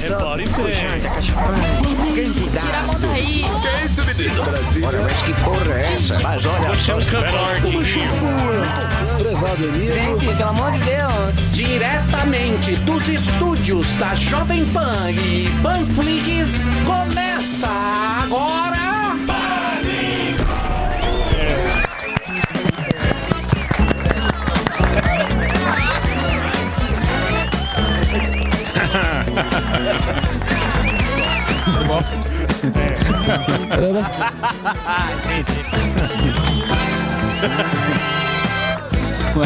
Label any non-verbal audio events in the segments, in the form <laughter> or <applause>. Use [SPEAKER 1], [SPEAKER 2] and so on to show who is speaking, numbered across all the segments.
[SPEAKER 1] Repare bem.
[SPEAKER 2] Tira a mão daí.
[SPEAKER 3] Que isso, menino?
[SPEAKER 4] Olha, mas que porra é essa?
[SPEAKER 5] Mas olha
[SPEAKER 1] Você é
[SPEAKER 5] só,
[SPEAKER 1] um cantor.
[SPEAKER 4] Prevado amigo.
[SPEAKER 6] Gente, pelo amor de Deus.
[SPEAKER 7] Diretamente dos estúdios da Jovem Pan e Panflix, começa agora...
[SPEAKER 5] É. É. é
[SPEAKER 4] É.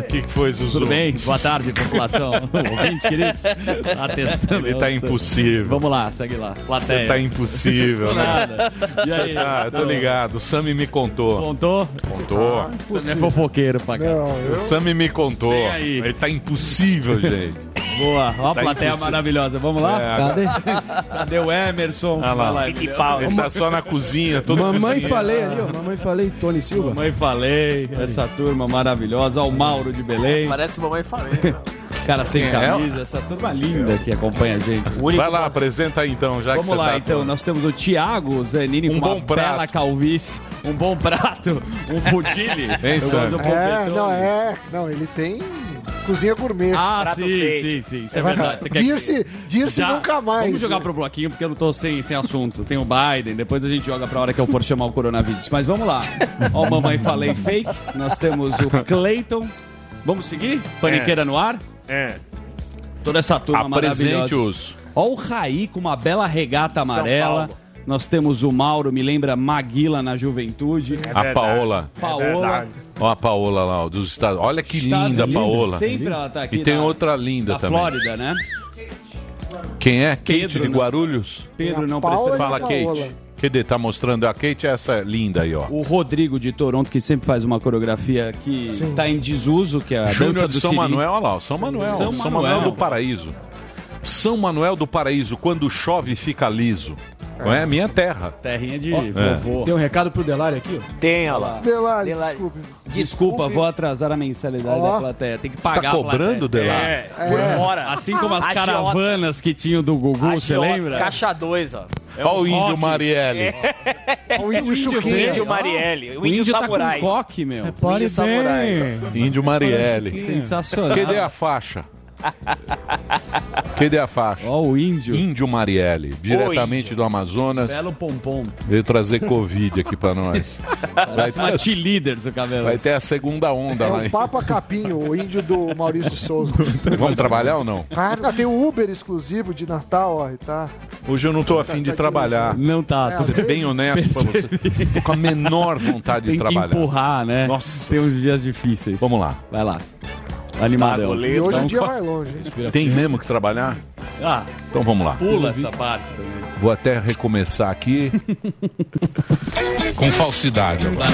[SPEAKER 1] O que, que foi, Zuzu?
[SPEAKER 5] tudo bem? Boa tarde,
[SPEAKER 1] <laughs>
[SPEAKER 5] população. Ouvintes, queridos. Tá testando.
[SPEAKER 1] Ele tá impossível.
[SPEAKER 5] Vamos lá, segue lá.
[SPEAKER 1] Você
[SPEAKER 5] Plateia.
[SPEAKER 1] tá impossível, né?
[SPEAKER 5] Nada. E aí?
[SPEAKER 1] Ah, eu tô ligado. O Sammy me contou.
[SPEAKER 5] Contou?
[SPEAKER 1] Contou.
[SPEAKER 5] Você não é fofoqueiro pra cá.
[SPEAKER 6] Não,
[SPEAKER 1] <laughs> O Sammy me contou.
[SPEAKER 5] Vem aí.
[SPEAKER 1] Ele tá
[SPEAKER 5] <laughs>
[SPEAKER 1] impossível, gente.
[SPEAKER 5] Boa. Ó a
[SPEAKER 1] Tá
[SPEAKER 5] plateia
[SPEAKER 1] impossível.
[SPEAKER 5] maravilhosa. Vamos
[SPEAKER 1] É,
[SPEAKER 5] lá?
[SPEAKER 1] agora- <laughs>
[SPEAKER 5] Cadê o Emerson?
[SPEAKER 1] Ah lá.
[SPEAKER 5] Vai lá,
[SPEAKER 8] Que
[SPEAKER 5] Emiliano.
[SPEAKER 8] pau.
[SPEAKER 1] ele tá só na cozinha. Todo
[SPEAKER 4] Mamãe
[SPEAKER 1] cozinheiro.
[SPEAKER 4] falei ali, ó. Mamãe falei, Tony Silva.
[SPEAKER 5] Mãe falei, essa turma maravilhosa, ó, o Mauro de Belém,
[SPEAKER 3] Parece mamãe
[SPEAKER 9] <laughs>
[SPEAKER 3] falei.
[SPEAKER 5] cara sem camisa, essa turma linda que acompanha a gente.
[SPEAKER 1] É. Vai lá, apresenta aí então, já que
[SPEAKER 5] Vamos
[SPEAKER 1] você
[SPEAKER 5] lá,
[SPEAKER 1] tá...
[SPEAKER 5] então. Nós temos o Thiago Zanini
[SPEAKER 1] Um
[SPEAKER 5] com uma
[SPEAKER 1] bom prato.
[SPEAKER 5] bela calvície, um bom prato, um
[SPEAKER 1] <laughs>
[SPEAKER 5] futile.
[SPEAKER 1] Hein,
[SPEAKER 5] Eu gosto um
[SPEAKER 1] Sam?
[SPEAKER 5] do
[SPEAKER 6] É,
[SPEAKER 5] bombetão.
[SPEAKER 6] não, é. Não, ele tem cozinha gourmet.
[SPEAKER 5] Ah,
[SPEAKER 8] Prato
[SPEAKER 5] sim,
[SPEAKER 8] feito.
[SPEAKER 5] sim, sim, isso é verdade. Você quer que-
[SPEAKER 6] Dirce, Dirce
[SPEAKER 5] Já.
[SPEAKER 6] nunca mais. É
[SPEAKER 5] Vamos jogar pro bloquinho, porque eu não tô sem, sem assunto. Tem o Biden, depois a gente joga pra hora que eu for chamar o coronavírus. Mas vamos lá. Ó, mamãe falei fake. Nós temos o Clayton. Vamos seguir? Paniqueira no ar?
[SPEAKER 8] É.
[SPEAKER 5] Toda essa turma maravilhosa.
[SPEAKER 1] Apresente-os.
[SPEAKER 5] Ó o Raí com uma bela regata amarela.
[SPEAKER 8] Paulo.
[SPEAKER 5] Nós temos o Mauro, me lembra Maguila na juventude.
[SPEAKER 1] É A Paola.
[SPEAKER 5] É
[SPEAKER 1] É
[SPEAKER 5] Paola.
[SPEAKER 8] verdade.
[SPEAKER 1] Ó a Paola lá, ó, dos Estados Olha que
[SPEAKER 5] Estados
[SPEAKER 1] linda a
[SPEAKER 5] Unidos,
[SPEAKER 1] Paola.
[SPEAKER 5] Sempre ela tá aqui.
[SPEAKER 1] E tem
[SPEAKER 5] na-
[SPEAKER 1] outra linda
[SPEAKER 5] da
[SPEAKER 1] também.
[SPEAKER 5] Flórida, né?
[SPEAKER 1] Quem é? Kate
[SPEAKER 5] Pedro,
[SPEAKER 1] de
[SPEAKER 5] né?
[SPEAKER 1] Guarulhos?
[SPEAKER 5] Pedro
[SPEAKER 6] a
[SPEAKER 5] não
[SPEAKER 6] Paola
[SPEAKER 5] precisa.
[SPEAKER 6] e
[SPEAKER 1] Fala,
[SPEAKER 6] a Paola.
[SPEAKER 1] Kate. Cadê? Tá mostrando a Kate, essa é linda aí, ó.
[SPEAKER 5] O Rodrigo de Toronto, que sempre faz uma coreografia que tá em desuso, que é a dança
[SPEAKER 1] Júnior
[SPEAKER 5] do
[SPEAKER 1] de São
[SPEAKER 5] Siri.
[SPEAKER 1] Manuel, olha lá, ó, São Manuel.
[SPEAKER 5] São
[SPEAKER 1] São,
[SPEAKER 5] Manuel.
[SPEAKER 1] Manuel. do Paraíso. São Manuel do Paraíso, quando chove fica liso. Não é minha terra.
[SPEAKER 5] Terrinha de
[SPEAKER 1] é.
[SPEAKER 5] vovô.
[SPEAKER 4] Tem um recado pro Delário aqui, ó.
[SPEAKER 8] Tem, olha lá.
[SPEAKER 6] Delari,
[SPEAKER 3] Delari.
[SPEAKER 6] desculpe.
[SPEAKER 5] Desculpa, vou atrasar a mensalidade
[SPEAKER 6] Ó.
[SPEAKER 5] da plateia. Tem que
[SPEAKER 1] Você
[SPEAKER 5] pagar
[SPEAKER 1] tá cobrando,
[SPEAKER 5] a plateia.
[SPEAKER 1] Delar?
[SPEAKER 8] É, por fora.
[SPEAKER 5] Assim como as
[SPEAKER 3] Agiota.
[SPEAKER 5] caravanas que tinham do Gugu,
[SPEAKER 9] é
[SPEAKER 5] você lembra? É
[SPEAKER 3] Caixa 2, ó.
[SPEAKER 1] Olha o
[SPEAKER 5] rock.
[SPEAKER 1] índio Marielle.
[SPEAKER 9] É.
[SPEAKER 5] <laughs>
[SPEAKER 6] Ó, O índio
[SPEAKER 5] índio
[SPEAKER 6] Chuquinha.
[SPEAKER 5] verde,
[SPEAKER 8] O Marielle, o
[SPEAKER 5] O índio
[SPEAKER 8] índio
[SPEAKER 5] tá com
[SPEAKER 8] samurai.
[SPEAKER 5] coque,
[SPEAKER 1] É,
[SPEAKER 5] meu.
[SPEAKER 3] Olha samurai.
[SPEAKER 1] Índio Marielle.
[SPEAKER 5] Sensacional.
[SPEAKER 1] Cadê a faixa? Cadê a faixa?
[SPEAKER 5] Ó o índio.
[SPEAKER 1] Índio Marielle, diretamente
[SPEAKER 8] índio.
[SPEAKER 1] do Amazonas,
[SPEAKER 5] Belo pompom.
[SPEAKER 1] veio trazer Covid aqui pra
[SPEAKER 5] <laughs>
[SPEAKER 1] nós. Vai
[SPEAKER 5] Parece uma
[SPEAKER 1] ter,
[SPEAKER 5] T-Leader seu cabelo.
[SPEAKER 1] vai ter a segunda onda
[SPEAKER 6] É
[SPEAKER 1] lá.
[SPEAKER 6] o
[SPEAKER 1] hein?
[SPEAKER 6] Papa Capinho, o índio do Maurício
[SPEAKER 5] <laughs>
[SPEAKER 6] Souza.
[SPEAKER 1] Vamos trabalhar ou não?
[SPEAKER 6] Ah, tem o Uber exclusivo de Natal, ó, e tá.
[SPEAKER 1] Hoje eu não tô afim de trabalhar.
[SPEAKER 5] Não tá.
[SPEAKER 6] É,
[SPEAKER 5] tudo
[SPEAKER 6] às vezes-
[SPEAKER 1] Bem honesto pra você. Tô com a menor vontade
[SPEAKER 5] Tem
[SPEAKER 1] de
[SPEAKER 5] que
[SPEAKER 1] trabalhar.
[SPEAKER 5] empurrar, né?
[SPEAKER 1] Nossa.
[SPEAKER 5] Tem uns dias difíceis.
[SPEAKER 1] Vamos lá.
[SPEAKER 5] Vai lá.
[SPEAKER 3] Tá
[SPEAKER 5] Animadão.
[SPEAKER 6] E hoje
[SPEAKER 3] um
[SPEAKER 5] Então,
[SPEAKER 6] o dia
[SPEAKER 5] qual-
[SPEAKER 6] vai longe. hein?
[SPEAKER 1] Tem mesmo que trabalhar?
[SPEAKER 5] Ah,
[SPEAKER 1] Então vamos lá.
[SPEAKER 5] pula essa parte também.
[SPEAKER 1] Vou até recomeçar
[SPEAKER 5] <laughs>
[SPEAKER 1] aqui. Com falsidade agora.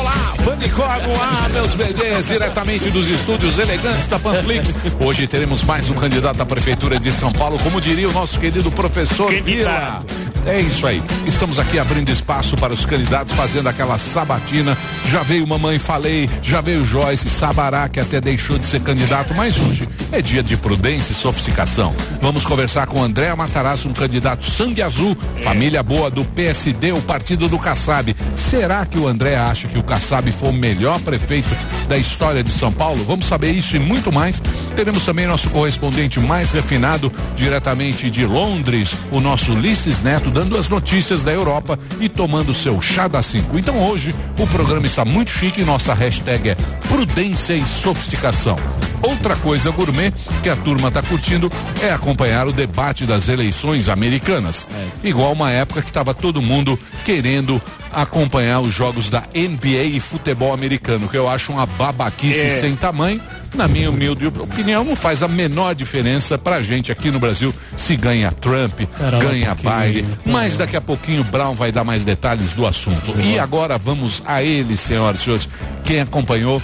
[SPEAKER 1] Olá, Panicorgo, ah, meus bebês, diretamente dos estúdios elegantes da Panflix. Hoje teremos mais um candidato à Prefeitura de São Paulo, como diria o nosso querido professor Vila.
[SPEAKER 8] Candidato.
[SPEAKER 1] É isso aí. Estamos aqui abrindo espaço para os candidatos fazendo aquela sabatina. Já veio Mamãe Falei, já veio Joyce Sabará, que até deixou de ser candidato, mas hoje é dia de prudência e sofisticação. Vamos conversar com André Matarazzo, um candidato sangue azul, família boa do PSD, o partido do Kassab. Será que o André acha que o Kassab foi o melhor prefeito da história de São Paulo? Vamos saber isso e muito mais. Teremos também nosso correspondente mais refinado, diretamente de Londres, o nosso Ulisses Neto, dando as notícias da Europa e tomando seu chá das 5. Então hoje o programa está muito chique e nossa hashtag é Prudência e Sofisticação. Outra coisa gourmet que a turma está curtindo é acompanhar o debate das eleições americanas. Igual uma época que estava todo mundo querendo acompanhar os jogos da NBA e futebol americano, que eu acho uma babaquice sem tamanho. Na minha humilde opinião, não faz a menor diferença pra gente aqui no Brasil se ganha Trump, ganha Biden. Mas daqui a pouquinho o Brown vai dar mais detalhes do assunto. E agora vamos a ele, senhoras e senhores. Quem acompanhou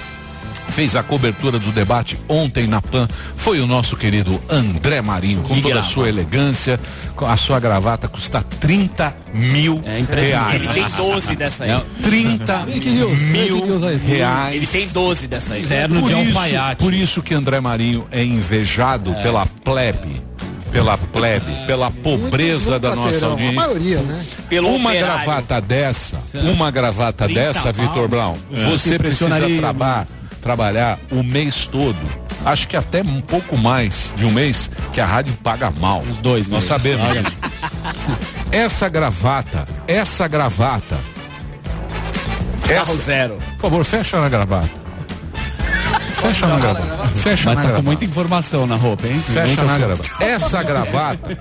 [SPEAKER 1] fez a cobertura do debate ontem na PAN foi o nosso querido André Marinho, com toda a sua elegância. com A sua gravata custa 30 mil reais.
[SPEAKER 8] É Ele tem 12 dessa aí.
[SPEAKER 1] 30 mil reais.
[SPEAKER 8] Ele tem 12 dessa aí. É.
[SPEAKER 1] Por isso, por isso que André Marinho é invejado pela plebe. pela plebe, pela
[SPEAKER 5] é
[SPEAKER 1] pobreza da nossa
[SPEAKER 6] Pateirão, A
[SPEAKER 1] audiência.
[SPEAKER 6] maioria, né?
[SPEAKER 10] Pelo
[SPEAKER 1] uma
[SPEAKER 10] operário.
[SPEAKER 1] gravata dessa, uma gravata dessa, Vitor
[SPEAKER 10] É.
[SPEAKER 1] Brown, você precisa trabalhar, trabalhar o mês todo. Acho que até um pouco mais de um mês que a rádio paga mal. Os dois, nós sabemos. essa gravata, essa gravata.
[SPEAKER 10] Carro
[SPEAKER 1] Essa,
[SPEAKER 10] zero.
[SPEAKER 1] por favor, fecha na gravata. Fecha na gravata. Fecha na
[SPEAKER 5] Mas tá com
[SPEAKER 1] gravata.
[SPEAKER 5] muita informação na roupa, hein?
[SPEAKER 1] Fecha
[SPEAKER 5] Nunca
[SPEAKER 1] na
[SPEAKER 5] soube.
[SPEAKER 1] gravata. Essa gravata.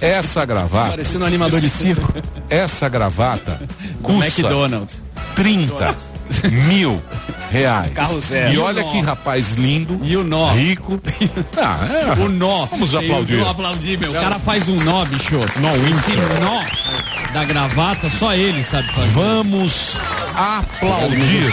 [SPEAKER 1] Essa gravata.
[SPEAKER 4] Parecendo um animador de circo.
[SPEAKER 1] Essa gravata custa
[SPEAKER 5] McDonald's.
[SPEAKER 1] 30 mil reais.
[SPEAKER 10] Carro zero.
[SPEAKER 1] E olha que rapaz lindo,
[SPEAKER 5] E o nó.
[SPEAKER 1] rico. Ah, é.
[SPEAKER 5] O nó.
[SPEAKER 1] Vamos
[SPEAKER 5] Tem-
[SPEAKER 1] aplaudir.
[SPEAKER 5] Eu aplaudi, meu. O cara faz um nó, bicho. Nó Esse nó da gravata, só ele sabe fazer.
[SPEAKER 1] Vamos aplaudir.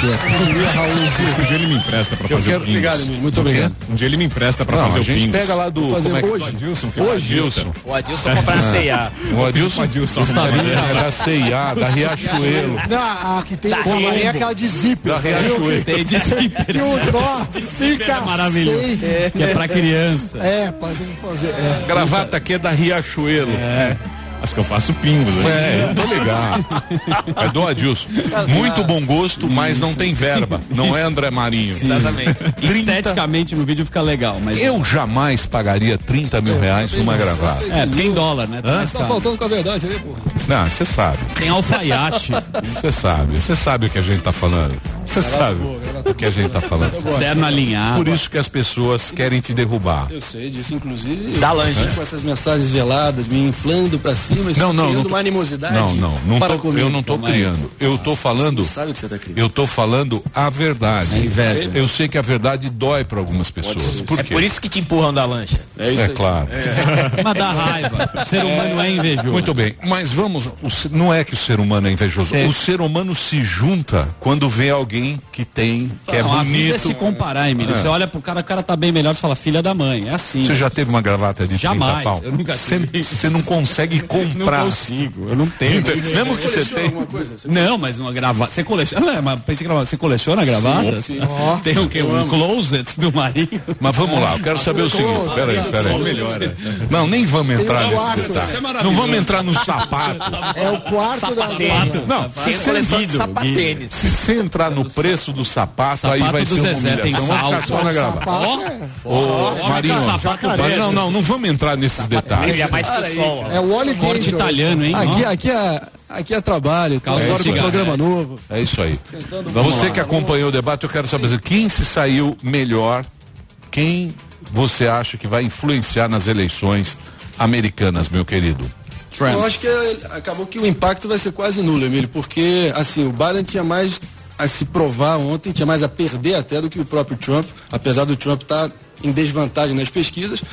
[SPEAKER 4] Um dia ele me empresta pra
[SPEAKER 1] Eu
[SPEAKER 4] fazer
[SPEAKER 1] quero
[SPEAKER 4] o pingo.
[SPEAKER 1] ligar. Muito obrigado.
[SPEAKER 4] Um dia ele me empresta pra
[SPEAKER 1] Não,
[SPEAKER 4] fazer
[SPEAKER 1] a
[SPEAKER 4] o
[SPEAKER 1] gente
[SPEAKER 4] pingo.
[SPEAKER 1] pega lá do.
[SPEAKER 11] Fazer
[SPEAKER 1] Como é que
[SPEAKER 11] hoje.
[SPEAKER 4] Adilson, que é
[SPEAKER 1] O
[SPEAKER 4] o
[SPEAKER 1] Adilson.
[SPEAKER 10] O Adilson comprar a
[SPEAKER 1] <laughs>
[SPEAKER 10] ceia.
[SPEAKER 1] O Adilson.
[SPEAKER 4] O Adilson. Adilson.
[SPEAKER 1] É da
[SPEAKER 10] <laughs>
[SPEAKER 5] ah,
[SPEAKER 1] CIA, da Riachuelo.
[SPEAKER 6] Não, a a que tem
[SPEAKER 10] Tá
[SPEAKER 6] Não, é
[SPEAKER 10] rindo.
[SPEAKER 6] aquela de zíper.
[SPEAKER 1] Da Riachuelo.
[SPEAKER 6] <laughs>
[SPEAKER 5] Tem de
[SPEAKER 6] E o dó
[SPEAKER 5] zíper é
[SPEAKER 6] fica
[SPEAKER 5] maravilhoso.
[SPEAKER 6] sem.
[SPEAKER 5] que é pra criança.
[SPEAKER 6] É, podem fazer. É.
[SPEAKER 1] Gravata aqui é da Riachuelo.
[SPEAKER 4] Acho que eu faço pingos. né?
[SPEAKER 1] É, eu tô ligado. É do Adilson. Muito bom gosto, mas não tem verba. Não é André Marinho.
[SPEAKER 5] Exatamente. Esteticamente no vídeo fica legal, mas.
[SPEAKER 1] Eu jamais pagaria 30 mil reais numa gravata.
[SPEAKER 5] É, porque em dólar, né? Tá mais
[SPEAKER 4] Tá
[SPEAKER 5] caro.
[SPEAKER 4] faltando com a verdade aí, pô.
[SPEAKER 1] Não, você sabe.
[SPEAKER 5] Tem alfaiate.
[SPEAKER 1] Você sabe. Você sabe o que a gente tá falando. Você sabe o que a gente tá falando.
[SPEAKER 5] Terno alinhado.
[SPEAKER 1] Por isso que as pessoas querem te derrubar.
[SPEAKER 4] Eu sei disso, inclusive.
[SPEAKER 10] Da lancha.
[SPEAKER 4] Com essas mensagens veladas, me inflando pra cima,
[SPEAKER 1] Não, não.
[SPEAKER 4] criando
[SPEAKER 1] não tô-
[SPEAKER 4] uma animosidade.
[SPEAKER 1] Não, não. não
[SPEAKER 4] para
[SPEAKER 1] tô-
[SPEAKER 4] comigo.
[SPEAKER 1] eu não tô
[SPEAKER 5] calma aí.
[SPEAKER 1] criando. Eu tô falando.
[SPEAKER 4] Você sabe o que você tá criando.
[SPEAKER 1] Eu tô falando a verdade.
[SPEAKER 5] É inveja.
[SPEAKER 1] Eu sei que a verdade dói para algumas pessoas. Por
[SPEAKER 10] É
[SPEAKER 1] quê?
[SPEAKER 10] por isso que te empurram da lancha.
[SPEAKER 4] É isso
[SPEAKER 1] É
[SPEAKER 4] aí.
[SPEAKER 1] claro.
[SPEAKER 5] <laughs> É. Mas dá raiva.
[SPEAKER 9] <laughs>
[SPEAKER 5] O ser humano é invejoso.
[SPEAKER 1] Muito bem, mas vamos, o se- não é que o ser humano é invejoso.
[SPEAKER 5] Sim.
[SPEAKER 1] O ser humano se junta quando vê alguém que tem, que é
[SPEAKER 5] Não, a vida é se
[SPEAKER 1] bonito.
[SPEAKER 5] comparar, Emílio. Você olha pro cara, o cara tá bem melhor, você fala, filha da mãe. É assim.
[SPEAKER 1] Você já teve uma gravata de 30
[SPEAKER 5] Jamais,
[SPEAKER 1] pau?
[SPEAKER 5] eu nunca tive.
[SPEAKER 1] Você não
[SPEAKER 5] <laughs>
[SPEAKER 1] consegue comprar.
[SPEAKER 5] consigo, eu não tenho.
[SPEAKER 1] Então, mesmo que você tenha.
[SPEAKER 5] Não, mas uma gravata. Você coleciona. Ah, mas pensei que gravata. Você coleciona gravatas? Assim, Tem o quê? Um closet do marinho?
[SPEAKER 1] Mas vamos lá, eu quero saber o seguinte. Peraí, peraí. Não, nem vamos entrar
[SPEAKER 6] um
[SPEAKER 1] nesse
[SPEAKER 6] quarto.
[SPEAKER 1] detalhe.
[SPEAKER 5] Isso
[SPEAKER 1] Não
[SPEAKER 5] é maravilhoso.
[SPEAKER 1] vamos entrar no sapato.
[SPEAKER 6] É o quarto da
[SPEAKER 10] Sapatênis.
[SPEAKER 5] Ah,
[SPEAKER 1] Não, se
[SPEAKER 10] Tem
[SPEAKER 1] você,
[SPEAKER 10] coleção de
[SPEAKER 5] Guido,
[SPEAKER 10] sapatênis.
[SPEAKER 1] se você entrar no preço do sapato, aí
[SPEAKER 5] Sapato
[SPEAKER 1] vai
[SPEAKER 5] do
[SPEAKER 1] ser uma
[SPEAKER 5] Zezé, tem
[SPEAKER 1] humilhação. Vamos ficar
[SPEAKER 5] salto.
[SPEAKER 1] só na gravata.
[SPEAKER 6] Sapato,
[SPEAKER 10] é-
[SPEAKER 1] Ô, Marinho,
[SPEAKER 5] que sapato
[SPEAKER 1] jacaré.
[SPEAKER 5] preto.
[SPEAKER 1] não, não, não vamos entrar nesses detalhes.
[SPEAKER 10] Ele é mais que o sol.
[SPEAKER 6] é, é o óleo
[SPEAKER 5] Corte italiano, hein?
[SPEAKER 4] Aqui,
[SPEAKER 5] Ó.
[SPEAKER 4] aqui, é, aqui é trabalho,
[SPEAKER 5] Calça
[SPEAKER 4] calça
[SPEAKER 5] de
[SPEAKER 4] do
[SPEAKER 5] cigarro,
[SPEAKER 4] programa
[SPEAKER 5] é.
[SPEAKER 4] novo.
[SPEAKER 1] É isso aí.
[SPEAKER 5] Vamos
[SPEAKER 1] você
[SPEAKER 5] lá.
[SPEAKER 1] que acompanhou o debate, eu quero saber quem se saiu melhor, quem você acha que vai influenciar nas eleições americanas, meu querido.
[SPEAKER 4] Eu acho que é- acabou que o impacto vai ser quase nulo, Emílio, porque assim, o Biden tinha mais a se provar ontem, tinha mais a perder até do que o próprio Trump, apesar do Trump estar em desvantagem nas pesquisas.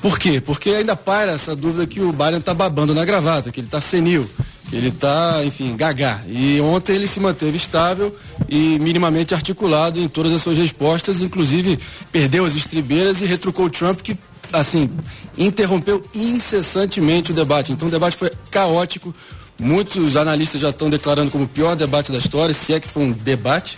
[SPEAKER 4] Por quê? Porque ainda paira essa dúvida que o Biden está babando na gravata, que ele está senil, que ele está, enfim, gagá. E ontem ele se manteve estável e minimamente articulado em todas as suas respostas, inclusive perdeu as estribeiras e retrucou o Trump, que assim, interrompeu incessantemente o debate. Então o debate foi caótico. Muitos analistas já estão declarando como o pior debate da história, se é que foi um debate.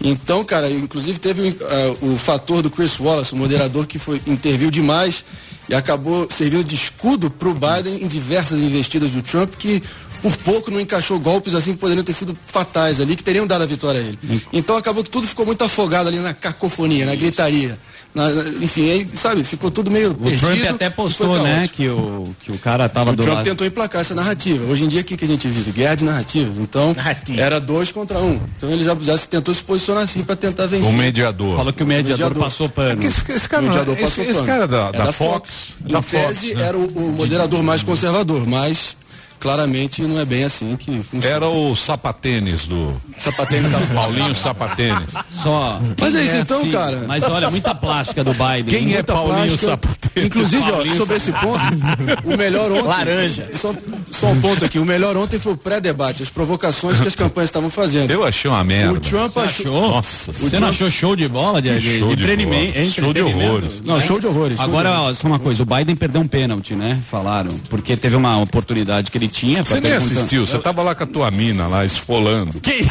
[SPEAKER 4] Então, cara, inclusive teve ah, o fator do Chris Wallace, o moderador, que foi, interviu demais e acabou servindo de escudo para o Biden em diversas investidas do Trump, que por pouco não encaixou golpes assim que poderiam ter sido fatais ali, que teriam dado a vitória a ele. Então acabou que tudo ficou muito afogado ali na cacofonia, na gritaria. Na- na- enfim, aí, sabe, ficou tudo meio
[SPEAKER 5] O Trump até postou, né, que o, que o cara tava
[SPEAKER 4] O
[SPEAKER 5] do
[SPEAKER 4] Trump
[SPEAKER 5] lado.
[SPEAKER 4] tentou emplacar essa narrativa. Hoje em dia, o que, que a gente vive? Guerra de narrativas. Então,
[SPEAKER 10] Narrativa.
[SPEAKER 4] era dois contra um. Então, ele já, já se tentou se posicionar assim para tentar vencer.
[SPEAKER 1] O mediador. É
[SPEAKER 5] Falou que o mediador,
[SPEAKER 4] mediador.
[SPEAKER 5] passou pano.
[SPEAKER 1] esse, esse cara,
[SPEAKER 4] O
[SPEAKER 1] não,
[SPEAKER 4] mediador
[SPEAKER 1] esse,
[SPEAKER 4] passou
[SPEAKER 1] esse
[SPEAKER 4] pano.
[SPEAKER 1] cara da,
[SPEAKER 4] É
[SPEAKER 1] da Fox,
[SPEAKER 4] Em
[SPEAKER 1] da Fox, né?
[SPEAKER 4] tese, era o, o moderador mais conservador, mas claramente não é bem assim que funciona.
[SPEAKER 1] era o sapatênis do
[SPEAKER 4] Sapatênis da Fox.
[SPEAKER 1] Paulinho Sapatênis.
[SPEAKER 5] Só.
[SPEAKER 4] Mas é isso então,
[SPEAKER 5] assim,
[SPEAKER 4] cara.
[SPEAKER 5] Mas olha, muita plástica do Biden.
[SPEAKER 1] Quem é
[SPEAKER 4] muita
[SPEAKER 1] Paulinho
[SPEAKER 4] plástica.
[SPEAKER 1] Sapatênis?
[SPEAKER 4] Inclusive, ó, sobre esse ponto, o melhor ontem.
[SPEAKER 10] Laranja.
[SPEAKER 4] Só, Só um ponto aqui. O melhor ontem foi o pré-debate, as provocações que as campanhas estavam fazendo.
[SPEAKER 1] Eu achei uma merda.
[SPEAKER 4] O Trump
[SPEAKER 1] Você
[SPEAKER 4] achou-
[SPEAKER 1] achou? Nossa,
[SPEAKER 5] Você não achou show de bola, de,
[SPEAKER 1] Que
[SPEAKER 5] de,
[SPEAKER 1] show
[SPEAKER 5] de
[SPEAKER 1] de
[SPEAKER 5] entretenimento?
[SPEAKER 1] bola. Show de
[SPEAKER 5] entretenimento?
[SPEAKER 1] horrores.
[SPEAKER 4] Não, show de horrores. show
[SPEAKER 5] Né? Agora,
[SPEAKER 4] de horrores.
[SPEAKER 5] ó, só uma coisa, o Biden perdeu um pênalti, né? Falaram. Porque teve uma oportunidade que ele tinha pra
[SPEAKER 1] Você nem
[SPEAKER 5] perguntar-
[SPEAKER 1] assistiu, você tava lá com a tua mina lá, esfolando.
[SPEAKER 5] Que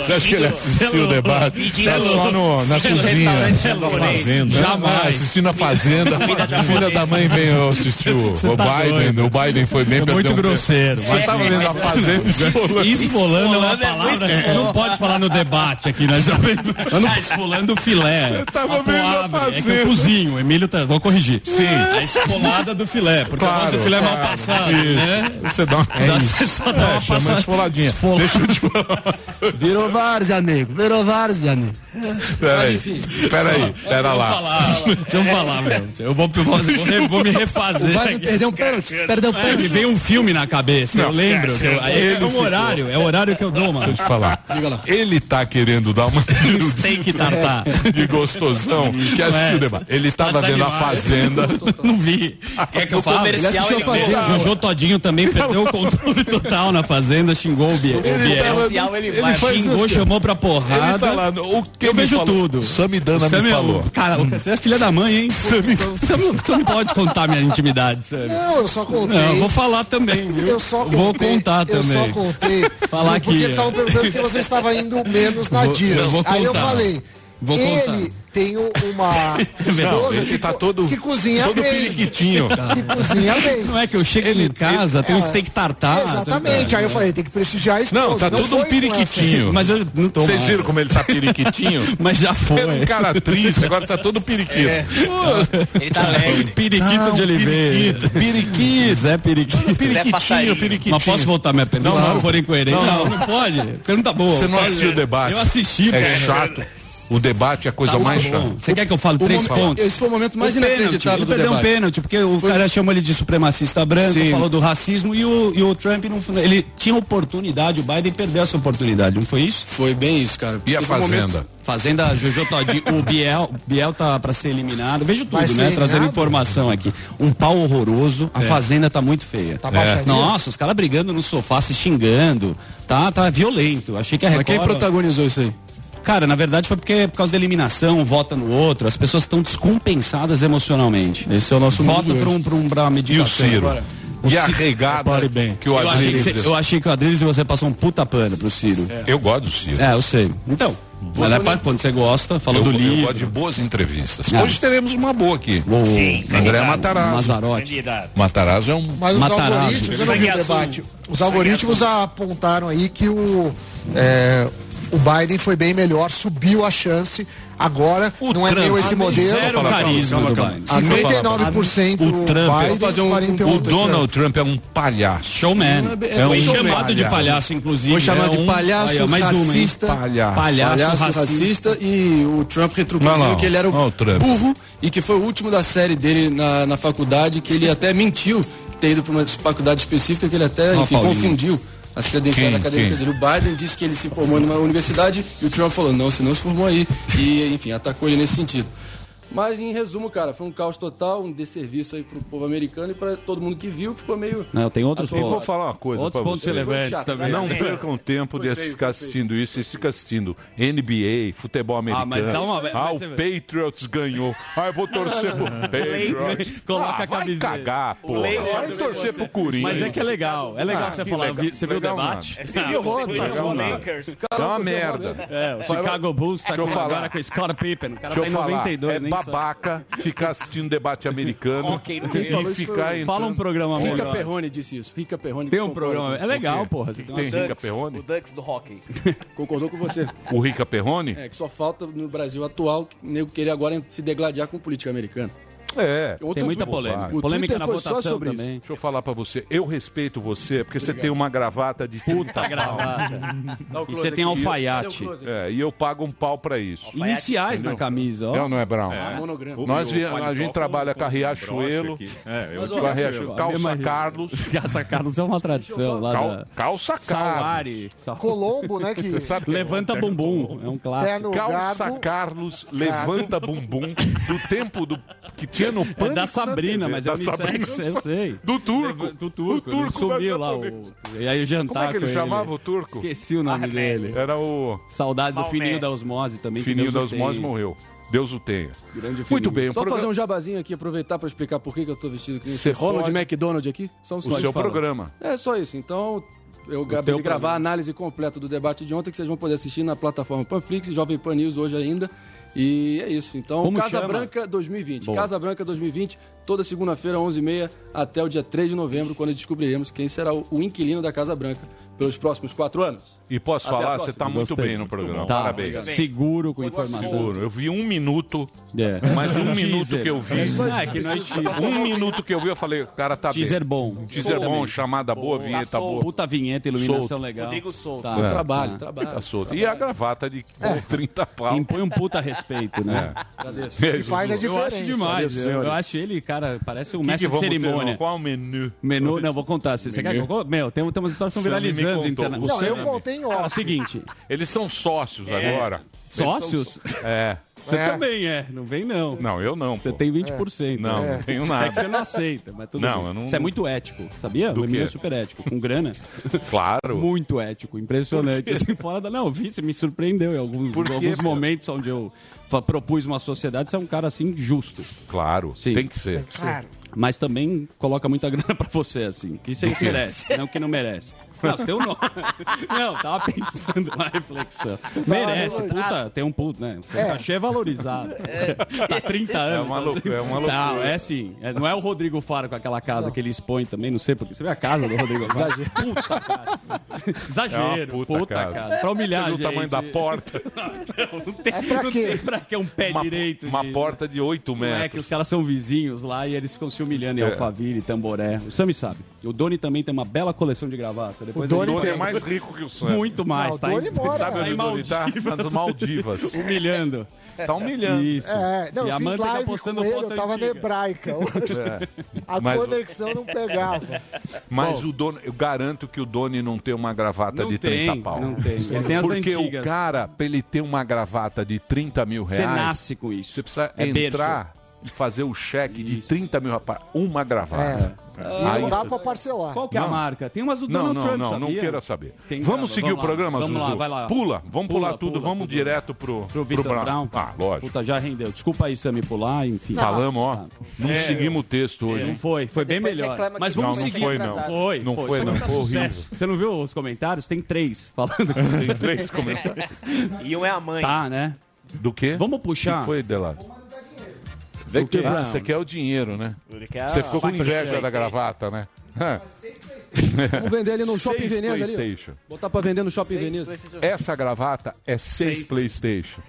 [SPEAKER 1] Você acha que ele assistiu o debate? Tá só no,
[SPEAKER 5] <laughs>
[SPEAKER 1] na cozinha, na fazenda. Jamais. Assistindo a fazenda. A filha da mãe veio assistir o, o Biden. O Biden foi bem perdeu um
[SPEAKER 5] tá É muito
[SPEAKER 1] tempo.
[SPEAKER 5] grosseiro.
[SPEAKER 1] Você tava vendo a fazenda esfolando.
[SPEAKER 5] é, Esfolando é uma palavra que não pode falar no debate aqui na Jovem Pan. Ah, esfolando o filé. Você
[SPEAKER 1] tava vendo a
[SPEAKER 5] É que
[SPEAKER 1] fazenda.
[SPEAKER 5] eu cozinho, o Emílio tá... Vou corrigir.
[SPEAKER 1] Sim.
[SPEAKER 5] A esfolada do filé, porque o
[SPEAKER 1] Claro,
[SPEAKER 5] nosso filé é mal
[SPEAKER 1] claro.
[SPEAKER 5] passado,
[SPEAKER 1] Isso.
[SPEAKER 5] né?
[SPEAKER 1] Você
[SPEAKER 5] <laughs>
[SPEAKER 1] dá uma,
[SPEAKER 5] Dá- Você só dá uma
[SPEAKER 1] chama
[SPEAKER 5] passada.
[SPEAKER 1] esfoladinha.
[SPEAKER 5] Esfola- <laughs>
[SPEAKER 12] Virou várzea, nego. Virou várzea, nego.
[SPEAKER 1] Peraí, peraí, pera
[SPEAKER 5] Tá Deixa eu
[SPEAKER 1] lá.
[SPEAKER 5] falar, deixa eu falar, meu. Eu vou, eu vou, eu vou- eu vou me refazer.
[SPEAKER 6] Vai perder um pênalti. Perdeu um
[SPEAKER 5] É, me
[SPEAKER 6] pênalti.
[SPEAKER 5] veio um filme na cabeça, eu lembro. que eu- é um horário, é o horário que eu dou, mano.
[SPEAKER 1] Deixa eu falar. Ele tá querendo dar
[SPEAKER 5] <laughs>
[SPEAKER 1] uma
[SPEAKER 5] Tem que tá, tartar.
[SPEAKER 1] <laughs> de gostosão que assistiu o debate. Ele estava vendo a
[SPEAKER 5] é. Tá desanimado. <laughs>
[SPEAKER 1] fazenda.
[SPEAKER 5] Não vi. Quer que eu fale?
[SPEAKER 6] Ele assistiu a fazenda.
[SPEAKER 5] Jojo Todinho também perdeu o controle total na fazenda, xingou o Biel. O Biel
[SPEAKER 10] Especial ele,
[SPEAKER 1] ele
[SPEAKER 10] vai.
[SPEAKER 1] faz
[SPEAKER 5] xingou,
[SPEAKER 1] isso,
[SPEAKER 5] chamidana pra
[SPEAKER 1] Ele tá
[SPEAKER 5] porrada.
[SPEAKER 1] lá. no- O que
[SPEAKER 5] Eu
[SPEAKER 1] me
[SPEAKER 5] vejo
[SPEAKER 1] falou?
[SPEAKER 5] tudo.
[SPEAKER 1] Samidana
[SPEAKER 5] Sam
[SPEAKER 1] me
[SPEAKER 5] é um-
[SPEAKER 1] falou.
[SPEAKER 5] Cara, você é filha da mãe, hein?
[SPEAKER 1] Sam-
[SPEAKER 5] Você não, você não pode contar minha intimidade, sério.
[SPEAKER 6] Não, eu só contei.
[SPEAKER 5] Não, eu vou falar também, viu?
[SPEAKER 6] Eu só contei,
[SPEAKER 5] Vou contar
[SPEAKER 6] eu
[SPEAKER 5] também.
[SPEAKER 6] só contei.
[SPEAKER 5] Falar
[SPEAKER 6] Sim, Porque
[SPEAKER 5] que-
[SPEAKER 6] estavam perguntando que você estava indo menos na Dira.
[SPEAKER 5] eu vou
[SPEAKER 6] Aí eu
[SPEAKER 5] contar.
[SPEAKER 6] falei.
[SPEAKER 5] Vou
[SPEAKER 6] ele
[SPEAKER 5] contar.
[SPEAKER 6] tem um-
[SPEAKER 5] <laughs>
[SPEAKER 6] uma esposa
[SPEAKER 1] ele
[SPEAKER 6] que,
[SPEAKER 1] tá
[SPEAKER 6] co-
[SPEAKER 1] todo-
[SPEAKER 6] que cozinha
[SPEAKER 1] Todo
[SPEAKER 6] bem.
[SPEAKER 1] periquitinho.
[SPEAKER 6] Que
[SPEAKER 5] <laughs>
[SPEAKER 6] cozinha bem.
[SPEAKER 5] Não é que eu chego em casa, tem um
[SPEAKER 6] É,
[SPEAKER 5] steak tartar.
[SPEAKER 6] Exatamente. Aí eu falei, tem que prestigiar a esposa.
[SPEAKER 1] Não, tá todo
[SPEAKER 6] foi
[SPEAKER 1] um
[SPEAKER 6] com essa.
[SPEAKER 1] periquitinho.
[SPEAKER 5] Mas eu não tô
[SPEAKER 1] Vocês
[SPEAKER 5] mais.
[SPEAKER 1] viram como ele tá periquitinho?
[SPEAKER 5] <laughs> Mas já foi. É.
[SPEAKER 1] Era um cara triste, agora tá todo periquito.
[SPEAKER 10] Ele tá alegre.
[SPEAKER 5] Periquito de Oliveira.
[SPEAKER 1] Periquito, periquito.
[SPEAKER 5] Zé é Periquito.
[SPEAKER 1] Periquitinho,
[SPEAKER 10] passarinho.
[SPEAKER 1] periquitinho.
[SPEAKER 5] Mas posso voltar minha pergunta?
[SPEAKER 1] Não,
[SPEAKER 5] Não,
[SPEAKER 1] não.
[SPEAKER 5] não. for incoerente.
[SPEAKER 1] Não,
[SPEAKER 5] Não, não, pode. Pergunta boa.
[SPEAKER 1] Você não assistiu o debate.
[SPEAKER 5] Tá Eu assisti,
[SPEAKER 1] É
[SPEAKER 5] cara.
[SPEAKER 1] chato. O debate é a coisa mais
[SPEAKER 5] Tá bom.
[SPEAKER 1] chata.
[SPEAKER 5] Você quer que eu fale três
[SPEAKER 4] O momento-
[SPEAKER 5] pontos?
[SPEAKER 4] Esse foi o momento mais
[SPEAKER 5] O pênalti,
[SPEAKER 4] inacreditável
[SPEAKER 5] ele
[SPEAKER 4] do
[SPEAKER 5] perdeu um
[SPEAKER 4] debate.
[SPEAKER 5] pênalti, porque o cara chamou ele de supremacista branco,
[SPEAKER 4] Sim.
[SPEAKER 5] falou do racismo e o, e o Trump não ele tinha oportunidade, o Biden perdeu essa oportunidade, não foi isso?
[SPEAKER 4] Foi bem isso, cara.
[SPEAKER 1] E a
[SPEAKER 4] Teve um momento-
[SPEAKER 1] fazenda?
[SPEAKER 5] Fazenda Jojo Todinho, o Biel, o Biel tá pra ser eliminado. Vejo tudo,
[SPEAKER 6] Vai ser
[SPEAKER 5] né? Trazendo
[SPEAKER 6] eliminado?
[SPEAKER 5] informação aqui. Um pau horroroso,
[SPEAKER 4] É.
[SPEAKER 5] a fazenda tá muito feia.
[SPEAKER 6] Tá baixaria?
[SPEAKER 5] Nossa, os caras brigando no sofá, se xingando. Tá, tá violento. Achei que a
[SPEAKER 4] Mas
[SPEAKER 5] Record...
[SPEAKER 4] quem protagonizou isso aí?
[SPEAKER 5] Cara, na verdade foi porque por causa da eliminação, um vota no outro, as pessoas estão descompensadas emocionalmente.
[SPEAKER 4] Esse é o nosso
[SPEAKER 5] Vota
[SPEAKER 4] mundo de
[SPEAKER 5] pra
[SPEAKER 4] hoje.
[SPEAKER 5] um, pra um pra uma
[SPEAKER 1] E o
[SPEAKER 5] meditação.
[SPEAKER 1] Ciro?
[SPEAKER 5] Agora,
[SPEAKER 1] E a
[SPEAKER 5] Ciro-
[SPEAKER 1] regada que o
[SPEAKER 5] eu, achei que
[SPEAKER 1] Adriles...
[SPEAKER 5] você- eu achei que o Adriles e você passou um puta pano pro Ciro.
[SPEAKER 1] Eu gosto do Ciro.
[SPEAKER 5] É, eu sei. Então, mas é pra- quando você gosta, falou
[SPEAKER 1] Eu,
[SPEAKER 5] do
[SPEAKER 1] eu
[SPEAKER 5] livro.
[SPEAKER 1] gosto de boas entrevistas.
[SPEAKER 5] Ah.
[SPEAKER 1] Hoje teremos uma boa aqui.
[SPEAKER 5] o
[SPEAKER 13] Sim,
[SPEAKER 1] André
[SPEAKER 13] candidato.
[SPEAKER 1] Matarazzo.
[SPEAKER 5] Mazzarotti.
[SPEAKER 1] Matarazzo é um
[SPEAKER 6] Mas os
[SPEAKER 5] Matarazzo. é
[SPEAKER 6] algoritmos, eu não vi
[SPEAKER 13] Sangue
[SPEAKER 6] o
[SPEAKER 13] azul.
[SPEAKER 6] debate. Os algoritmos apontaram aí que o, é, o Biden foi bem melhor, subiu a chance. Agora, não é meu esse modelo.
[SPEAKER 5] Zero
[SPEAKER 1] Calma, calma,
[SPEAKER 5] carisma
[SPEAKER 1] calma,
[SPEAKER 5] do
[SPEAKER 1] calma.
[SPEAKER 5] Biden.
[SPEAKER 6] A 99%
[SPEAKER 1] O Trump,
[SPEAKER 6] Biden,
[SPEAKER 1] vamos fazer um-
[SPEAKER 6] 48
[SPEAKER 1] o
[SPEAKER 6] Trump.
[SPEAKER 1] Donald Trump é um palhaço.
[SPEAKER 5] Showman.
[SPEAKER 4] É
[SPEAKER 5] É um
[SPEAKER 4] um showman.
[SPEAKER 5] chamado de
[SPEAKER 1] Palhaço.
[SPEAKER 5] palhaço, inclusive.
[SPEAKER 4] Foi chamado
[SPEAKER 5] É
[SPEAKER 4] de
[SPEAKER 5] um-
[SPEAKER 4] palhaço,
[SPEAKER 5] Aí, ó, mais uma, hein?
[SPEAKER 4] racista,
[SPEAKER 1] Palhaço.
[SPEAKER 5] Palhaço,
[SPEAKER 4] palhaço
[SPEAKER 5] racista.
[SPEAKER 4] racista e o Trump retrucou
[SPEAKER 1] Não, não.
[SPEAKER 4] dizendo que ele era
[SPEAKER 1] Não,
[SPEAKER 4] o
[SPEAKER 1] o Trump.
[SPEAKER 4] burro e que foi o último da série dele na, na faculdade, que ele até mentiu que ter ido para uma faculdade específica, que ele até
[SPEAKER 5] Ó,
[SPEAKER 4] enfim,
[SPEAKER 5] Paulinho.
[SPEAKER 4] confundiu as credenciais
[SPEAKER 1] Quem?
[SPEAKER 4] acadêmicas
[SPEAKER 1] Quem?
[SPEAKER 4] dele. O Biden disse que ele se formou numa universidade e o Trump falou, não, você não se formou aí. E, enfim, atacou ele nesse sentido. Mas, em resumo, cara, foi um caos total, um desserviço aí pro povo americano e para todo mundo que viu, ficou meio...
[SPEAKER 5] Não, tem outros
[SPEAKER 4] Eu vou
[SPEAKER 5] pontos.
[SPEAKER 1] falar uma coisa
[SPEAKER 5] Outros pontos relevantes também.
[SPEAKER 1] Não
[SPEAKER 4] né? <laughs>
[SPEAKER 1] percam tempo de ficar assistindo isso. Vocês ficam assistindo NBA, futebol americano.
[SPEAKER 5] Ah, mas dá uma-
[SPEAKER 1] Ah,
[SPEAKER 5] mas
[SPEAKER 1] o
[SPEAKER 5] você-
[SPEAKER 1] Patriots ganhou. Ah, eu vou torcer
[SPEAKER 5] <laughs>
[SPEAKER 1] pro Patriots.
[SPEAKER 5] Coloca
[SPEAKER 1] ah,
[SPEAKER 5] a
[SPEAKER 1] vai
[SPEAKER 5] camiseta.
[SPEAKER 1] cagar, pô.
[SPEAKER 10] Lakers
[SPEAKER 1] Vai torcer pro Corinthians.
[SPEAKER 5] Mas é que é legal. É legal
[SPEAKER 1] Ah,
[SPEAKER 5] você
[SPEAKER 1] que
[SPEAKER 5] falar.
[SPEAKER 1] legal.
[SPEAKER 5] vi- Você viu o
[SPEAKER 1] Legal
[SPEAKER 5] debate?
[SPEAKER 10] Esse horror,
[SPEAKER 1] legal,
[SPEAKER 10] o
[SPEAKER 1] nada.
[SPEAKER 10] Lakers.
[SPEAKER 1] É uma merda.
[SPEAKER 5] É, o Chicago Bulls tá
[SPEAKER 1] Deixa eu
[SPEAKER 5] com,
[SPEAKER 1] falar.
[SPEAKER 5] agora com o Scott Pippen. O cara
[SPEAKER 1] Deixa
[SPEAKER 5] tá
[SPEAKER 1] eu
[SPEAKER 5] em
[SPEAKER 1] falar,
[SPEAKER 5] 92,
[SPEAKER 1] é
[SPEAKER 5] nem
[SPEAKER 1] babaca ficar assistindo debate
[SPEAKER 5] <laughs>
[SPEAKER 1] americano
[SPEAKER 10] Hockey no
[SPEAKER 1] e
[SPEAKER 10] meio.
[SPEAKER 1] ficar
[SPEAKER 5] sabe.
[SPEAKER 1] entrando...
[SPEAKER 5] Fala um programa
[SPEAKER 4] Rica
[SPEAKER 5] melhor.
[SPEAKER 4] Perrone disse isso. Rica Perrone
[SPEAKER 5] Tem um
[SPEAKER 4] concordou.
[SPEAKER 5] programa. É legal, porra. Você
[SPEAKER 1] Tem
[SPEAKER 5] tem
[SPEAKER 1] Rica
[SPEAKER 10] Ducks,
[SPEAKER 1] Perrone?
[SPEAKER 10] o Ducks do
[SPEAKER 5] <laughs>
[SPEAKER 10] hockey.
[SPEAKER 4] Concordou com você.
[SPEAKER 1] O Rica Perrone?
[SPEAKER 4] É, que só falta no Brasil atual que o nego querer agora se degladiar com política americana.
[SPEAKER 1] É.
[SPEAKER 4] Outro-
[SPEAKER 5] tem muita
[SPEAKER 4] o-
[SPEAKER 5] polêmica.
[SPEAKER 4] o
[SPEAKER 5] polêmica
[SPEAKER 4] Twitter
[SPEAKER 5] na
[SPEAKER 4] foi só
[SPEAKER 5] votação
[SPEAKER 4] sobre isso.
[SPEAKER 5] também.
[SPEAKER 1] Deixa eu falar pra você. Eu respeito você porque você tem uma gravata de puta
[SPEAKER 5] Gravada. <laughs> E você tem alfaiate.
[SPEAKER 1] É, e eu pago um pau pra isso.
[SPEAKER 5] Iniciais na camisa,
[SPEAKER 1] É ou
[SPEAKER 5] ó.
[SPEAKER 1] não é, Brown?
[SPEAKER 4] Monograma.
[SPEAKER 1] Nós vi- a gente trabalha com a Riachuelo,
[SPEAKER 5] É,
[SPEAKER 1] com a Riachuelo, Calça
[SPEAKER 5] <laughs>
[SPEAKER 1] Carlos,
[SPEAKER 5] Essa Carlos é uma tradição lá
[SPEAKER 1] cal-
[SPEAKER 5] da
[SPEAKER 1] Calça Carlos,
[SPEAKER 5] Salari. Sal-
[SPEAKER 6] Colombo,
[SPEAKER 1] <laughs>
[SPEAKER 6] né? Que
[SPEAKER 1] sabe? que é?
[SPEAKER 5] Levanta bumbum. É um clássico.
[SPEAKER 6] terno
[SPEAKER 1] Calça
[SPEAKER 6] gado.
[SPEAKER 1] Carlos levanta bumbum do tempo do que pequeno pânico.
[SPEAKER 5] É da Sabrina,
[SPEAKER 1] na TV.
[SPEAKER 5] mas
[SPEAKER 1] Da
[SPEAKER 5] é unissex,
[SPEAKER 1] Sabrina,
[SPEAKER 5] eu sei.
[SPEAKER 1] Do turco.
[SPEAKER 5] Leva- Do turco.
[SPEAKER 1] Do
[SPEAKER 5] ele
[SPEAKER 1] turco
[SPEAKER 5] sumiu
[SPEAKER 1] da
[SPEAKER 5] lá
[SPEAKER 1] japonesa.
[SPEAKER 5] o... E aí o jantar
[SPEAKER 1] Como é que ele
[SPEAKER 5] com
[SPEAKER 1] chamava o turco?
[SPEAKER 5] Esqueci o nome dele.
[SPEAKER 1] Era o
[SPEAKER 5] Saudades do
[SPEAKER 9] Maomé.
[SPEAKER 5] Fininho da Osmose também. que
[SPEAKER 1] Fininho
[SPEAKER 5] Deus
[SPEAKER 1] da
[SPEAKER 5] o
[SPEAKER 1] Osmose
[SPEAKER 5] tenha.
[SPEAKER 1] morreu. Deus o tenha.
[SPEAKER 5] Grande
[SPEAKER 1] Muito
[SPEAKER 5] Fininho.
[SPEAKER 1] bem, o
[SPEAKER 4] Só
[SPEAKER 1] programa-
[SPEAKER 4] fazer um jabazinho aqui, aproveitar pra explicar por que, que eu tô vestido que nem
[SPEAKER 1] Cê
[SPEAKER 4] esse Ronald
[SPEAKER 1] pode-
[SPEAKER 4] McDonald aqui. Só um
[SPEAKER 1] o
[SPEAKER 4] segundo.
[SPEAKER 1] seu
[SPEAKER 4] Fala.
[SPEAKER 1] programa.
[SPEAKER 4] É só isso. Então, eu
[SPEAKER 5] teu
[SPEAKER 4] acabei de gravar a análise completa do debate de ontem, que vocês vão poder assistir na plataforma Panflix e Jovem Pan News hoje ainda. E é isso. Então,
[SPEAKER 5] Como
[SPEAKER 4] Casa
[SPEAKER 5] chama?
[SPEAKER 4] Branca 2020.
[SPEAKER 5] Boa.
[SPEAKER 4] Casa Branca 2020, toda segunda-feira, 11h30, até o dia 3 de novembro, quando descobriremos quem será o, o inquilino da Casa Branca pelos próximos quatro anos.
[SPEAKER 1] E posso
[SPEAKER 4] Até a
[SPEAKER 1] falar, você
[SPEAKER 4] próxima.
[SPEAKER 1] está muito
[SPEAKER 5] Gostei,
[SPEAKER 1] bem no programa.
[SPEAKER 5] bom. Tá,
[SPEAKER 1] Parabéns.
[SPEAKER 5] Seguro com informação.
[SPEAKER 1] Seguro. Eu vi um minuto,
[SPEAKER 5] É.
[SPEAKER 1] mas um
[SPEAKER 5] <laughs> Teaser.
[SPEAKER 1] minuto que eu vi.
[SPEAKER 5] Ah, é que não é teaser.
[SPEAKER 1] Um minuto que eu vi, eu falei, o cara tá
[SPEAKER 5] Teaser
[SPEAKER 1] bem.
[SPEAKER 5] bom.
[SPEAKER 1] Teaser
[SPEAKER 5] Solta
[SPEAKER 1] bom,
[SPEAKER 5] também.
[SPEAKER 1] chamada boa, vinheta boa.
[SPEAKER 5] Puta vinheta, iluminação
[SPEAKER 1] Tá Solto.
[SPEAKER 5] legal.
[SPEAKER 3] Rodrigo Souto.
[SPEAKER 5] Tá.
[SPEAKER 4] Então, trabalho, trabalho.
[SPEAKER 1] Tá solto. E a gravata de
[SPEAKER 6] É.
[SPEAKER 1] 30 pau.
[SPEAKER 5] Impõe um puta respeito, né?
[SPEAKER 4] Agradeço.
[SPEAKER 1] É, Zuzu.
[SPEAKER 6] Faz a
[SPEAKER 5] Eu
[SPEAKER 6] diferença.
[SPEAKER 5] acho demais.
[SPEAKER 4] Adeus,
[SPEAKER 5] Eu,
[SPEAKER 4] senhores.
[SPEAKER 5] eu acho ele, cara, parece um
[SPEAKER 1] Que que
[SPEAKER 5] mestre de
[SPEAKER 1] vamos ter,
[SPEAKER 5] cerimônia.
[SPEAKER 1] irmão? Qual o menu?
[SPEAKER 5] Menu, não, vou contar. Você você quer que eu conte? Meu, tem, tem umas histórias que estão
[SPEAKER 1] Sammy me
[SPEAKER 5] viralizando.
[SPEAKER 1] contou.
[SPEAKER 5] interna-
[SPEAKER 1] O
[SPEAKER 6] Não, eu
[SPEAKER 5] Sammy-
[SPEAKER 6] contei em
[SPEAKER 5] Cara, é né? o
[SPEAKER 6] off.
[SPEAKER 5] seguinte,
[SPEAKER 1] Eles são sócios agora.
[SPEAKER 5] sócios?
[SPEAKER 1] É.
[SPEAKER 5] Você
[SPEAKER 6] É.
[SPEAKER 5] também é, não vem não.
[SPEAKER 1] Não, eu não.
[SPEAKER 5] Você
[SPEAKER 1] pô.
[SPEAKER 5] tem 20%.
[SPEAKER 1] É. Não, não tenho
[SPEAKER 5] É que você
[SPEAKER 1] nada.
[SPEAKER 5] não aceita, mas tudo
[SPEAKER 1] Não,
[SPEAKER 5] bem.
[SPEAKER 1] eu não-
[SPEAKER 5] Isso é muito ético, sabia?
[SPEAKER 1] Do
[SPEAKER 5] o
[SPEAKER 1] quê?
[SPEAKER 5] Emílio é super ético, com grana.
[SPEAKER 1] <laughs> Claro.
[SPEAKER 5] Muito ético, impressionante. Assim, fora da... Não, eu vi, você me surpreendeu em alguns,
[SPEAKER 1] Por quê,
[SPEAKER 5] alguns
[SPEAKER 1] cara?
[SPEAKER 5] momentos onde eu fa- propus uma sociedade, você é um cara assim justo.
[SPEAKER 1] Claro.
[SPEAKER 5] Sim.
[SPEAKER 1] Tem que ser.
[SPEAKER 5] Mas também coloca muita grana pra você, assim. Que você merece, não que não merece. Não, você tem um nome. <laughs> Não, tava pensando na reflexão.
[SPEAKER 1] né?
[SPEAKER 5] merece, puta, tem um puto, né? Seu cachê é valorizado. Tá 30 anos.
[SPEAKER 1] uma
[SPEAKER 5] tá
[SPEAKER 1] loucu-
[SPEAKER 5] 30.
[SPEAKER 1] é uma loucura.
[SPEAKER 5] Não, é assim. É- não é o Rodrigo Faro com aquela casa que ele expõe também, não sei porque. Você vê a casa do Rodrigo Faro? Exagero. Puta, cara.
[SPEAKER 1] É uma
[SPEAKER 5] Exagero,
[SPEAKER 1] puta
[SPEAKER 5] puta, cara.
[SPEAKER 1] casa.
[SPEAKER 5] Pra humilhar
[SPEAKER 1] Você viu
[SPEAKER 5] gente.
[SPEAKER 1] o tamanho da porta?
[SPEAKER 5] <laughs> Não, tem,
[SPEAKER 6] É pra
[SPEAKER 5] não
[SPEAKER 6] quê?
[SPEAKER 5] sei pra que é um pé
[SPEAKER 1] Uma,
[SPEAKER 5] direito.
[SPEAKER 1] uma
[SPEAKER 5] de-
[SPEAKER 1] porta de 8
[SPEAKER 5] não é que
[SPEAKER 1] metros.
[SPEAKER 5] os caras são vizinhos lá e eles ficam se humilhando em
[SPEAKER 1] É.
[SPEAKER 5] Alphaville, Tamboré. O Sammy sabe. O Doni também tem uma bela coleção de gravata. Depois
[SPEAKER 6] O Doni
[SPEAKER 1] O
[SPEAKER 5] a gente
[SPEAKER 1] dono é
[SPEAKER 5] vai-
[SPEAKER 1] mais rico que o Sam.
[SPEAKER 5] muito mais,
[SPEAKER 6] Não, o
[SPEAKER 5] tá?
[SPEAKER 6] Doni
[SPEAKER 5] Em-
[SPEAKER 6] mora-
[SPEAKER 1] Sabe
[SPEAKER 5] Tá
[SPEAKER 1] onde
[SPEAKER 5] em
[SPEAKER 1] o Doni tá?
[SPEAKER 5] Maldivas.
[SPEAKER 1] Nas Maldivas.
[SPEAKER 5] <laughs> Humilhando.
[SPEAKER 1] Tá humilhando.
[SPEAKER 5] Isso.
[SPEAKER 6] É, não,
[SPEAKER 5] e a
[SPEAKER 6] é, eu fiz
[SPEAKER 5] Amanda
[SPEAKER 6] live
[SPEAKER 5] tá postando
[SPEAKER 6] com ele,
[SPEAKER 5] foto
[SPEAKER 6] eu tava na
[SPEAKER 5] antiga.
[SPEAKER 6] hebraica. hoje. A
[SPEAKER 1] Mas o-
[SPEAKER 6] conexão não pegava.
[SPEAKER 1] Mas o dono, eu garanto que o Doni não tem uma gravata
[SPEAKER 5] Não
[SPEAKER 1] de
[SPEAKER 5] tem,
[SPEAKER 1] 30 pau.
[SPEAKER 5] não tem. Ele tem as
[SPEAKER 1] Porque
[SPEAKER 5] antigas.
[SPEAKER 1] o cara, pra ele ter uma gravata de 30 mil
[SPEAKER 5] Você
[SPEAKER 1] reais,
[SPEAKER 5] nasce com isso.
[SPEAKER 1] você precisa
[SPEAKER 5] É berço.
[SPEAKER 1] entrar e fazer o cheque de
[SPEAKER 5] Isso. É.
[SPEAKER 1] 30 mil rapaz. Uma gravata. É. Aí
[SPEAKER 6] não dá
[SPEAKER 1] você-
[SPEAKER 6] pra parcelar.
[SPEAKER 5] Ah, Qual que é a
[SPEAKER 1] Não.
[SPEAKER 5] marca? Tem umas do
[SPEAKER 1] Não,
[SPEAKER 5] Donald
[SPEAKER 1] não,
[SPEAKER 5] Trump,
[SPEAKER 1] não, não
[SPEAKER 5] sabia?
[SPEAKER 1] queira saber.
[SPEAKER 5] Tem grava,
[SPEAKER 1] vamos seguir
[SPEAKER 5] vamos
[SPEAKER 1] o programa,
[SPEAKER 5] lá, vamos
[SPEAKER 1] Zuzu.
[SPEAKER 5] lá, vai lá.
[SPEAKER 1] Pula, vamos
[SPEAKER 5] Pula,
[SPEAKER 1] pular tudo,
[SPEAKER 5] pula,
[SPEAKER 1] vamos
[SPEAKER 5] tudo.
[SPEAKER 1] direto pro,
[SPEAKER 5] Pro Vitor
[SPEAKER 1] Bra-
[SPEAKER 5] Brown.
[SPEAKER 1] Ah, lógico.
[SPEAKER 5] Puta, já rendeu. Desculpa aí, Sammy, pular, enfim. Tá. É.
[SPEAKER 1] Falamos, ó. Não seguimos o texto hoje,
[SPEAKER 5] Não
[SPEAKER 1] hein?
[SPEAKER 5] foi, foi bem melhor.
[SPEAKER 9] reclama
[SPEAKER 5] Mas
[SPEAKER 9] que
[SPEAKER 5] vamos
[SPEAKER 1] não, não
[SPEAKER 5] seguir.
[SPEAKER 1] foi, não.
[SPEAKER 5] Foi,
[SPEAKER 1] Não foi,
[SPEAKER 5] isso
[SPEAKER 1] não,
[SPEAKER 5] tá
[SPEAKER 1] foi horrível.
[SPEAKER 5] sucesso. Você não viu os comentários? Tem três falando
[SPEAKER 1] <laughs>
[SPEAKER 5] que
[SPEAKER 1] Tem três comentários.
[SPEAKER 9] E um é a mãe.
[SPEAKER 5] tá, né?
[SPEAKER 1] Do quê?
[SPEAKER 5] Vamos puxar.
[SPEAKER 1] Que foi, Delado? Vem
[SPEAKER 5] quê?
[SPEAKER 1] Ah, você quer o dinheiro, né?
[SPEAKER 9] Ele quer
[SPEAKER 1] Você
[SPEAKER 9] a-
[SPEAKER 1] ficou com
[SPEAKER 9] a-
[SPEAKER 1] inveja da gravata, né? <laughs>
[SPEAKER 4] Vamos vender ele no Shopping
[SPEAKER 1] Seis
[SPEAKER 4] Veneza ali. ó.
[SPEAKER 1] Playstation.
[SPEAKER 4] Botar pra vender no Shopping Veneza.
[SPEAKER 1] Essa gravata é seis,
[SPEAKER 5] Seis.
[SPEAKER 1] Playstation.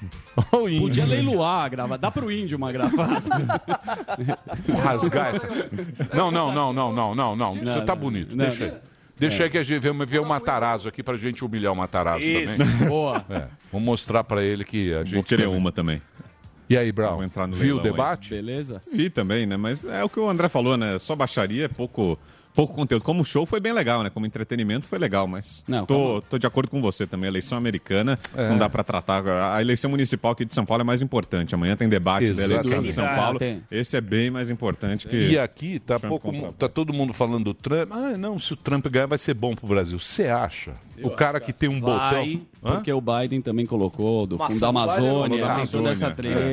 [SPEAKER 1] Olha o índio.
[SPEAKER 5] Podia leiloar a gravata. Dá pro índio uma gravata.
[SPEAKER 1] rasgar essa. Não, não, não, não, não, não, não. Você tá bonito.
[SPEAKER 5] não.
[SPEAKER 1] Deixa aí. Deixa aí que a gente vê, vê o Matarazzo aqui pra gente humilhar o Matarazzo
[SPEAKER 9] Isso.
[SPEAKER 1] também.
[SPEAKER 5] Boa.
[SPEAKER 1] É, vou mostrar pra ele que a gente.
[SPEAKER 11] Vou querer
[SPEAKER 1] também-
[SPEAKER 11] uma também.
[SPEAKER 1] E aí, Brown?
[SPEAKER 11] Vou entrar no
[SPEAKER 1] Viu o
[SPEAKER 11] leilão aí.
[SPEAKER 1] debate?
[SPEAKER 5] Beleza?
[SPEAKER 11] Vi também, né? Mas é o que o André falou, né? Só baixaria, é pouco, pouco conteúdo. Como show foi bem legal, né? Como entretenimento foi legal, mas
[SPEAKER 5] Não, É.
[SPEAKER 11] tô, tô de acordo com você também. A eleição americana não dá pra tratar. A eleição municipal aqui de São Paulo é mais importante. Amanhã tem debate da eleição de São
[SPEAKER 5] Exatamente.
[SPEAKER 11] Paulo.
[SPEAKER 5] Ah, tem.
[SPEAKER 11] Esse é bem mais importante que...
[SPEAKER 1] E aqui tá
[SPEAKER 11] Trump
[SPEAKER 1] pouco,
[SPEAKER 11] contra-
[SPEAKER 1] tá todo mundo falando do Trump. Ah, não, se o Trump ganhar vai ser bom pro Brasil. Você acha? o cara que tem um
[SPEAKER 5] Vai,
[SPEAKER 1] botão. Hã?
[SPEAKER 5] porque o Biden também colocou do fundo da
[SPEAKER 9] Maçã do
[SPEAKER 5] Amazônia,
[SPEAKER 11] Biden,
[SPEAKER 5] tem toda
[SPEAKER 11] Amazônia.
[SPEAKER 5] essa
[SPEAKER 1] é.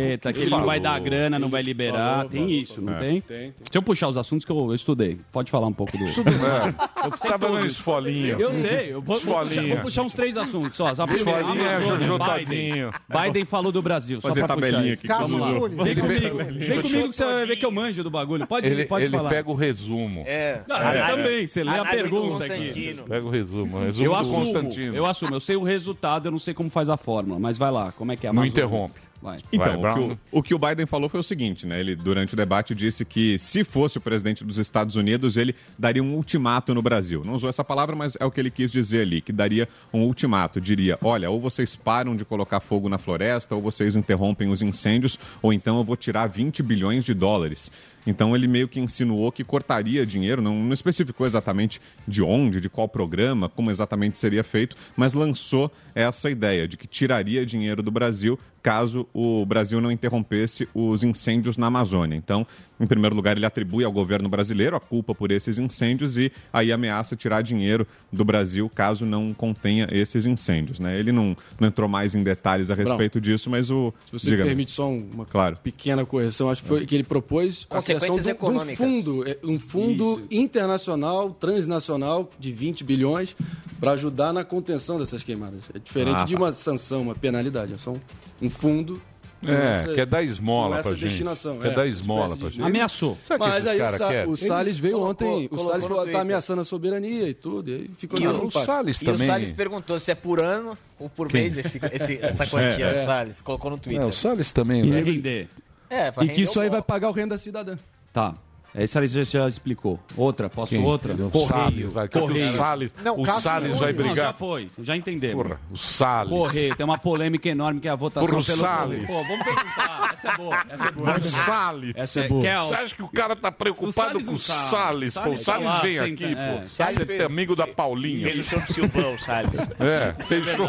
[SPEAKER 5] treta, que ele não vai dar a grana, não vai liberar. tem isso, não tem? Deixa eu puxar os assuntos que eu, eu estudei. Pode falar um pouco do.
[SPEAKER 1] É, eu tava dando esfolinha.
[SPEAKER 5] Eu sei, eu vou, vou puxar,
[SPEAKER 1] Esfolinha.
[SPEAKER 5] vou puxar uns três assuntos só. Só primeiro,
[SPEAKER 1] Esfolinha,
[SPEAKER 5] Amazônia,
[SPEAKER 1] Jojo
[SPEAKER 5] Biden.
[SPEAKER 1] Todinho.
[SPEAKER 5] Biden falou do Brasil. Só
[SPEAKER 11] Fazer
[SPEAKER 5] pra puxar
[SPEAKER 11] tabelinha
[SPEAKER 5] isso.
[SPEAKER 11] aqui.
[SPEAKER 6] Caso
[SPEAKER 5] Vamos lá.
[SPEAKER 6] único.
[SPEAKER 5] Vem comigo, vem comigo que você vai ver que eu manjo do bagulho. Pode,
[SPEAKER 1] Ele,
[SPEAKER 5] pode
[SPEAKER 1] ele
[SPEAKER 5] falar.
[SPEAKER 1] pega o resumo.
[SPEAKER 9] É.
[SPEAKER 5] Não, você também, você lê a
[SPEAKER 9] Análise do
[SPEAKER 5] pergunta aqui.
[SPEAKER 9] Constantino.
[SPEAKER 1] Pega o resumo. é o Um resumo
[SPEAKER 5] Eu
[SPEAKER 1] do
[SPEAKER 5] assumo,
[SPEAKER 1] Constantino.
[SPEAKER 5] eu assumo, eu sei o resultado, eu não sei como faz a fórmula, mas vai lá, como é que é a
[SPEAKER 1] Não
[SPEAKER 5] Amazônia?
[SPEAKER 1] interrompe.
[SPEAKER 5] Vai.
[SPEAKER 1] Vai,
[SPEAKER 11] Então, o, que
[SPEAKER 1] Brown.
[SPEAKER 11] o, o que o Biden falou foi o seguinte, né? Ele, durante o debate, disse que se fosse o presidente dos Estados Unidos, ele daria um ultimato no Brasil. Não usou essa palavra, mas é o que ele quis dizer ali, que daria um ultimato. Diria, olha, ou vocês param de colocar fogo na floresta, ou vocês interrompem os incêndios, ou então eu vou tirar 20 bilhões de dólares. Então ele meio que insinuou que cortaria dinheiro, não, não especificou exatamente de onde, de qual programa, como exatamente seria feito, mas lançou essa ideia de que tiraria dinheiro do Brasil caso o Brasil não interrompesse os incêndios na Amazônia. Então, em primeiro lugar, ele atribui ao governo brasileiro a culpa por esses incêndios e aí ameaça tirar dinheiro do Brasil caso não contenha esses incêndios. Né? Ele não, não entrou mais em detalhes a
[SPEAKER 4] Brau,
[SPEAKER 11] respeito disso, mas o.
[SPEAKER 4] Se você
[SPEAKER 11] diga,
[SPEAKER 4] me permite só uma
[SPEAKER 11] Claro.
[SPEAKER 4] pequena correção, acho que foi que ele propôs a
[SPEAKER 3] Consequências
[SPEAKER 4] criação de um- de um
[SPEAKER 3] econômicas.
[SPEAKER 4] fundo, é, um fundo internacional, transnacional, de 20 bilhões, para ajudar na contenção dessas queimadas. É diferente
[SPEAKER 1] Ah,
[SPEAKER 4] de uma sanção, uma penalidade. É só um, um fundo. com
[SPEAKER 1] É, quer dar
[SPEAKER 4] com
[SPEAKER 1] esmola
[SPEAKER 4] essa
[SPEAKER 1] pra gente.
[SPEAKER 4] destinação,
[SPEAKER 1] Quer
[SPEAKER 4] é,
[SPEAKER 1] dar esmola
[SPEAKER 4] espécie
[SPEAKER 1] pra
[SPEAKER 4] de-
[SPEAKER 1] gente. Sabe
[SPEAKER 4] Mas
[SPEAKER 1] o que esses
[SPEAKER 4] aí o,
[SPEAKER 1] caras
[SPEAKER 4] Sa-
[SPEAKER 1] querem?
[SPEAKER 4] o Salles veio ontem, o
[SPEAKER 3] colocou
[SPEAKER 4] Salles
[SPEAKER 3] no
[SPEAKER 4] falou, tá
[SPEAKER 3] Twitter.
[SPEAKER 4] ameaçando a soberania e tudo. E aí ficou
[SPEAKER 3] E
[SPEAKER 4] na
[SPEAKER 3] o-
[SPEAKER 4] mão,
[SPEAKER 3] o
[SPEAKER 4] passa.
[SPEAKER 1] Salles
[SPEAKER 3] E o Salles perguntou se é por ano ou por
[SPEAKER 1] Quem?
[SPEAKER 3] mês esse- esse- essa
[SPEAKER 1] É,
[SPEAKER 3] quantia.
[SPEAKER 1] é.
[SPEAKER 3] O Salles colocou no Twitter.
[SPEAKER 1] É, o Salles também,
[SPEAKER 5] E
[SPEAKER 1] vai.
[SPEAKER 5] render.
[SPEAKER 3] É, pra
[SPEAKER 4] E
[SPEAKER 3] render
[SPEAKER 4] que isso
[SPEAKER 3] um
[SPEAKER 4] aí vai
[SPEAKER 3] pouco.
[SPEAKER 4] pagar o renda cidadã.
[SPEAKER 5] Tá. Essa aí você já explicou. Outra, posso
[SPEAKER 1] Quem?
[SPEAKER 5] outra?
[SPEAKER 1] O é
[SPEAKER 5] Correio.
[SPEAKER 1] um Salles, vai, que o
[SPEAKER 5] Correio.
[SPEAKER 1] Salles- o
[SPEAKER 5] caso
[SPEAKER 1] Salles
[SPEAKER 5] não,
[SPEAKER 1] vai
[SPEAKER 5] não,
[SPEAKER 1] brigar.
[SPEAKER 5] já foi, já entendemos.
[SPEAKER 1] Porra, o Salles.
[SPEAKER 5] Correio, tem uma polêmica enorme que é a votação
[SPEAKER 1] Porra, o
[SPEAKER 5] pelo
[SPEAKER 1] Salles.
[SPEAKER 5] Pô, vamos perguntar. Essa é boa, essa é boa.
[SPEAKER 1] Mas o Salles.
[SPEAKER 5] Essa é boa. Quer-
[SPEAKER 1] Você acha que o cara tá preocupado
[SPEAKER 5] O Salles
[SPEAKER 1] com
[SPEAKER 5] não
[SPEAKER 1] o
[SPEAKER 5] tá.
[SPEAKER 1] Salles? Pô, o
[SPEAKER 5] Salles tá
[SPEAKER 1] Salles
[SPEAKER 5] lá,
[SPEAKER 1] vem
[SPEAKER 5] senta-
[SPEAKER 1] aqui,
[SPEAKER 5] é.
[SPEAKER 1] pô. Você é amigo da Paulinha.
[SPEAKER 9] Fez o show do Silvão, sabe?
[SPEAKER 1] <laughs> É, fez show,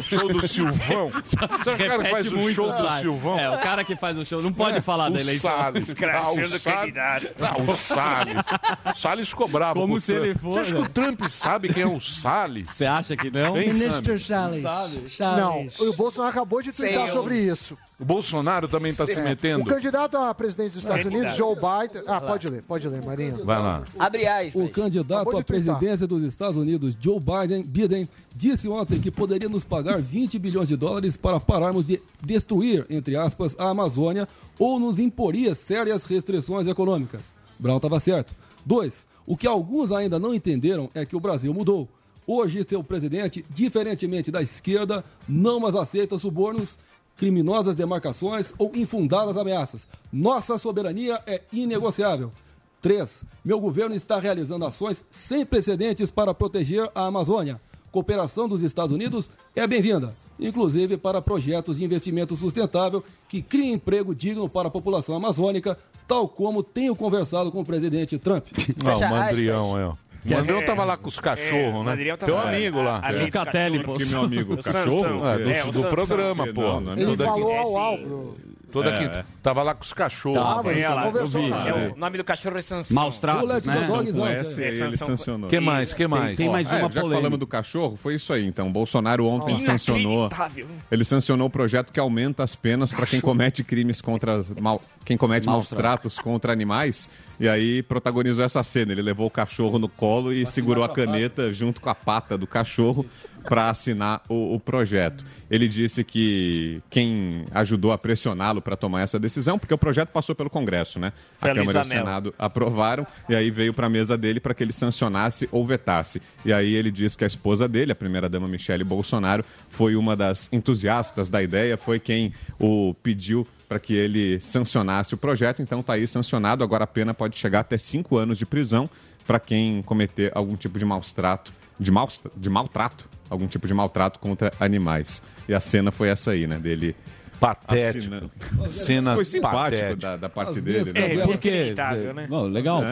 [SPEAKER 1] show do
[SPEAKER 5] <laughs>
[SPEAKER 1] Silvão. Você acha que o cara que faz o
[SPEAKER 5] muito,
[SPEAKER 1] show do
[SPEAKER 5] Salles.
[SPEAKER 1] Silvão?
[SPEAKER 5] É, o cara que faz o show não pode falar
[SPEAKER 1] o
[SPEAKER 5] da eleição.
[SPEAKER 1] Salles. Ah,
[SPEAKER 5] é
[SPEAKER 1] o
[SPEAKER 9] Desgraçando
[SPEAKER 1] Salles.
[SPEAKER 9] candidato.
[SPEAKER 1] Ah, o Salles. O Salles ficou bravo.
[SPEAKER 5] Como
[SPEAKER 1] com o
[SPEAKER 5] se
[SPEAKER 1] Trump.
[SPEAKER 5] ele for,
[SPEAKER 1] Você acha que
[SPEAKER 5] né?
[SPEAKER 1] o Trump sabe quem é o Salles?
[SPEAKER 5] Você acha que não?
[SPEAKER 1] Hein, Sam?
[SPEAKER 7] Minister Salles.
[SPEAKER 6] Não,
[SPEAKER 7] Salles.
[SPEAKER 6] o Bolsonaro acabou de twittar
[SPEAKER 3] Sem
[SPEAKER 6] Então, sobre isso.
[SPEAKER 1] O Bolsonaro também tá se
[SPEAKER 6] O
[SPEAKER 1] metendo.
[SPEAKER 6] candidato a presidente dos Estados Unidos, Joe Biden. Ah, pode ler, pode ler, Marinho.
[SPEAKER 1] Vai Ah lá.
[SPEAKER 3] Abre aspas.
[SPEAKER 2] O candidato
[SPEAKER 6] Acabou de
[SPEAKER 2] à presidência dos Estados Unidos, Joe Biden, Biden, disse ontem que poderia nos pagar 20 bilhões de dólares para pararmos de destruir, entre aspas, a Amazônia ou nos imporia sérias restrições econômicas. Brown estava certo. Dois, o que alguns ainda não entenderam é que o Brasil mudou. Hoje, seu presidente, diferentemente da esquerda, não mais aceita subornos, criminosas demarcações ou infundadas ameaças. Nossa soberania é inegociável. 3. Meu governo está realizando ações sem precedentes para proteger a Amazônia. Cooperação dos Estados Unidos é bem-vinda, inclusive para projetos de investimento sustentável que criem emprego digno para a população amazônica, tal como tenho conversado com o presidente
[SPEAKER 1] <laughs>
[SPEAKER 2] Trump.
[SPEAKER 1] Ah, o
[SPEAKER 3] Fecha
[SPEAKER 1] Mandrião, é. ó. O Mandrião tava lá com os cachorros, né?
[SPEAKER 9] Adriel tá
[SPEAKER 1] Teu
[SPEAKER 9] lá.
[SPEAKER 1] amigo lá.
[SPEAKER 9] A- a-
[SPEAKER 5] O Catelli, pô.
[SPEAKER 11] Que meu amigo,
[SPEAKER 9] O
[SPEAKER 11] cachorro?
[SPEAKER 9] Sansão.
[SPEAKER 1] É, do,
[SPEAKER 9] É, o
[SPEAKER 1] do
[SPEAKER 9] Sansão.
[SPEAKER 1] programa,
[SPEAKER 11] Não,
[SPEAKER 1] pô.
[SPEAKER 11] não, não é
[SPEAKER 6] Ele
[SPEAKER 1] Toda quinta-
[SPEAKER 6] falou
[SPEAKER 9] É,
[SPEAKER 6] ao
[SPEAKER 9] sim.
[SPEAKER 6] ao, bro.
[SPEAKER 1] Toda
[SPEAKER 11] É,
[SPEAKER 1] quinta.
[SPEAKER 11] é.
[SPEAKER 1] Tava lá com os cachorros.
[SPEAKER 5] Tava.
[SPEAKER 1] Tava.
[SPEAKER 9] Olha né, lá, eu
[SPEAKER 6] Conversou,
[SPEAKER 5] vi,
[SPEAKER 6] cara.
[SPEAKER 9] É, o nome do cachorro é Sansão.
[SPEAKER 5] Maus tratos,
[SPEAKER 2] Moleque,
[SPEAKER 5] né?
[SPEAKER 2] só dog-
[SPEAKER 11] Com S,
[SPEAKER 9] É,
[SPEAKER 11] ele
[SPEAKER 9] sanção-
[SPEAKER 11] sancionou.
[SPEAKER 1] Que mais? Que mais?
[SPEAKER 5] tem mais
[SPEAKER 11] Ah,
[SPEAKER 5] uma
[SPEAKER 11] já que
[SPEAKER 5] polêmica.
[SPEAKER 11] falamos do cachorro, foi isso aí. Então, Bolsonaro ontem sancionou.
[SPEAKER 9] Inacreditável.
[SPEAKER 11] Ele sancionou o projeto que aumenta as penas para quem comete crimes contra mal- quem comete maus tratos contra animais. E aí protagonizou essa cena. Ele levou o cachorro no colo e segurou a caneta junto com a pata do cachorro para assinar o, o projeto. Ele disse que quem ajudou a pressioná-lo para tomar essa decisão, porque o projeto passou pelo Congresso, né?
[SPEAKER 9] Foi
[SPEAKER 11] a
[SPEAKER 9] a Luísa
[SPEAKER 11] Câmara e o
[SPEAKER 9] Mel.
[SPEAKER 11] Senado Senado aprovaram e aí veio para mesa dele para que ele sancionasse ou vetasse. E aí ele diz que a esposa dele, a primeira-dama Michele Bolsonaro, foi uma das entusiastas da ideia, foi quem o pediu para que ele sancionasse o projeto. Então tá aí sancionado, agora a pena pode chegar até cinco anos de prisão para quem cometer algum tipo de maus trato, de, maus, de maltrato, algum tipo de maltrato contra animais. E a cena foi essa aí, né, dele
[SPEAKER 1] Patético.
[SPEAKER 11] assinando.
[SPEAKER 1] Cena
[SPEAKER 11] Foi simpático
[SPEAKER 1] patética.
[SPEAKER 11] da, da parte
[SPEAKER 2] As
[SPEAKER 11] dele,
[SPEAKER 2] minhas
[SPEAKER 11] né?
[SPEAKER 9] É,
[SPEAKER 2] Gabriel,
[SPEAKER 5] Porque.
[SPEAKER 9] Inacreditável, né?
[SPEAKER 5] Não, legal.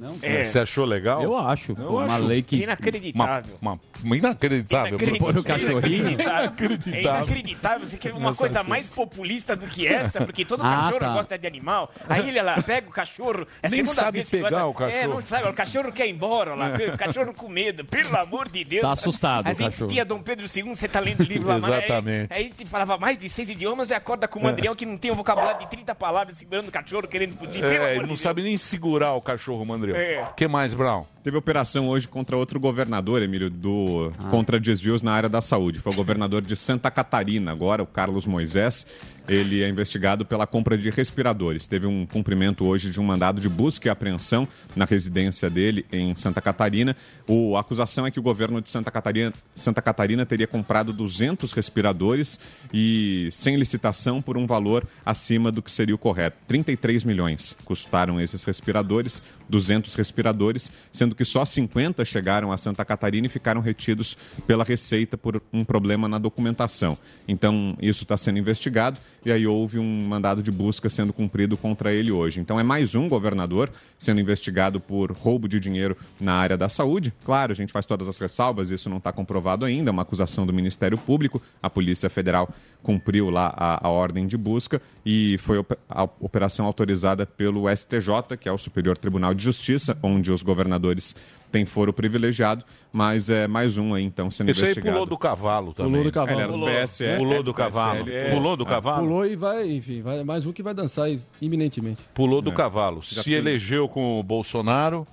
[SPEAKER 5] Não,
[SPEAKER 9] É,
[SPEAKER 1] Você achou legal?
[SPEAKER 5] Eu acho. pô, uma
[SPEAKER 1] acho.
[SPEAKER 5] lei que.
[SPEAKER 1] Uma,
[SPEAKER 9] inacreditável.
[SPEAKER 1] uma- uma inacreditável.
[SPEAKER 5] Põe
[SPEAKER 1] <laughs>
[SPEAKER 5] o cachorrinho.
[SPEAKER 9] Inacreditável. É inacreditável. Você quer uma coisa
[SPEAKER 1] assim.
[SPEAKER 9] mais populista do que essa? Porque todo
[SPEAKER 5] Ah,
[SPEAKER 9] cachorro
[SPEAKER 5] tá.
[SPEAKER 9] gosta de animal. Aí ele lá pega o cachorro. É a
[SPEAKER 1] Nem
[SPEAKER 9] segunda
[SPEAKER 1] sabe
[SPEAKER 9] vez que
[SPEAKER 1] pegar
[SPEAKER 9] gosta-
[SPEAKER 1] o cachorro. É.
[SPEAKER 9] É, não sabe. O cachorro quer ir embora lá. O cachorro com medo. Pelo amor de Deus.
[SPEAKER 5] Tá assustado
[SPEAKER 9] A
[SPEAKER 5] o
[SPEAKER 9] gente
[SPEAKER 5] cachorro.
[SPEAKER 9] tinha Dom Pedro II, você tá lendo livro lá. mas aí-
[SPEAKER 1] Exatamente. É.
[SPEAKER 9] Aí te falava mais de seis idiomas e acorda com o Mandrião que não tem um vocabulário de 30 palavras segurando o cachorro, querendo fugir. Pelo
[SPEAKER 1] É,
[SPEAKER 9] amor
[SPEAKER 1] ele
[SPEAKER 9] de
[SPEAKER 1] não
[SPEAKER 9] Deus.
[SPEAKER 1] sabe nem segurar o cachorro, Mandrião.
[SPEAKER 9] É.
[SPEAKER 1] que mais, Brown?
[SPEAKER 11] Teve operação hoje contra outro governador, Emílio, do
[SPEAKER 5] Ah.
[SPEAKER 11] contra desvios na área da saúde. Foi o governador de Santa Catarina agora, o Carlos Moisés. Ele é investigado pela compra de respiradores. Teve um cumprimento hoje de um mandado de busca e apreensão na residência dele em Santa Catarina. O, a acusação é que o governo de Santa Catarina, Santa Catarina teria comprado 200 respiradores e sem licitação por um valor acima do que seria o correto. 33 milhões custaram esses respiradores, 200 respiradores, sendo sendo que só 50 chegaram a Santa Catarina e ficaram retidos pela Receita por um problema na documentação. Então, isso está sendo investigado e aí houve um mandado de busca sendo cumprido contra ele hoje. Então, é mais um governador sendo investigado por roubo de dinheiro na área da saúde. Claro, a gente faz todas as ressalvas, isso não está comprovado ainda, é uma acusação do Ministério Público. A Polícia Federal cumpriu lá a, a ordem de busca e foi op- a operação autorizada pelo STJ, que é o Superior Tribunal de Justiça, onde os governadores têm foro privilegiado, mas é mais um aí então sendo
[SPEAKER 1] Isso aí
[SPEAKER 11] investigado.
[SPEAKER 1] pulou do cavalo também.
[SPEAKER 11] Pulou do cavalo. Ele era do
[SPEAKER 4] É.
[SPEAKER 1] Pulou.
[SPEAKER 11] PSL,
[SPEAKER 1] Pulou do cavalo.
[SPEAKER 11] PSL.
[SPEAKER 1] Pulou do cavalo.
[SPEAKER 14] Pulou e vai, enfim, vai mais um que vai dançar aí, iminentemente.
[SPEAKER 1] Pulou do
[SPEAKER 11] É.
[SPEAKER 1] cavalo.
[SPEAKER 11] Já
[SPEAKER 1] Se
[SPEAKER 11] tem.
[SPEAKER 1] elegeu com o Bolsonaro.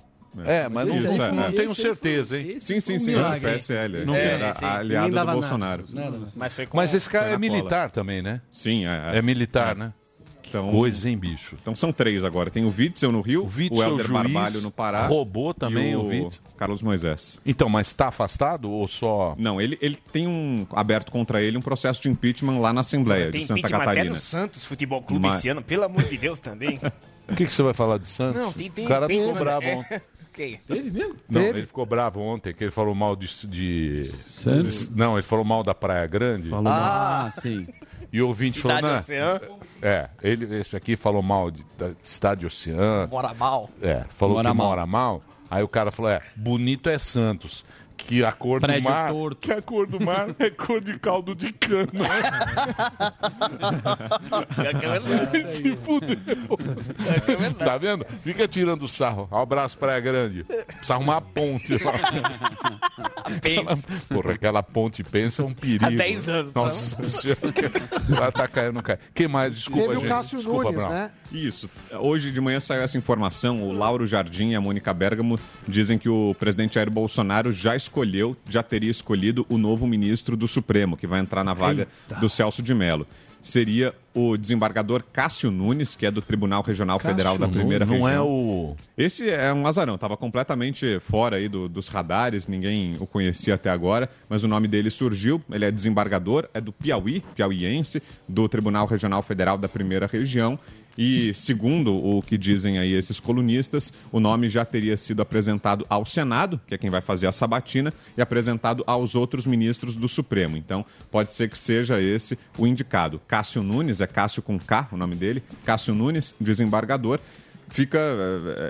[SPEAKER 1] É, mas não,
[SPEAKER 11] Isso,
[SPEAKER 1] não-
[SPEAKER 11] é.
[SPEAKER 1] não
[SPEAKER 11] Esse
[SPEAKER 1] tenho
[SPEAKER 11] aí foi-
[SPEAKER 1] certeza, hein?
[SPEAKER 11] esse Sim, sim, foi um sim, era do milagre, hein? PSL, esse era aliado do Bolsonaro.
[SPEAKER 9] Mas foi com
[SPEAKER 1] Mas esse cara
[SPEAKER 11] Foi na
[SPEAKER 1] é militar
[SPEAKER 11] cola.
[SPEAKER 1] também, né?
[SPEAKER 11] Sim, é.
[SPEAKER 1] É militar, né?
[SPEAKER 11] Então,
[SPEAKER 1] coisa, hein, bicho?
[SPEAKER 11] Então são três agora. Tem o Witzel no Rio, o,
[SPEAKER 1] Witzel,
[SPEAKER 11] Helder
[SPEAKER 1] juiz,
[SPEAKER 11] Barbalho no Pará.
[SPEAKER 1] roubou também
[SPEAKER 11] e
[SPEAKER 1] o Witzel.
[SPEAKER 11] Carlos Moisés.
[SPEAKER 1] Então, mas está afastado ou só.
[SPEAKER 11] Não, ele, ele tem um aberto contra ele um processo de impeachment lá na Assembleia
[SPEAKER 9] Tem
[SPEAKER 11] de Santa
[SPEAKER 9] impeachment até
[SPEAKER 11] Catarina.
[SPEAKER 9] no Santos Futebol Clube
[SPEAKER 11] Mas-
[SPEAKER 9] esse ano, pelo amor de Deus também.
[SPEAKER 1] O que, que você vai falar de Santos?
[SPEAKER 9] Não, tem, tem
[SPEAKER 1] o cara
[SPEAKER 9] tem-
[SPEAKER 1] ficou bravo
[SPEAKER 9] é,
[SPEAKER 1] ontem.
[SPEAKER 9] <laughs> ok.
[SPEAKER 14] Teve mesmo?
[SPEAKER 1] Não, ele é ficou bravo ontem, que ele falou mal de. de-
[SPEAKER 5] Santos?
[SPEAKER 1] Não, ele falou mal da Praia Grande.
[SPEAKER 5] Falou mal. Ah, sim.
[SPEAKER 1] E o ouvinte
[SPEAKER 5] Cidade
[SPEAKER 1] falou. "Não,
[SPEAKER 5] Oceã."
[SPEAKER 1] É, ele, esse aqui falou mal de, da Cidade Oceã.
[SPEAKER 15] Bora mal.
[SPEAKER 1] É, falou
[SPEAKER 5] Mora
[SPEAKER 1] que
[SPEAKER 5] mal.
[SPEAKER 1] mora mal. Aí o cara falou: é, bonito é Santos. Que a cor
[SPEAKER 5] Prédio
[SPEAKER 1] do mar.
[SPEAKER 10] <laughs>
[SPEAKER 5] torto.
[SPEAKER 1] Que a cor do mar é cor de caldo de cana. <laughs>
[SPEAKER 5] <laughs>
[SPEAKER 1] Se fudeu.
[SPEAKER 10] É
[SPEAKER 1] Tá vendo? Fica tirando sarro. Um Abraço, Praia Grande. Precisa arrumar
[SPEAKER 11] <laughs>
[SPEAKER 1] a ponte lá. Aquela, porra, aquela ponte pensa é um perigo.
[SPEAKER 9] Há 10 anos.
[SPEAKER 1] Nossa <laughs> senhora. Lá tá caindo, não cai. Quem mais? Desculpa,
[SPEAKER 10] Teve o
[SPEAKER 1] gente.
[SPEAKER 10] Cássio
[SPEAKER 1] Desculpa,
[SPEAKER 10] Nunes,
[SPEAKER 1] Brown.
[SPEAKER 10] né?
[SPEAKER 11] Isso. Hoje de manhã saiu essa informação. O Lauro Jardim e a Mônica Bergamo dizem que o presidente Jair Bolsonaro já escolheu, já teria escolhido o novo ministro do Supremo, que vai entrar na vaga do Celso de Mello. Seria o desembargador Cássio Nunes, que é do Tribunal Regional Federal da
[SPEAKER 1] Cássio
[SPEAKER 11] Primeira
[SPEAKER 1] Nunes, não
[SPEAKER 11] Região.
[SPEAKER 1] é o-
[SPEAKER 11] Esse é um azarão, estava completamente fora aí do- dos radares, ninguém o conhecia até agora, mas o nome dele surgiu. Ele é desembargador, é do Piauí, piauiense, do Tribunal Regional Federal da Primeira Região. E segundo o que dizem aí esses colunistas, o nome já teria sido apresentado ao Senado, que é quem vai fazer a sabatina, e apresentado aos outros ministros do Supremo. Então, pode ser que seja esse o indicado. Cássio Nunes, é Cássio com K o nome dele, Cássio Nunes, desembargador fica.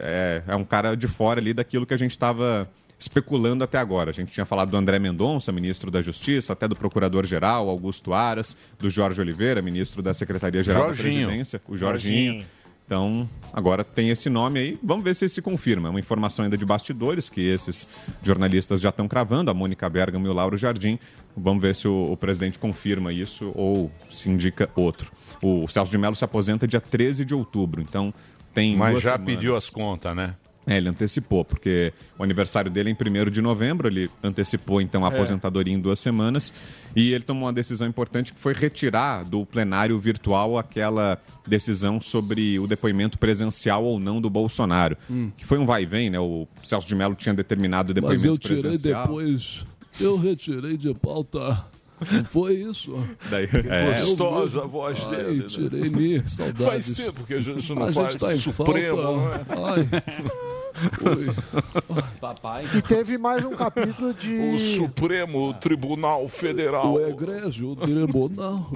[SPEAKER 11] É, é um cara de fora ali daquilo que a gente estava especulando até agora. A gente tinha falado do André Mendonça, ministro da Justiça, até do Procurador-Geral, Augusto Aras, do Jorge Oliveira, ministro da Secretaria-Geral da
[SPEAKER 1] Jorginho.
[SPEAKER 11] Presidência, o Jorginho.
[SPEAKER 1] Jorginho.
[SPEAKER 11] Então, agora tem esse nome aí. Vamos ver se se confirma. É uma informação ainda de bastidores que esses jornalistas já estão cravando, a Mônica Bergamo e o Lauro Jardim. Vamos ver se o, o presidente confirma isso ou se indica outro. O Celso de Mello se aposenta dia 13 de outubro, então tem
[SPEAKER 1] Mas
[SPEAKER 11] duas
[SPEAKER 1] já
[SPEAKER 11] semanas.
[SPEAKER 1] pediu as contas, né?
[SPEAKER 11] É, ele antecipou, porque o aniversário dele é em 1 de novembro, ele antecipou então a
[SPEAKER 1] É.
[SPEAKER 11] aposentadoria em duas semanas, e ele tomou uma decisão importante que foi retirar do plenário virtual aquela decisão sobre o depoimento presencial ou não do Bolsonaro, que foi um vai e vem, né? O Celso de Mello tinha determinado o depoimento
[SPEAKER 4] Hum. Mas eu tirei
[SPEAKER 11] presencial.
[SPEAKER 4] depois. Eu retirei de pauta. Não Foi isso.
[SPEAKER 11] Daí-
[SPEAKER 4] Que
[SPEAKER 11] é.
[SPEAKER 1] Gostosa a voz
[SPEAKER 4] Ai,
[SPEAKER 1] dele, né?
[SPEAKER 4] Tirei me saudades.
[SPEAKER 1] Faz tempo que a gente não
[SPEAKER 4] a
[SPEAKER 1] faz
[SPEAKER 4] gente tá em
[SPEAKER 1] Supremo,
[SPEAKER 4] falta.
[SPEAKER 1] não é?
[SPEAKER 4] Ai.
[SPEAKER 1] Papai.
[SPEAKER 10] E teve mais um capítulo de.
[SPEAKER 1] O Supremo Tribunal Federal.
[SPEAKER 4] O egrégio tribunal.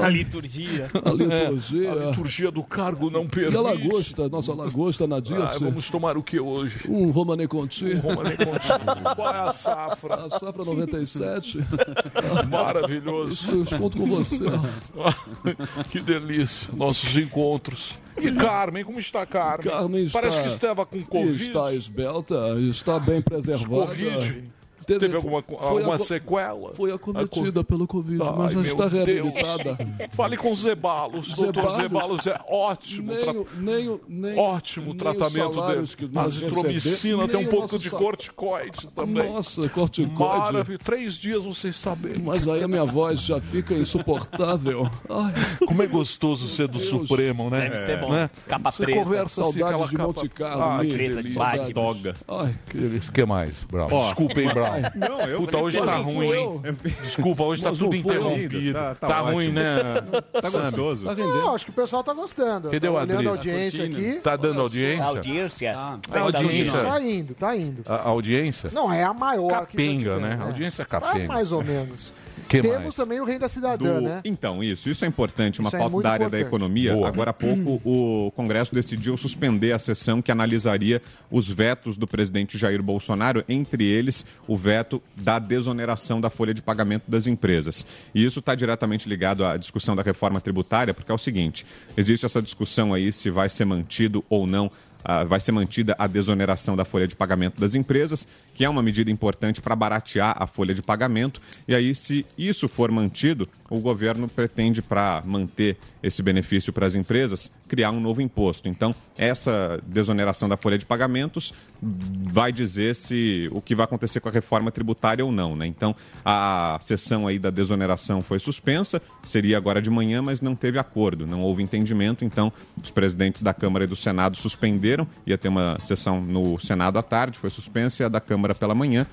[SPEAKER 9] A
[SPEAKER 10] É.
[SPEAKER 9] liturgia.
[SPEAKER 4] A liturgia.
[SPEAKER 1] É, a liturgia do cargo não
[SPEAKER 4] E
[SPEAKER 1] permite.
[SPEAKER 4] a lagosta, nossa lagosta na
[SPEAKER 1] Ah,
[SPEAKER 4] Dirce.
[SPEAKER 1] vamos tomar o que hoje?
[SPEAKER 4] Um Romané Conti. Um
[SPEAKER 1] Romané
[SPEAKER 4] <laughs>
[SPEAKER 1] Conti. Qual é a safra?
[SPEAKER 4] A safra 97. <laughs>
[SPEAKER 1] Maravilhoso.
[SPEAKER 4] Eu conto com você.
[SPEAKER 1] <laughs> que delícia. Nossos encontros. E Carmen, como está Carmen?
[SPEAKER 4] Carmen
[SPEAKER 1] Parece
[SPEAKER 4] está-
[SPEAKER 1] que estava com Covid.
[SPEAKER 4] Está esbelta, está bem preservada.
[SPEAKER 1] Covid. Teve, alguma, co-
[SPEAKER 4] foi
[SPEAKER 1] alguma
[SPEAKER 4] a co-
[SPEAKER 1] sequela?
[SPEAKER 4] Foi acometida
[SPEAKER 1] A co-
[SPEAKER 4] pelo Covid, mas
[SPEAKER 1] Ai,
[SPEAKER 4] já
[SPEAKER 1] meu
[SPEAKER 4] está
[SPEAKER 1] Deus.
[SPEAKER 4] reabilitada.
[SPEAKER 1] <laughs> Fale com o Zebalos. Doutor
[SPEAKER 4] Zeballos?
[SPEAKER 1] Zebalos é ótimo.
[SPEAKER 4] Nem,
[SPEAKER 1] tra-
[SPEAKER 4] o- nem, o- nem,
[SPEAKER 1] Ótimo
[SPEAKER 4] nem os
[SPEAKER 1] tratamento dele.
[SPEAKER 4] salários que nós
[SPEAKER 1] Azitromicina,
[SPEAKER 4] recebemos,
[SPEAKER 1] tem
[SPEAKER 4] nem
[SPEAKER 1] um
[SPEAKER 4] o
[SPEAKER 1] pouco
[SPEAKER 4] nosso
[SPEAKER 1] de
[SPEAKER 4] sa-
[SPEAKER 1] corticoide também.
[SPEAKER 4] Nossa, corticoide.
[SPEAKER 1] Maravilha. Três dias você está bem.
[SPEAKER 4] Mas aí a minha voz já fica insuportável.
[SPEAKER 1] Como é gostoso ser do Supremo, né?
[SPEAKER 4] Deve ser bom.
[SPEAKER 1] Né?
[SPEAKER 4] Capa
[SPEAKER 1] Você
[SPEAKER 4] preta.
[SPEAKER 1] conversa assim,
[SPEAKER 4] Saudades
[SPEAKER 1] aquela
[SPEAKER 4] de Monte
[SPEAKER 1] capa-
[SPEAKER 4] Carlo,
[SPEAKER 1] Ah, que
[SPEAKER 4] Miriam.
[SPEAKER 1] delícia.
[SPEAKER 4] Saudades.
[SPEAKER 1] Doga.
[SPEAKER 4] Ai.
[SPEAKER 1] Que delícia. O que mais, Brau?
[SPEAKER 11] Ó,
[SPEAKER 1] Desculpa, hein, Brau?
[SPEAKER 2] vai.
[SPEAKER 11] Não, eu
[SPEAKER 1] Puta, hoje tá
[SPEAKER 11] um
[SPEAKER 1] ruim, hein?
[SPEAKER 11] É
[SPEAKER 1] Desculpa, hoje tá
[SPEAKER 11] Mas
[SPEAKER 1] tudo
[SPEAKER 11] não foi ainda,
[SPEAKER 1] interrompido.
[SPEAKER 11] tá-
[SPEAKER 1] Tá,
[SPEAKER 11] tá ótimo.
[SPEAKER 1] ruim, né?
[SPEAKER 11] Tá
[SPEAKER 1] Sabe?
[SPEAKER 11] gostoso. Tá
[SPEAKER 6] Não, acho que o pessoal tá gostando.
[SPEAKER 1] Entendeu,
[SPEAKER 6] Tá olhando
[SPEAKER 1] Adri?
[SPEAKER 6] a audiência aqui.
[SPEAKER 1] Tá dando audiência?
[SPEAKER 3] Audiência.
[SPEAKER 1] A audiência.
[SPEAKER 6] Tá indo, tá indo.
[SPEAKER 1] A a audiência?
[SPEAKER 6] Não, é a maior que já
[SPEAKER 1] Capenga,
[SPEAKER 6] tivemos,
[SPEAKER 1] né? A audiência é
[SPEAKER 11] Tá
[SPEAKER 6] Vai
[SPEAKER 1] capenga.
[SPEAKER 6] mais ou menos.
[SPEAKER 11] Que
[SPEAKER 6] Temos
[SPEAKER 11] mais?
[SPEAKER 6] também o Rei da Cidadã,
[SPEAKER 11] do-
[SPEAKER 6] né?
[SPEAKER 11] Então, isso, isso é importante, uma
[SPEAKER 6] Isso é
[SPEAKER 11] pauta
[SPEAKER 6] muito
[SPEAKER 11] da área
[SPEAKER 6] importante.
[SPEAKER 11] da economia. Agora há pouco o Congresso decidiu suspender a sessão que analisaria os vetos do presidente Jair Bolsonaro, entre eles o veto da desoneração da folha de pagamento das empresas. E isso está diretamente ligado à discussão da reforma tributária, porque é o seguinte: existe essa discussão aí se vai ser mantido ou não ah, vai ser mantida a desoneração da folha de pagamento das empresas, que é uma medida importante para baratear a folha de pagamento. E aí, se isso for mantido, o governo pretende, para manter esse benefício para as empresas, criar um novo imposto. Então, essa desoneração da folha de pagamentos vai dizer se o que vai acontecer com a reforma tributária ou não. Né? Então, a sessão aí da desoneração foi suspensa, seria agora de manhã, mas não teve acordo, não houve entendimento. Então, os presidentes da Câmara e do Senado suspenderam. Ia ter uma sessão no Senado à tarde, foi suspensa, e a da Câmara pela manhã,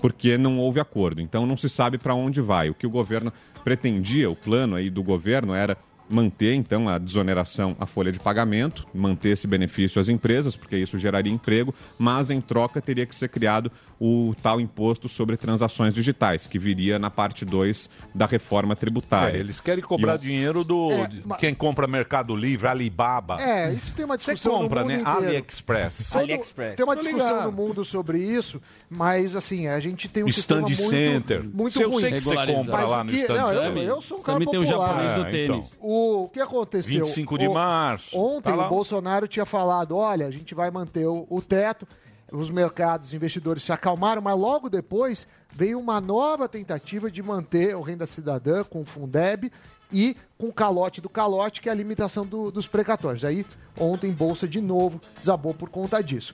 [SPEAKER 11] porque não houve acordo. Então, não se sabe para onde vai. O que o governo pretendia, o plano aí do governo era manter então a desoneração a folha de pagamento, manter esse benefício às empresas, porque isso geraria emprego, mas em troca teria que ser criado o tal imposto sobre transações digitais, que viria na parte 2 da reforma tributária.
[SPEAKER 1] É, eles querem cobrar
[SPEAKER 11] E o-
[SPEAKER 1] dinheiro do
[SPEAKER 6] É,
[SPEAKER 1] de
[SPEAKER 6] ma-
[SPEAKER 1] quem compra Mercado Livre, Alibaba.
[SPEAKER 6] É, isso tem uma discussão.
[SPEAKER 1] Você compra,
[SPEAKER 6] no mundo
[SPEAKER 1] né?
[SPEAKER 6] Inteiro.
[SPEAKER 1] AliExpress.
[SPEAKER 6] Todo-
[SPEAKER 1] AliExpress.
[SPEAKER 6] Tem uma
[SPEAKER 1] Tô
[SPEAKER 6] discussão
[SPEAKER 1] ligado.
[SPEAKER 6] no mundo sobre isso, mas assim, a gente tem um
[SPEAKER 1] Stand
[SPEAKER 6] sistema muito,
[SPEAKER 1] center.
[SPEAKER 6] muito
[SPEAKER 1] Se eu
[SPEAKER 6] ruim.
[SPEAKER 1] sei que você
[SPEAKER 6] Regularizado.
[SPEAKER 1] compra lá
[SPEAKER 6] Mas
[SPEAKER 1] no
[SPEAKER 6] o que-
[SPEAKER 1] stand
[SPEAKER 6] não, eu-
[SPEAKER 1] center. É, então.
[SPEAKER 6] Eu sou um cara
[SPEAKER 1] Samir tem o
[SPEAKER 6] popular.
[SPEAKER 1] japonês do tênis.
[SPEAKER 6] O, o que aconteceu?
[SPEAKER 1] 25 de
[SPEAKER 6] O-
[SPEAKER 1] março.
[SPEAKER 6] Ontem
[SPEAKER 1] Tá lá.
[SPEAKER 6] o Bolsonaro tinha falado: olha, a gente vai manter o, o teto, os mercados, os investidores se acalmaram, mas logo depois veio uma nova tentativa de manter o renda cidadã com o Fundeb e com o calote do calote, que é a limitação do- dos precatórios. Aí ontem Bolsa de novo desabou por conta disso.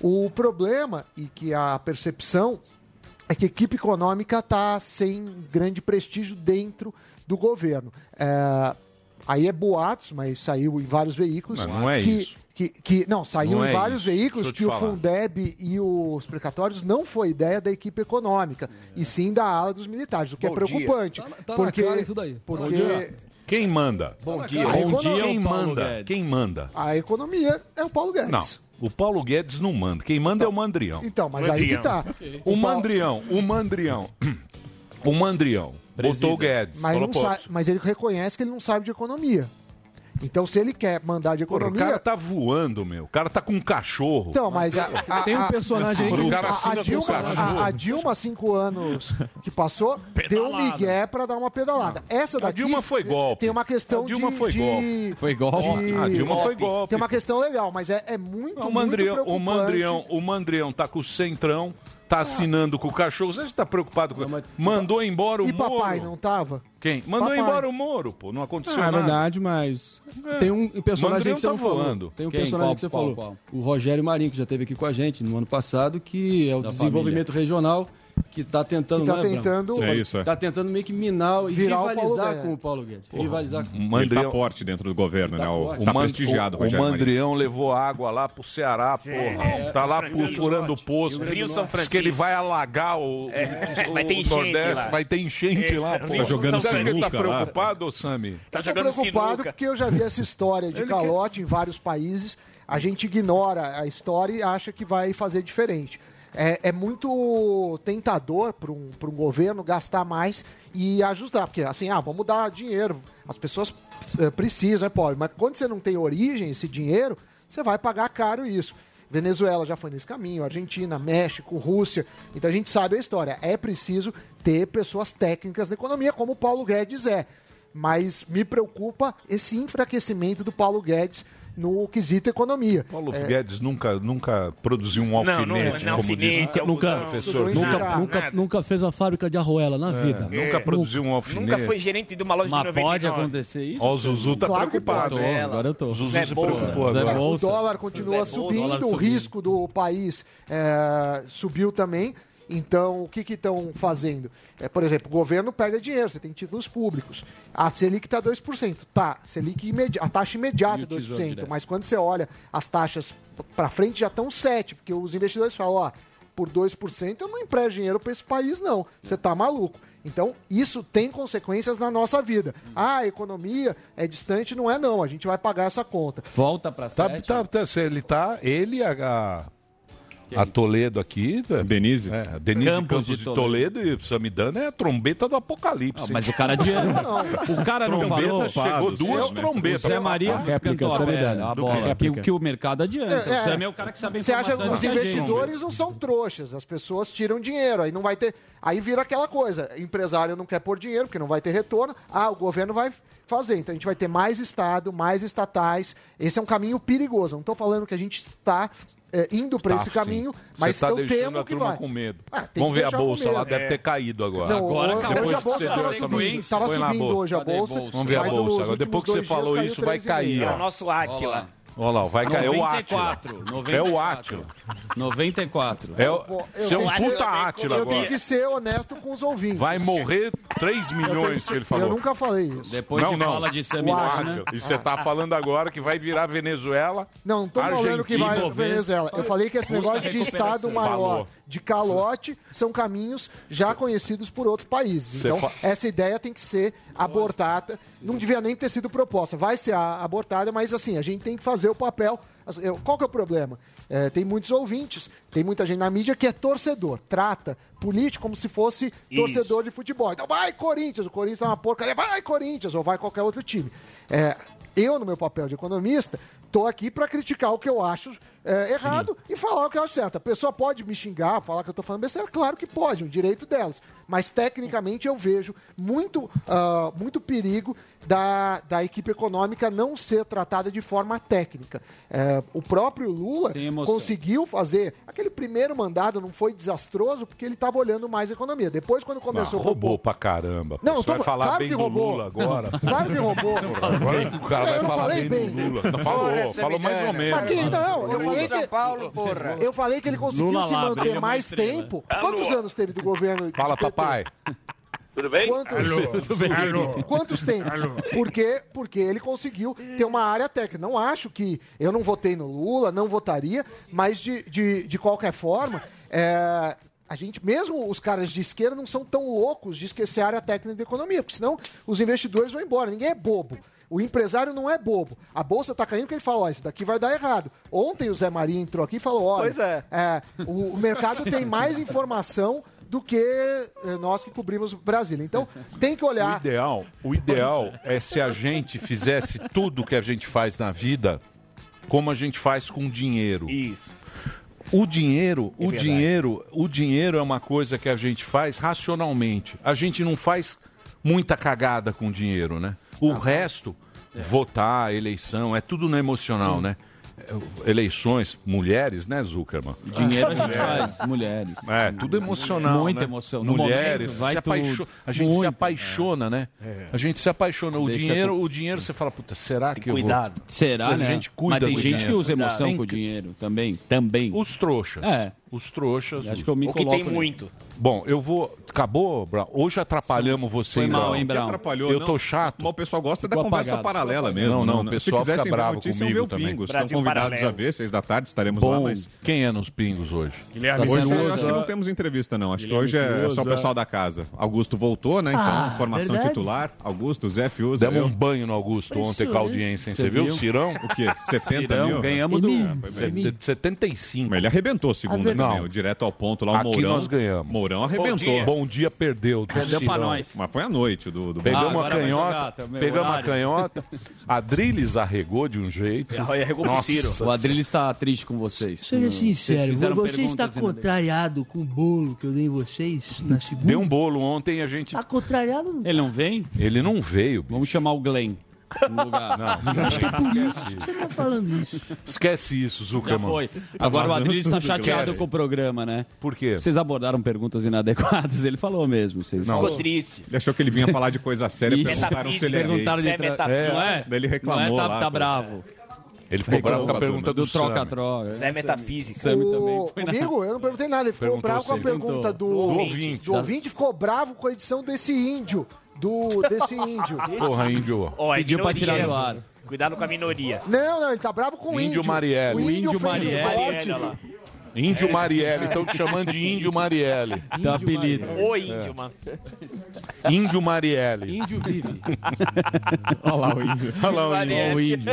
[SPEAKER 6] O problema, e que a percepção é que a equipe econômica está sem grande prestígio dentro do governo. É, aí é boatos, mas saiu em vários veículos.
[SPEAKER 1] Não, não é
[SPEAKER 6] que,
[SPEAKER 1] isso.
[SPEAKER 6] Que, que- não, saiu
[SPEAKER 1] Não
[SPEAKER 6] em
[SPEAKER 1] é
[SPEAKER 6] vários
[SPEAKER 1] isso.
[SPEAKER 6] veículos
[SPEAKER 1] Deixa eu te
[SPEAKER 6] que o
[SPEAKER 1] falar.
[SPEAKER 6] Fundeb e os precatórios não foi ideia da equipe econômica, e sim da ala dos militares, o que é
[SPEAKER 1] Bom
[SPEAKER 6] preocupante.
[SPEAKER 1] dia. Tá na-
[SPEAKER 2] tá na
[SPEAKER 6] porque,
[SPEAKER 2] cara isso daí. Tá na
[SPEAKER 6] Porque
[SPEAKER 2] cara.
[SPEAKER 1] Quem manda?
[SPEAKER 6] Bom dia.
[SPEAKER 1] Bom
[SPEAKER 6] Bom
[SPEAKER 1] dia
[SPEAKER 6] dia,
[SPEAKER 1] quem
[SPEAKER 6] o Paulo
[SPEAKER 1] manda?
[SPEAKER 6] Guedes.
[SPEAKER 1] Quem manda?
[SPEAKER 6] a economia é o Paulo Guedes.
[SPEAKER 1] Não. O Paulo Guedes não manda. Quem manda é o Mandrião.
[SPEAKER 6] Então, mas aí que tá.
[SPEAKER 1] O Mandrião, o Mandrião. O Mandrião. Botou o Guedes.
[SPEAKER 6] Mas,
[SPEAKER 1] falou,
[SPEAKER 6] não
[SPEAKER 1] pô,
[SPEAKER 6] sa- mas ele reconhece que ele não sabe de economia. Então, se ele quer mandar de
[SPEAKER 1] porra, o
[SPEAKER 6] economia.
[SPEAKER 1] cara tá voando, meu. O cara tá com um cachorro.
[SPEAKER 6] Então, mas a, a-
[SPEAKER 1] Tem um
[SPEAKER 6] a-
[SPEAKER 1] personagem aí que- tá-
[SPEAKER 6] a-
[SPEAKER 1] O cara
[SPEAKER 6] a,
[SPEAKER 1] assina com
[SPEAKER 6] Dilma,
[SPEAKER 1] cachorro.
[SPEAKER 6] a- a Dilma, há cinco anos que passou, deu um migué pra dar uma pedalada. É Essa daqui
[SPEAKER 1] Dilma foi golpe.
[SPEAKER 6] tem uma questão
[SPEAKER 1] A Dilma
[SPEAKER 6] de,
[SPEAKER 1] foi
[SPEAKER 6] de-
[SPEAKER 1] golpe. Foi golpe?
[SPEAKER 6] de-
[SPEAKER 1] A Dilma foi golpe.
[SPEAKER 6] Tem uma questão legal, mas é, é muito,
[SPEAKER 1] O
[SPEAKER 6] muito
[SPEAKER 1] Mandrião, o
[SPEAKER 6] preocupante. Ah.
[SPEAKER 1] Mandrião, o Mandrião tá com o centrão, tá assinando com o cachorro. Você tá preocupado com Mandou embora o
[SPEAKER 6] E papai
[SPEAKER 1] Moro.
[SPEAKER 6] não tava?
[SPEAKER 1] Quem? Mandou
[SPEAKER 6] Papai.
[SPEAKER 1] embora o Moro, pô. Não aconteceu
[SPEAKER 4] Ah, é
[SPEAKER 1] nada.
[SPEAKER 4] verdade, mas. Tem um personagem
[SPEAKER 1] Mandrião
[SPEAKER 4] que você
[SPEAKER 1] É. tá
[SPEAKER 4] não falou.
[SPEAKER 1] voando.
[SPEAKER 4] Tem um
[SPEAKER 1] Quem?
[SPEAKER 4] personagem
[SPEAKER 1] Qual,
[SPEAKER 4] que você
[SPEAKER 1] qual,
[SPEAKER 4] falou.
[SPEAKER 1] qual?
[SPEAKER 4] O Rogério Marinho, que já esteve aqui com a gente no ano passado, que é o
[SPEAKER 5] Da
[SPEAKER 4] desenvolvimento regional que está tentando.
[SPEAKER 6] Que tá
[SPEAKER 4] não Abraão?
[SPEAKER 6] tentando-
[SPEAKER 4] Você
[SPEAKER 11] É
[SPEAKER 4] falou,
[SPEAKER 11] isso, é.
[SPEAKER 4] Tá tentando meio que minar e
[SPEAKER 6] Virar o Paulo
[SPEAKER 4] rivalizar
[SPEAKER 6] Guedes.
[SPEAKER 4] com o Paulo Guedes. Rivalizar com
[SPEAKER 1] Mandrião-
[SPEAKER 11] Ele tá forte dentro do governo, né? O,
[SPEAKER 1] O
[SPEAKER 11] tá
[SPEAKER 1] Man-
[SPEAKER 11] prestigiado,
[SPEAKER 1] o-
[SPEAKER 11] Rogério
[SPEAKER 1] O
[SPEAKER 11] Marinho.
[SPEAKER 1] Mandrião levou água lá pro Ceará, porra.
[SPEAKER 11] é,
[SPEAKER 1] tá
[SPEAKER 11] São
[SPEAKER 1] lá
[SPEAKER 11] Francisco.
[SPEAKER 1] furando o poço.
[SPEAKER 11] Rio São
[SPEAKER 1] Diz que ele vai alagar o, o-
[SPEAKER 9] É, vai ter
[SPEAKER 1] o
[SPEAKER 9] enchente
[SPEAKER 1] Nordeste.
[SPEAKER 9] lá.
[SPEAKER 1] Vai ter enchente
[SPEAKER 9] É,
[SPEAKER 1] lá,
[SPEAKER 9] Rio
[SPEAKER 1] porra.
[SPEAKER 9] São jogando
[SPEAKER 1] Você acha que ele tá
[SPEAKER 9] sinuca lá.
[SPEAKER 1] preocupado, Sami?
[SPEAKER 9] Tá
[SPEAKER 6] Eu tô
[SPEAKER 9] jogando
[SPEAKER 6] preocupado
[SPEAKER 9] sinuca.
[SPEAKER 6] porque eu já vi essa história de calote em vários países. A gente ignora a história e acha que vai fazer diferente. É, é muito tentador para um, pra um governo gastar mais e ajustar. Porque, assim, ah, vamos dar dinheiro. As pessoas eh, precisam, é pobre. Mas quando você não tem origem, esse dinheiro, você vai pagar caro isso. Venezuela já foi nesse caminho, Argentina, México, Rússia. Então a gente sabe a história. É preciso ter pessoas técnicas na economia, como o Paulo Guedes é. Mas me preocupa esse enfraquecimento do Paulo Guedes no quesito economia.
[SPEAKER 1] Paulo
[SPEAKER 6] É,
[SPEAKER 1] Guedes nunca, nunca produziu
[SPEAKER 9] Não,
[SPEAKER 1] um
[SPEAKER 9] não,
[SPEAKER 1] alfinete,
[SPEAKER 9] não,
[SPEAKER 1] como
[SPEAKER 9] alfinete, é um
[SPEAKER 1] diz o
[SPEAKER 9] nunca-
[SPEAKER 1] professor.
[SPEAKER 9] nada,
[SPEAKER 7] Nunca, nunca,
[SPEAKER 9] nada.
[SPEAKER 7] nunca fez uma fábrica de arruela na vida.
[SPEAKER 1] É. nunca produziu um alfinete.
[SPEAKER 9] Nunca foi gerente de uma loja
[SPEAKER 7] Mas
[SPEAKER 9] de 99.
[SPEAKER 7] pode acontecer isso?
[SPEAKER 1] Ó, o Zuzu tá
[SPEAKER 7] Claro que
[SPEAKER 1] preocupado.
[SPEAKER 7] pode.
[SPEAKER 1] hein?
[SPEAKER 7] Tô, agora eu tô.
[SPEAKER 1] Zuzu
[SPEAKER 7] Zé
[SPEAKER 1] se
[SPEAKER 7] Bolsa.
[SPEAKER 1] preocupou
[SPEAKER 7] Zé
[SPEAKER 1] agora.
[SPEAKER 6] o
[SPEAKER 7] Bolsa.
[SPEAKER 6] dólar continua
[SPEAKER 7] Zé Bolsa.
[SPEAKER 6] subindo,
[SPEAKER 7] Dólar
[SPEAKER 6] o
[SPEAKER 7] subindo.
[SPEAKER 6] risco do país é, subiu também. Então, o que estão fazendo? É, por exemplo, o governo perde dinheiro, você tem títulos públicos. A Selic está 2%. Tá, Selic imedi a taxa imediata
[SPEAKER 7] E
[SPEAKER 6] é
[SPEAKER 7] o tesouro
[SPEAKER 6] 2%.
[SPEAKER 7] direto.
[SPEAKER 6] Mas quando você olha as taxas para frente, já estão 7%, porque os investidores falam, ó, por 2%, eu não empresto dinheiro para esse país, não. Você tá maluco. Então, isso tem consequências na nossa vida.
[SPEAKER 7] Hum.
[SPEAKER 6] Ah, a economia é distante, não é não. A gente vai pagar essa conta.
[SPEAKER 5] Volta pra
[SPEAKER 1] tá, tá, tá, se Ele tá, ele, a, a, a Toledo aqui.
[SPEAKER 11] Denise.
[SPEAKER 1] É, a Denise Campos,
[SPEAKER 5] Campos
[SPEAKER 1] de,
[SPEAKER 5] de
[SPEAKER 1] Toledo. e Samidana é a trombeta do apocalipse.
[SPEAKER 5] Não, mas o cara adianta. O cara não
[SPEAKER 1] trombeta
[SPEAKER 5] falou.
[SPEAKER 1] Chegou
[SPEAKER 5] Fábio,
[SPEAKER 1] duas
[SPEAKER 5] eu-
[SPEAKER 1] trombetas. Ah,
[SPEAKER 5] O Zé Maria
[SPEAKER 1] A
[SPEAKER 5] cantou é, a,
[SPEAKER 1] Samidana.
[SPEAKER 5] bola, a
[SPEAKER 1] Do é
[SPEAKER 5] bola.
[SPEAKER 1] réplica.
[SPEAKER 5] Que, que o mercado adianta. o Zé é o cara que sabe
[SPEAKER 6] Você acha que os
[SPEAKER 5] informação antes da gente.
[SPEAKER 6] investidores não são trouxas, as pessoas tiram dinheiro, aí não vai ter. Aí vira aquela coisa: empresário não quer pôr dinheiro porque não vai ter retorno. Ah, o governo vai fazer. Então a gente vai ter mais Estado, mais estatais. Esse é um caminho perigoso. Não estou falando que a gente está é, indo para
[SPEAKER 1] Tá,
[SPEAKER 6] esse
[SPEAKER 1] sim.
[SPEAKER 6] caminho, mas
[SPEAKER 1] Você tá
[SPEAKER 6] eu
[SPEAKER 1] deixando
[SPEAKER 6] temo
[SPEAKER 1] a
[SPEAKER 6] que
[SPEAKER 1] turma
[SPEAKER 6] vai.
[SPEAKER 1] com medo.
[SPEAKER 6] Ah, tem que
[SPEAKER 1] Vamos ver a
[SPEAKER 6] deixar com
[SPEAKER 1] bolsa
[SPEAKER 6] medo.
[SPEAKER 1] lá, deve ter caído agora.
[SPEAKER 6] Não,
[SPEAKER 1] agora,
[SPEAKER 6] hoje- hoje a bolsa
[SPEAKER 1] você
[SPEAKER 6] tava
[SPEAKER 1] deu essa
[SPEAKER 6] subindo,
[SPEAKER 1] doença,
[SPEAKER 6] tava
[SPEAKER 1] põe na
[SPEAKER 6] subindo hoje a
[SPEAKER 1] Cadê
[SPEAKER 6] bolsa?
[SPEAKER 1] Vamos ver a
[SPEAKER 6] Mas nos
[SPEAKER 1] bolsa agora.
[SPEAKER 6] últimos
[SPEAKER 1] Depois que você
[SPEAKER 6] dois dias
[SPEAKER 1] falou
[SPEAKER 6] caiu
[SPEAKER 1] isso, vai
[SPEAKER 6] 3,5.
[SPEAKER 1] cair.
[SPEAKER 9] É
[SPEAKER 1] ó.
[SPEAKER 9] o nosso Átila.
[SPEAKER 1] Olha lá, vai cair. É o Átila.
[SPEAKER 5] 94,
[SPEAKER 1] É o Átila.
[SPEAKER 5] 94.
[SPEAKER 1] É o...
[SPEAKER 6] Pô, eu
[SPEAKER 1] Você é um
[SPEAKER 6] tenho que ser-
[SPEAKER 1] puta Átila
[SPEAKER 6] Eu tenho
[SPEAKER 1] agora.
[SPEAKER 6] que ser honesto com os ouvintes.
[SPEAKER 1] Vai morrer 3
[SPEAKER 6] Eu tenho
[SPEAKER 1] milhões,
[SPEAKER 6] que ser-
[SPEAKER 1] que ele falou.
[SPEAKER 6] Eu nunca falei isso.
[SPEAKER 5] Depois de fala de Samidana.
[SPEAKER 1] Átila. E você tá falando agora que vai virar Venezuela.
[SPEAKER 6] Não, não tô falando que vai pra Venezuela. Eu falei que esse
[SPEAKER 1] Busca
[SPEAKER 6] negócio de
[SPEAKER 1] recuperação.
[SPEAKER 6] Estado maior,
[SPEAKER 1] Falou.
[SPEAKER 6] de calote, são caminhos já conhecidos por outros países.
[SPEAKER 1] Cê
[SPEAKER 6] Então,
[SPEAKER 1] fa-
[SPEAKER 6] essa ideia tem que ser abortada. Não devia nem ter sido proposta. Vai ser a- abortada, mas assim, a gente tem que fazer o papel. As- eu- Qual que é o problema? É, tem muitos ouvintes, tem muita gente na mídia que é torcedor. Trata político como se fosse
[SPEAKER 16] Isso.
[SPEAKER 6] torcedor de futebol. Então, vai Corinthians, o Corinthians é uma porcaria, vai Corinthians, ou vai qualquer outro time. É, eu, no meu papel de economista, tô aqui para criticar o que eu acho é, errado e falar o que eu acho certo. A pessoa pode me xingar, falar que eu tô falando besteira, claro que pode, é um direito delas. Mas, tecnicamente, eu vejo muito, ah, muito perigo da, da equipe econômica não ser tratada de forma técnica. É, o próprio Lula
[SPEAKER 5] Sem emoção.
[SPEAKER 6] conseguiu conseguiu fazer. Aquele primeiro mandado não foi desastroso porque ele estava olhando mais a economia. Depois, quando começou
[SPEAKER 1] Começou
[SPEAKER 6] o
[SPEAKER 1] roubou pra caramba.
[SPEAKER 6] Não, eu
[SPEAKER 1] Você
[SPEAKER 6] tô-
[SPEAKER 1] vai falar
[SPEAKER 6] claro
[SPEAKER 1] bem
[SPEAKER 6] que
[SPEAKER 1] do
[SPEAKER 6] roubou.
[SPEAKER 1] Lula agora.
[SPEAKER 6] Claro que roubou.
[SPEAKER 1] Agora o
[SPEAKER 6] Eu
[SPEAKER 1] cara vai
[SPEAKER 6] não
[SPEAKER 1] falar
[SPEAKER 6] falei
[SPEAKER 1] bem, do
[SPEAKER 6] bem. é,
[SPEAKER 1] Lula. Não, falou, falou mais ou menos.
[SPEAKER 6] Mas que- não, eu falei que, eu falei que ele conseguiu
[SPEAKER 1] Lula
[SPEAKER 6] se
[SPEAKER 1] lá, brilha
[SPEAKER 6] manter
[SPEAKER 1] uma
[SPEAKER 6] mais
[SPEAKER 1] estrela.
[SPEAKER 6] tempo.
[SPEAKER 1] Alô.
[SPEAKER 6] Quantos anos teve do governo?
[SPEAKER 1] Fala, papai.
[SPEAKER 17] Tudo bem?
[SPEAKER 6] Quantos, <laughs> quantos tempos? Porque, porque ele conseguiu ter uma área técnica. Não acho que eu não votei no Lula, não votaria, mas de, de, de qualquer forma. é, a gente, mesmo os caras de esquerda, não são tão loucos de esquecer a área técnica da economia, porque senão os investidores vão embora. Ninguém é bobo. O empresário não é bobo. A bolsa tá caindo porque ele fala, ó, isso daqui vai dar errado. Ontem o Zé Maria entrou aqui e falou, olha,
[SPEAKER 16] Pois é.
[SPEAKER 6] é, o, o mercado tem mais informação do que eh, nós que cobrimos o Brasil. Então, tem que
[SPEAKER 1] O
[SPEAKER 6] olhar.
[SPEAKER 1] ideal, o ideal é se a gente fizesse tudo que a gente faz na vida como a gente faz com dinheiro.
[SPEAKER 9] Isso.
[SPEAKER 1] O dinheiro,
[SPEAKER 9] É
[SPEAKER 1] o
[SPEAKER 9] verdade.
[SPEAKER 1] dinheiro, o dinheiro é uma coisa que a gente faz racionalmente. A gente não faz muita cagada com dinheiro, né? O resto, votar, eleição, é tudo no emocional, né? Eleições, mulheres, né, Zuckerman?
[SPEAKER 5] Dinheiro é né? a
[SPEAKER 1] <laughs>
[SPEAKER 5] gente
[SPEAKER 1] Mulheres.
[SPEAKER 5] faz, mulheres.
[SPEAKER 1] É, tudo emocional.
[SPEAKER 5] Muita
[SPEAKER 1] né?
[SPEAKER 5] emoção. No
[SPEAKER 1] Mulheres,
[SPEAKER 5] momento, vai
[SPEAKER 1] se apaixo-
[SPEAKER 5] tudo.
[SPEAKER 1] a gente se
[SPEAKER 5] Muito.
[SPEAKER 1] apaixona, né? A gente se apaixona. O
[SPEAKER 5] Deixa
[SPEAKER 1] dinheiro,
[SPEAKER 5] com-
[SPEAKER 1] o dinheiro você fala, puta, será que eu vou...
[SPEAKER 5] Será,
[SPEAKER 1] Se a
[SPEAKER 5] né?
[SPEAKER 1] gente cuida
[SPEAKER 5] Mas tem
[SPEAKER 1] do
[SPEAKER 5] gente que
[SPEAKER 1] dinheiro.
[SPEAKER 5] usa emoção
[SPEAKER 1] Tem
[SPEAKER 5] com o
[SPEAKER 1] que-
[SPEAKER 5] dinheiro também. Também.
[SPEAKER 1] Os trouxas.
[SPEAKER 5] É.
[SPEAKER 1] Os trouxas.
[SPEAKER 5] Acho que eu me
[SPEAKER 1] O
[SPEAKER 5] coloco nisso.
[SPEAKER 1] Bom, eu vou. Acabou, Brau? Hoje atrapalhamos você,
[SPEAKER 11] Foi
[SPEAKER 1] hein,
[SPEAKER 11] mal,
[SPEAKER 1] Brau?
[SPEAKER 11] hein, Brau? Que atrapalhou,
[SPEAKER 1] Eu
[SPEAKER 11] não.
[SPEAKER 1] tô chato.
[SPEAKER 11] Mas o pessoal gosta da
[SPEAKER 1] Tô
[SPEAKER 11] conversa
[SPEAKER 1] apagado.
[SPEAKER 11] paralela
[SPEAKER 1] Tô
[SPEAKER 11] mesmo.
[SPEAKER 1] Não, não,
[SPEAKER 11] né?
[SPEAKER 1] o
[SPEAKER 11] Se
[SPEAKER 1] pessoal
[SPEAKER 11] quisessem
[SPEAKER 1] fica
[SPEAKER 11] ver
[SPEAKER 1] bravo
[SPEAKER 11] notícia,
[SPEAKER 1] comigo
[SPEAKER 11] vê o
[SPEAKER 1] também.
[SPEAKER 11] Pingos.
[SPEAKER 1] Brasil
[SPEAKER 11] Estão convidados
[SPEAKER 1] Paralelo.
[SPEAKER 11] a ver, seis da tarde, estaremos lá,
[SPEAKER 1] Bom,
[SPEAKER 11] mas...
[SPEAKER 1] quem é nos pingos hoje? é-
[SPEAKER 11] Guilherme hoje eu acho que não temos entrevista, não. Acho
[SPEAKER 1] Guilherme
[SPEAKER 11] que hoje é só o
[SPEAKER 1] Fiuza.
[SPEAKER 11] pessoal da casa. Augusto voltou, né? Então,
[SPEAKER 1] Ah,
[SPEAKER 11] formação
[SPEAKER 1] verdade.
[SPEAKER 11] titular. Augusto, Zé Fiuza.
[SPEAKER 1] Demos um banho no Augusto ontem com a audiência, hein? Você viu? Cirão?
[SPEAKER 11] O quê? 70
[SPEAKER 1] Cirão,
[SPEAKER 11] mil?
[SPEAKER 1] ganhamos do-
[SPEAKER 11] É, foi
[SPEAKER 1] Sete-
[SPEAKER 11] bem.
[SPEAKER 1] 75.
[SPEAKER 11] Mas ele arrebentou
[SPEAKER 1] A
[SPEAKER 11] segunda
[SPEAKER 1] verdade.
[SPEAKER 11] também, ó, direto ao ponto lá. O
[SPEAKER 1] Aqui
[SPEAKER 11] Mourão.
[SPEAKER 1] nós ganhamos.
[SPEAKER 11] Mourão
[SPEAKER 1] Bom
[SPEAKER 11] arrebentou.
[SPEAKER 1] dia. Bom dia, perdeu. do
[SPEAKER 11] Perdeu pra
[SPEAKER 1] Cirão.
[SPEAKER 11] nós. Mas foi à noite do. do
[SPEAKER 1] Pegamos
[SPEAKER 11] Brasil.
[SPEAKER 1] uma canhota, pegamos uma canhota. Adriles arregou de um jeito. Nossa
[SPEAKER 5] O Adrilho está triste com vocês.
[SPEAKER 7] Seja sincero,
[SPEAKER 5] Vocês fizeram
[SPEAKER 7] você está
[SPEAKER 5] perguntas ainda.
[SPEAKER 7] contrariado com o bolo que eu dei em vocês na segunda?
[SPEAKER 1] Deu um bolo ontem e a gente.
[SPEAKER 7] Tá contrariado? não?
[SPEAKER 5] Ele não vem?
[SPEAKER 1] Ele não veio.
[SPEAKER 5] Vamos chamar o
[SPEAKER 1] <laughs>
[SPEAKER 5] Glenn. No lugar.
[SPEAKER 1] Não,
[SPEAKER 7] Acho que é por isso
[SPEAKER 1] esquece.
[SPEAKER 7] que você tá falando isso.
[SPEAKER 1] Esquece isso,
[SPEAKER 5] Já
[SPEAKER 1] Zuckerman. Tá
[SPEAKER 5] foi. Agora o Adrilho está
[SPEAKER 1] Esquece.
[SPEAKER 5] chateado com o programa, né?
[SPEAKER 1] Por quê?
[SPEAKER 5] Vocês abordaram perguntas inadequadas, ele falou mesmo. Vocês...
[SPEAKER 11] Não. Ficou
[SPEAKER 5] triste.
[SPEAKER 11] Ele achou que ele vinha falar de coisa séria,
[SPEAKER 5] Isso.
[SPEAKER 11] perguntaram se ele
[SPEAKER 5] Perguntaram de
[SPEAKER 11] é gay.
[SPEAKER 5] tra- não é?
[SPEAKER 11] Daí ele reclamou
[SPEAKER 5] Não é, tá,
[SPEAKER 11] lá,
[SPEAKER 5] tá
[SPEAKER 11] pô.
[SPEAKER 5] bravo.
[SPEAKER 1] Ele ficou bravo com a pergunta do né?
[SPEAKER 5] troca-troca.
[SPEAKER 3] Zé Metafísica.
[SPEAKER 1] é
[SPEAKER 5] Sammy
[SPEAKER 6] O,
[SPEAKER 5] também foi na-
[SPEAKER 6] comigo, eu não perguntei nada. Ele ficou
[SPEAKER 5] Perguntou
[SPEAKER 6] bravo com a
[SPEAKER 5] sim.
[SPEAKER 6] pergunta do,
[SPEAKER 5] Perguntou. Do ouvinte.
[SPEAKER 6] Do ouvinte ficou bravo com a edição desse índio. Do, desse índio.
[SPEAKER 1] Porra, índio.
[SPEAKER 9] Ó, é
[SPEAKER 5] Pediu pra
[SPEAKER 9] minoria,
[SPEAKER 5] tirar do
[SPEAKER 9] hein? Cuidado com a minoria.
[SPEAKER 5] <laughs>
[SPEAKER 6] Não, não, ele tá bravo com o
[SPEAKER 1] Índio
[SPEAKER 6] índio.
[SPEAKER 1] Marielle.
[SPEAKER 6] O
[SPEAKER 1] O
[SPEAKER 6] índio,
[SPEAKER 1] Índio
[SPEAKER 6] fez
[SPEAKER 1] Marielle.
[SPEAKER 6] um corte.
[SPEAKER 9] Marielle, olha lá.
[SPEAKER 1] Índio Marielle, estão te chamando de Índio Marielle.
[SPEAKER 5] Teu apelido.
[SPEAKER 9] Ô, índio, mano.
[SPEAKER 1] É. Índio Marielle.
[SPEAKER 9] Índio vive.
[SPEAKER 1] <laughs> Olha lá o índio. Olha lá o índio.
[SPEAKER 9] Marielle.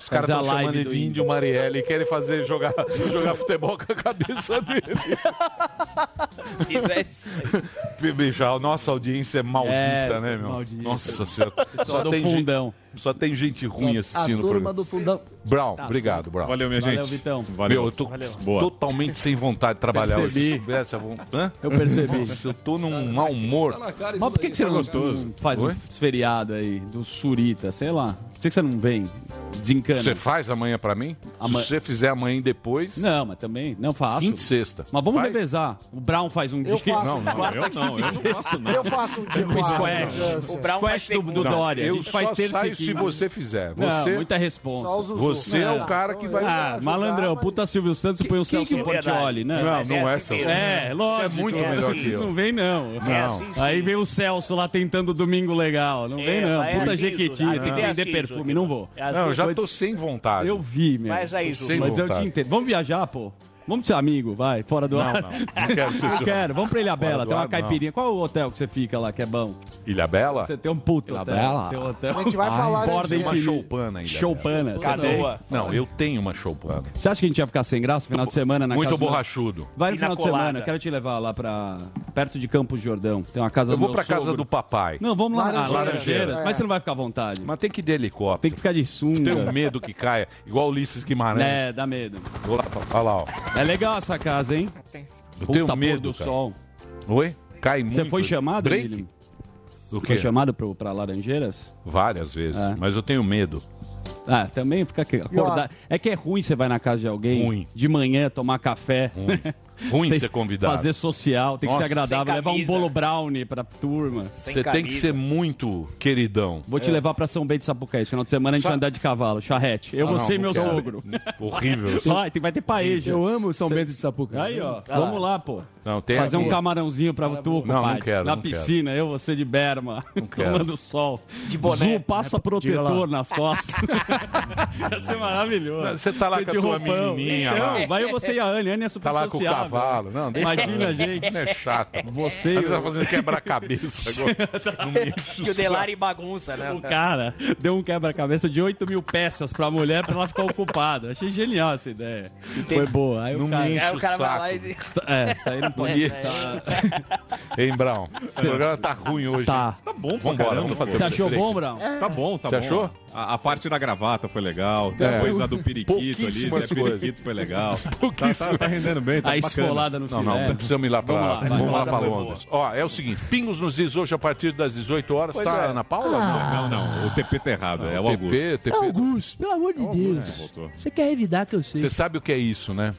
[SPEAKER 1] Os caras
[SPEAKER 9] Fazer a
[SPEAKER 1] estão
[SPEAKER 9] live
[SPEAKER 1] chamando
[SPEAKER 9] do
[SPEAKER 1] de Índio Marielle e querem fazer jogar, <laughs> jogar futebol com a cabeça dele.
[SPEAKER 9] Fizesse.
[SPEAKER 1] Bicho, a nossa audiência é maldita,
[SPEAKER 5] É,
[SPEAKER 1] né, meu?
[SPEAKER 5] maldita.
[SPEAKER 1] Nossa
[SPEAKER 5] <laughs>
[SPEAKER 1] senhora.
[SPEAKER 5] Pessoal do
[SPEAKER 1] gente-
[SPEAKER 5] fundão.
[SPEAKER 1] só tem gente ruim
[SPEAKER 2] Só a
[SPEAKER 1] assistindo o
[SPEAKER 2] turma
[SPEAKER 1] programa.
[SPEAKER 2] do fundão.
[SPEAKER 1] Brown,
[SPEAKER 2] Tá
[SPEAKER 1] obrigado,
[SPEAKER 2] certo.
[SPEAKER 1] Brown.
[SPEAKER 5] Valeu, minha Valeu, gente. Vitão.
[SPEAKER 1] Valeu. Meu, eu tô
[SPEAKER 5] Valeu.
[SPEAKER 1] Boa. totalmente sem vontade de trabalhar
[SPEAKER 5] Percebi.
[SPEAKER 1] hoje. Se eu soubesse, eu vou- Hã?
[SPEAKER 5] Eu percebi.
[SPEAKER 1] Nossa, eu tô num mau humor.
[SPEAKER 5] Mas por que, que você não
[SPEAKER 1] Tá gostoso?
[SPEAKER 5] faz
[SPEAKER 1] Oi?
[SPEAKER 5] um feriado aí, do Surita, sei lá. Por que, que você não vem? Desencana.
[SPEAKER 1] Você faz amanhã pra mim?
[SPEAKER 5] Amanhã-
[SPEAKER 1] Se você fizer amanhã e depois.
[SPEAKER 5] Não, mas também não faço.
[SPEAKER 1] Quinta e sexta.
[SPEAKER 5] Mas vamos
[SPEAKER 1] Faz?
[SPEAKER 5] revezar. O Brown faz um
[SPEAKER 1] Eu
[SPEAKER 5] dia.
[SPEAKER 1] faço. Não, não,
[SPEAKER 5] Quarta,
[SPEAKER 1] eu não,
[SPEAKER 5] quinta e
[SPEAKER 1] eu não
[SPEAKER 5] sexta.
[SPEAKER 1] faço nada. Tipo
[SPEAKER 5] Tipo squash.
[SPEAKER 1] O
[SPEAKER 5] O
[SPEAKER 1] Brown
[SPEAKER 5] Brown
[SPEAKER 1] faz
[SPEAKER 5] squash do, do
[SPEAKER 1] segunda.
[SPEAKER 5] Dória.
[SPEAKER 1] Eu
[SPEAKER 5] a gente faz
[SPEAKER 1] só
[SPEAKER 5] terça
[SPEAKER 1] saio
[SPEAKER 5] e
[SPEAKER 1] se
[SPEAKER 5] quinta.
[SPEAKER 1] você fizer.
[SPEAKER 5] Não,
[SPEAKER 1] Você-
[SPEAKER 5] muita responsa.
[SPEAKER 1] Só o Zuzu. Você é o cara que vai
[SPEAKER 5] Ah,
[SPEAKER 1] ajudar,
[SPEAKER 5] malandrão. Puta Silvio Santos põe o Celso
[SPEAKER 1] que-
[SPEAKER 5] Portioli, né?
[SPEAKER 1] Não, não é Celso.
[SPEAKER 5] É, lógico.
[SPEAKER 1] Você é muito melhor que eu.
[SPEAKER 5] Não vem, não.
[SPEAKER 1] É assim, sim.
[SPEAKER 5] Aí vem o Celso lá tentando domingo legal. Não vem, não.
[SPEAKER 1] vai
[SPEAKER 5] Puta
[SPEAKER 1] assim,
[SPEAKER 5] Jequiti.
[SPEAKER 1] Zuzu.
[SPEAKER 5] Tem que
[SPEAKER 1] Ah,
[SPEAKER 5] vender
[SPEAKER 1] assim,
[SPEAKER 5] perfume. Não É vou.
[SPEAKER 1] Não, eu já tô sem vontade.
[SPEAKER 5] Eu vi, meu.
[SPEAKER 1] Faz aí,
[SPEAKER 5] Tô
[SPEAKER 1] Zuzu.
[SPEAKER 5] sem Mas eu te
[SPEAKER 1] vontade.
[SPEAKER 5] entendo. Vamos viajar, pô. Vamos ser amigo, vai, fora do
[SPEAKER 1] Não,
[SPEAKER 5] ar.
[SPEAKER 1] não. Não quero
[SPEAKER 5] <laughs>
[SPEAKER 1] ser
[SPEAKER 5] Não
[SPEAKER 1] seu-
[SPEAKER 5] quero. Vamos pra Ilha
[SPEAKER 1] Fora
[SPEAKER 5] Bela,
[SPEAKER 1] do
[SPEAKER 5] tem uma
[SPEAKER 1] ar, não.
[SPEAKER 5] caipirinha. Qual o hotel que você fica lá que é bom?
[SPEAKER 1] Ilha Bela?
[SPEAKER 5] Você tem um puto
[SPEAKER 1] Ilha
[SPEAKER 5] hotel.
[SPEAKER 1] Bela.
[SPEAKER 5] Tem um hotel.
[SPEAKER 1] A gente vai pra
[SPEAKER 5] Ai,
[SPEAKER 1] lá, né,
[SPEAKER 5] borda
[SPEAKER 1] gente? Uma
[SPEAKER 5] infinita.
[SPEAKER 1] choupana ainda.
[SPEAKER 5] Choupana. você
[SPEAKER 1] Canoa.
[SPEAKER 5] tem?
[SPEAKER 1] Não, eu tenho uma choupana.
[SPEAKER 5] Você acha que a gente ia ficar sem graça no final de semana na
[SPEAKER 1] Muito
[SPEAKER 5] casa do-
[SPEAKER 1] borrachudo.
[SPEAKER 5] Vai
[SPEAKER 1] E
[SPEAKER 5] no
[SPEAKER 1] na
[SPEAKER 5] final de
[SPEAKER 1] colada.
[SPEAKER 5] semana, quero te levar lá pra. perto de Campos de Jordão. Tem uma casa
[SPEAKER 1] Eu
[SPEAKER 5] do
[SPEAKER 1] vou
[SPEAKER 5] meu
[SPEAKER 1] pra casa
[SPEAKER 5] sogro.
[SPEAKER 1] do papai.
[SPEAKER 5] Não, vamos lá. Ah,
[SPEAKER 11] É.
[SPEAKER 1] Laranjeiras. É.
[SPEAKER 5] Laranjeiras. Mas você não vai ficar à vontade.
[SPEAKER 1] Mas tem que ir de helicóptero.
[SPEAKER 5] Tem que ficar de sunga.
[SPEAKER 1] Tenho medo que caia, igual Ulisses Guimarães.
[SPEAKER 5] É, dá medo.
[SPEAKER 1] Vou lá, olha lá, ó.
[SPEAKER 5] É legal essa casa, hein?
[SPEAKER 1] Eu
[SPEAKER 5] Puta
[SPEAKER 1] tenho
[SPEAKER 5] pôr
[SPEAKER 1] medo,
[SPEAKER 5] do
[SPEAKER 1] cara.
[SPEAKER 5] sol.
[SPEAKER 1] Oi? Cai muito.
[SPEAKER 5] Você foi chamado,
[SPEAKER 1] Break?
[SPEAKER 5] Emílio?
[SPEAKER 1] Do
[SPEAKER 5] Foi
[SPEAKER 1] quê?
[SPEAKER 5] chamado pro, pra Laranjeiras? É.
[SPEAKER 1] Várias vezes, mas eu tenho medo.
[SPEAKER 5] Ah, também fica aqui, acordar. É que é ruim você vai na casa de alguém
[SPEAKER 1] Ruim.
[SPEAKER 5] de manhã tomar café. Ruim. <laughs>
[SPEAKER 1] Ruim ser convidado.
[SPEAKER 5] Fazer social, tem
[SPEAKER 1] Nossa,
[SPEAKER 5] que ser agradável,
[SPEAKER 1] sem
[SPEAKER 5] levar um
[SPEAKER 1] camisa.
[SPEAKER 5] bolo brownie pra turma.
[SPEAKER 1] Você tem que ser muito queridão.
[SPEAKER 5] Vou te
[SPEAKER 1] É.
[SPEAKER 5] levar pra São Bento de Sapucaí. Esse final de semana a gente
[SPEAKER 1] Sa-
[SPEAKER 5] vai andar de cavalo, charrete. Eu,
[SPEAKER 1] Ah, não,
[SPEAKER 5] você e meu
[SPEAKER 1] não quero.
[SPEAKER 5] sogro.
[SPEAKER 1] <laughs> Horrível.
[SPEAKER 5] Vai, tem- vai ter paeja.
[SPEAKER 16] Eu amo São Bento de Sapucaí.
[SPEAKER 5] Aí, ó.
[SPEAKER 16] Tá
[SPEAKER 5] Vamos lá, pô.
[SPEAKER 1] Não, tem
[SPEAKER 5] Fazer um
[SPEAKER 1] aqui.
[SPEAKER 5] camarãozinho pra tu,
[SPEAKER 1] Não, não
[SPEAKER 5] compadre.
[SPEAKER 1] quero,
[SPEAKER 5] Na
[SPEAKER 1] não quero.
[SPEAKER 5] piscina, eu, você de berma.
[SPEAKER 1] quero.
[SPEAKER 5] Tomando sol.
[SPEAKER 1] De boné. né?
[SPEAKER 5] Zu, passa
[SPEAKER 1] Diga lá.
[SPEAKER 5] protetor nas costas.
[SPEAKER 1] <laughs>
[SPEAKER 5] Ia ser maravilhoso.
[SPEAKER 1] Você tá lá
[SPEAKER 5] Você
[SPEAKER 1] com a
[SPEAKER 5] de
[SPEAKER 1] tua
[SPEAKER 5] roupão.
[SPEAKER 1] menininha
[SPEAKER 5] Não,
[SPEAKER 1] lá.
[SPEAKER 5] vai você e a Anne. A Anne é super
[SPEAKER 1] Tá lá com o
[SPEAKER 5] sociável.
[SPEAKER 1] cavalo. Não, deixa
[SPEAKER 5] Imagina,
[SPEAKER 1] eu-
[SPEAKER 5] gente.
[SPEAKER 1] Não é chato.
[SPEAKER 5] Você e
[SPEAKER 1] Você tá
[SPEAKER 5] o-
[SPEAKER 1] fazendo quebra-cabeça
[SPEAKER 5] <laughs>
[SPEAKER 1] agora. Não me enche
[SPEAKER 5] Que o Delari
[SPEAKER 3] bagunça, né?
[SPEAKER 5] O cara deu um quebra-cabeça de 8 mil peças pra mulher pra ela ficar ocupada. Achei genial essa ideia. Foi boa. Aí
[SPEAKER 1] Não
[SPEAKER 5] o cara,
[SPEAKER 1] me enche Aí o o cara vai saco. lá e-
[SPEAKER 5] <laughs> É,
[SPEAKER 1] <laughs>
[SPEAKER 5] isso aí não pode.
[SPEAKER 1] Bonito. Hein, Brown? O programa tá ruim hoje.
[SPEAKER 5] Tá.
[SPEAKER 1] Tá bom,
[SPEAKER 11] pra
[SPEAKER 1] Vambora,
[SPEAKER 11] caramba,
[SPEAKER 1] vamos fazer
[SPEAKER 11] pô. Você
[SPEAKER 1] o
[SPEAKER 11] achou
[SPEAKER 1] break.
[SPEAKER 11] bom, Brown? Tá bom, tá
[SPEAKER 1] Você
[SPEAKER 11] bom.
[SPEAKER 1] achou?
[SPEAKER 11] A, a parte da gravata foi legal.
[SPEAKER 1] É.
[SPEAKER 11] Depois a do periquito ali, se
[SPEAKER 1] Pouquíssimas
[SPEAKER 11] é periquito
[SPEAKER 1] coisas.
[SPEAKER 11] foi legal. Tá,
[SPEAKER 1] Pouquíssimas.
[SPEAKER 11] tá- tá rendendo bem, tá
[SPEAKER 1] A
[SPEAKER 11] bacana.
[SPEAKER 1] esfolada no Não, filé. não, não precisamos ir lá pra-
[SPEAKER 11] Vamos lá,
[SPEAKER 1] vamos lá pra
[SPEAKER 11] Foi
[SPEAKER 1] Londres. Ó, é o seguinte, Pingos nos diz hoje a partir das 18 horas,
[SPEAKER 11] Pois
[SPEAKER 1] tá,
[SPEAKER 11] é.
[SPEAKER 1] Ana Paula?
[SPEAKER 11] Não, não, o TP tá errado, é o
[SPEAKER 1] TP,
[SPEAKER 11] Augusto.
[SPEAKER 1] TP.
[SPEAKER 7] Augusto, pelo amor de Deus.
[SPEAKER 1] né, voltou.
[SPEAKER 7] Você quer revidar que eu sei.
[SPEAKER 1] Você sabe o que é isso, né?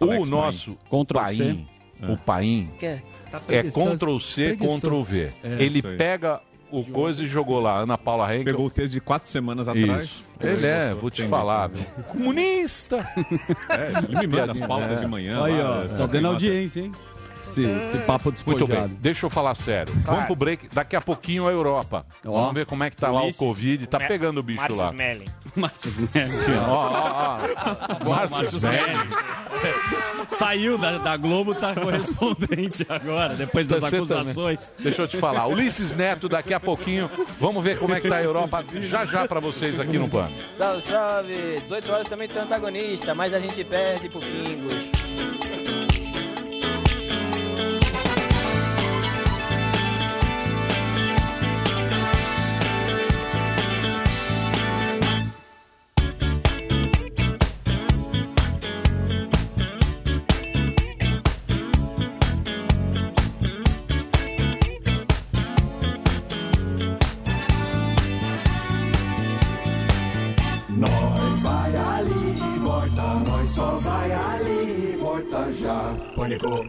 [SPEAKER 1] O
[SPEAKER 7] Alex
[SPEAKER 1] nosso
[SPEAKER 7] Paim. Ctrl C.
[SPEAKER 1] Paim, o Paim,
[SPEAKER 7] Quer? Tá
[SPEAKER 1] é
[SPEAKER 7] preguiçoso.
[SPEAKER 1] Ctrl C,
[SPEAKER 7] Preguiçoso.
[SPEAKER 1] Ctrl V.
[SPEAKER 11] É,
[SPEAKER 1] Ele
[SPEAKER 11] isso aí.
[SPEAKER 1] pega o coisa e jogou lá. Ana Paula Henkel.
[SPEAKER 11] Pegou o texto de quatro semanas atrás.
[SPEAKER 1] Isso. Ele é, vou te
[SPEAKER 11] Entendi.
[SPEAKER 1] falar. viu? Comunista!
[SPEAKER 11] É, ele me manda as
[SPEAKER 5] Tá
[SPEAKER 11] pautas
[SPEAKER 1] É.
[SPEAKER 11] de manhã.
[SPEAKER 5] Aí,
[SPEAKER 11] lá,
[SPEAKER 5] ó.
[SPEAKER 11] né?
[SPEAKER 5] Tá dando audiência, hein? Esse, esse papo
[SPEAKER 1] Muito
[SPEAKER 5] despojado.
[SPEAKER 1] bem, deixa eu falar sério. Vamos pro break. Daqui a pouquinho a Europa. Vamos ver como é que tá lá o
[SPEAKER 5] Ulisses.
[SPEAKER 1] Covid. Tá
[SPEAKER 5] Mer-
[SPEAKER 1] pegando o bicho
[SPEAKER 5] Márcio
[SPEAKER 1] lá. <laughs>
[SPEAKER 5] Smelling. Márcio Smelling.
[SPEAKER 1] Ó, ó, ó. Márcio Smelling.
[SPEAKER 5] Saiu da, da Globo, tá correspondente <laughs> agora, depois das
[SPEAKER 1] Você também.
[SPEAKER 5] acusações.
[SPEAKER 1] Deixa eu te falar.
[SPEAKER 5] <laughs>
[SPEAKER 1] Ulisses Neto, daqui a pouquinho. Vamos ver como é que tá a Europa já já pra vocês aqui no PAN.
[SPEAKER 17] Salve, salve! 18 horas também tem antagonista, mas a gente perde pro Pingos.
[SPEAKER 18] Nós vai ali e volta, nós só vai ali e volta já. Pânico.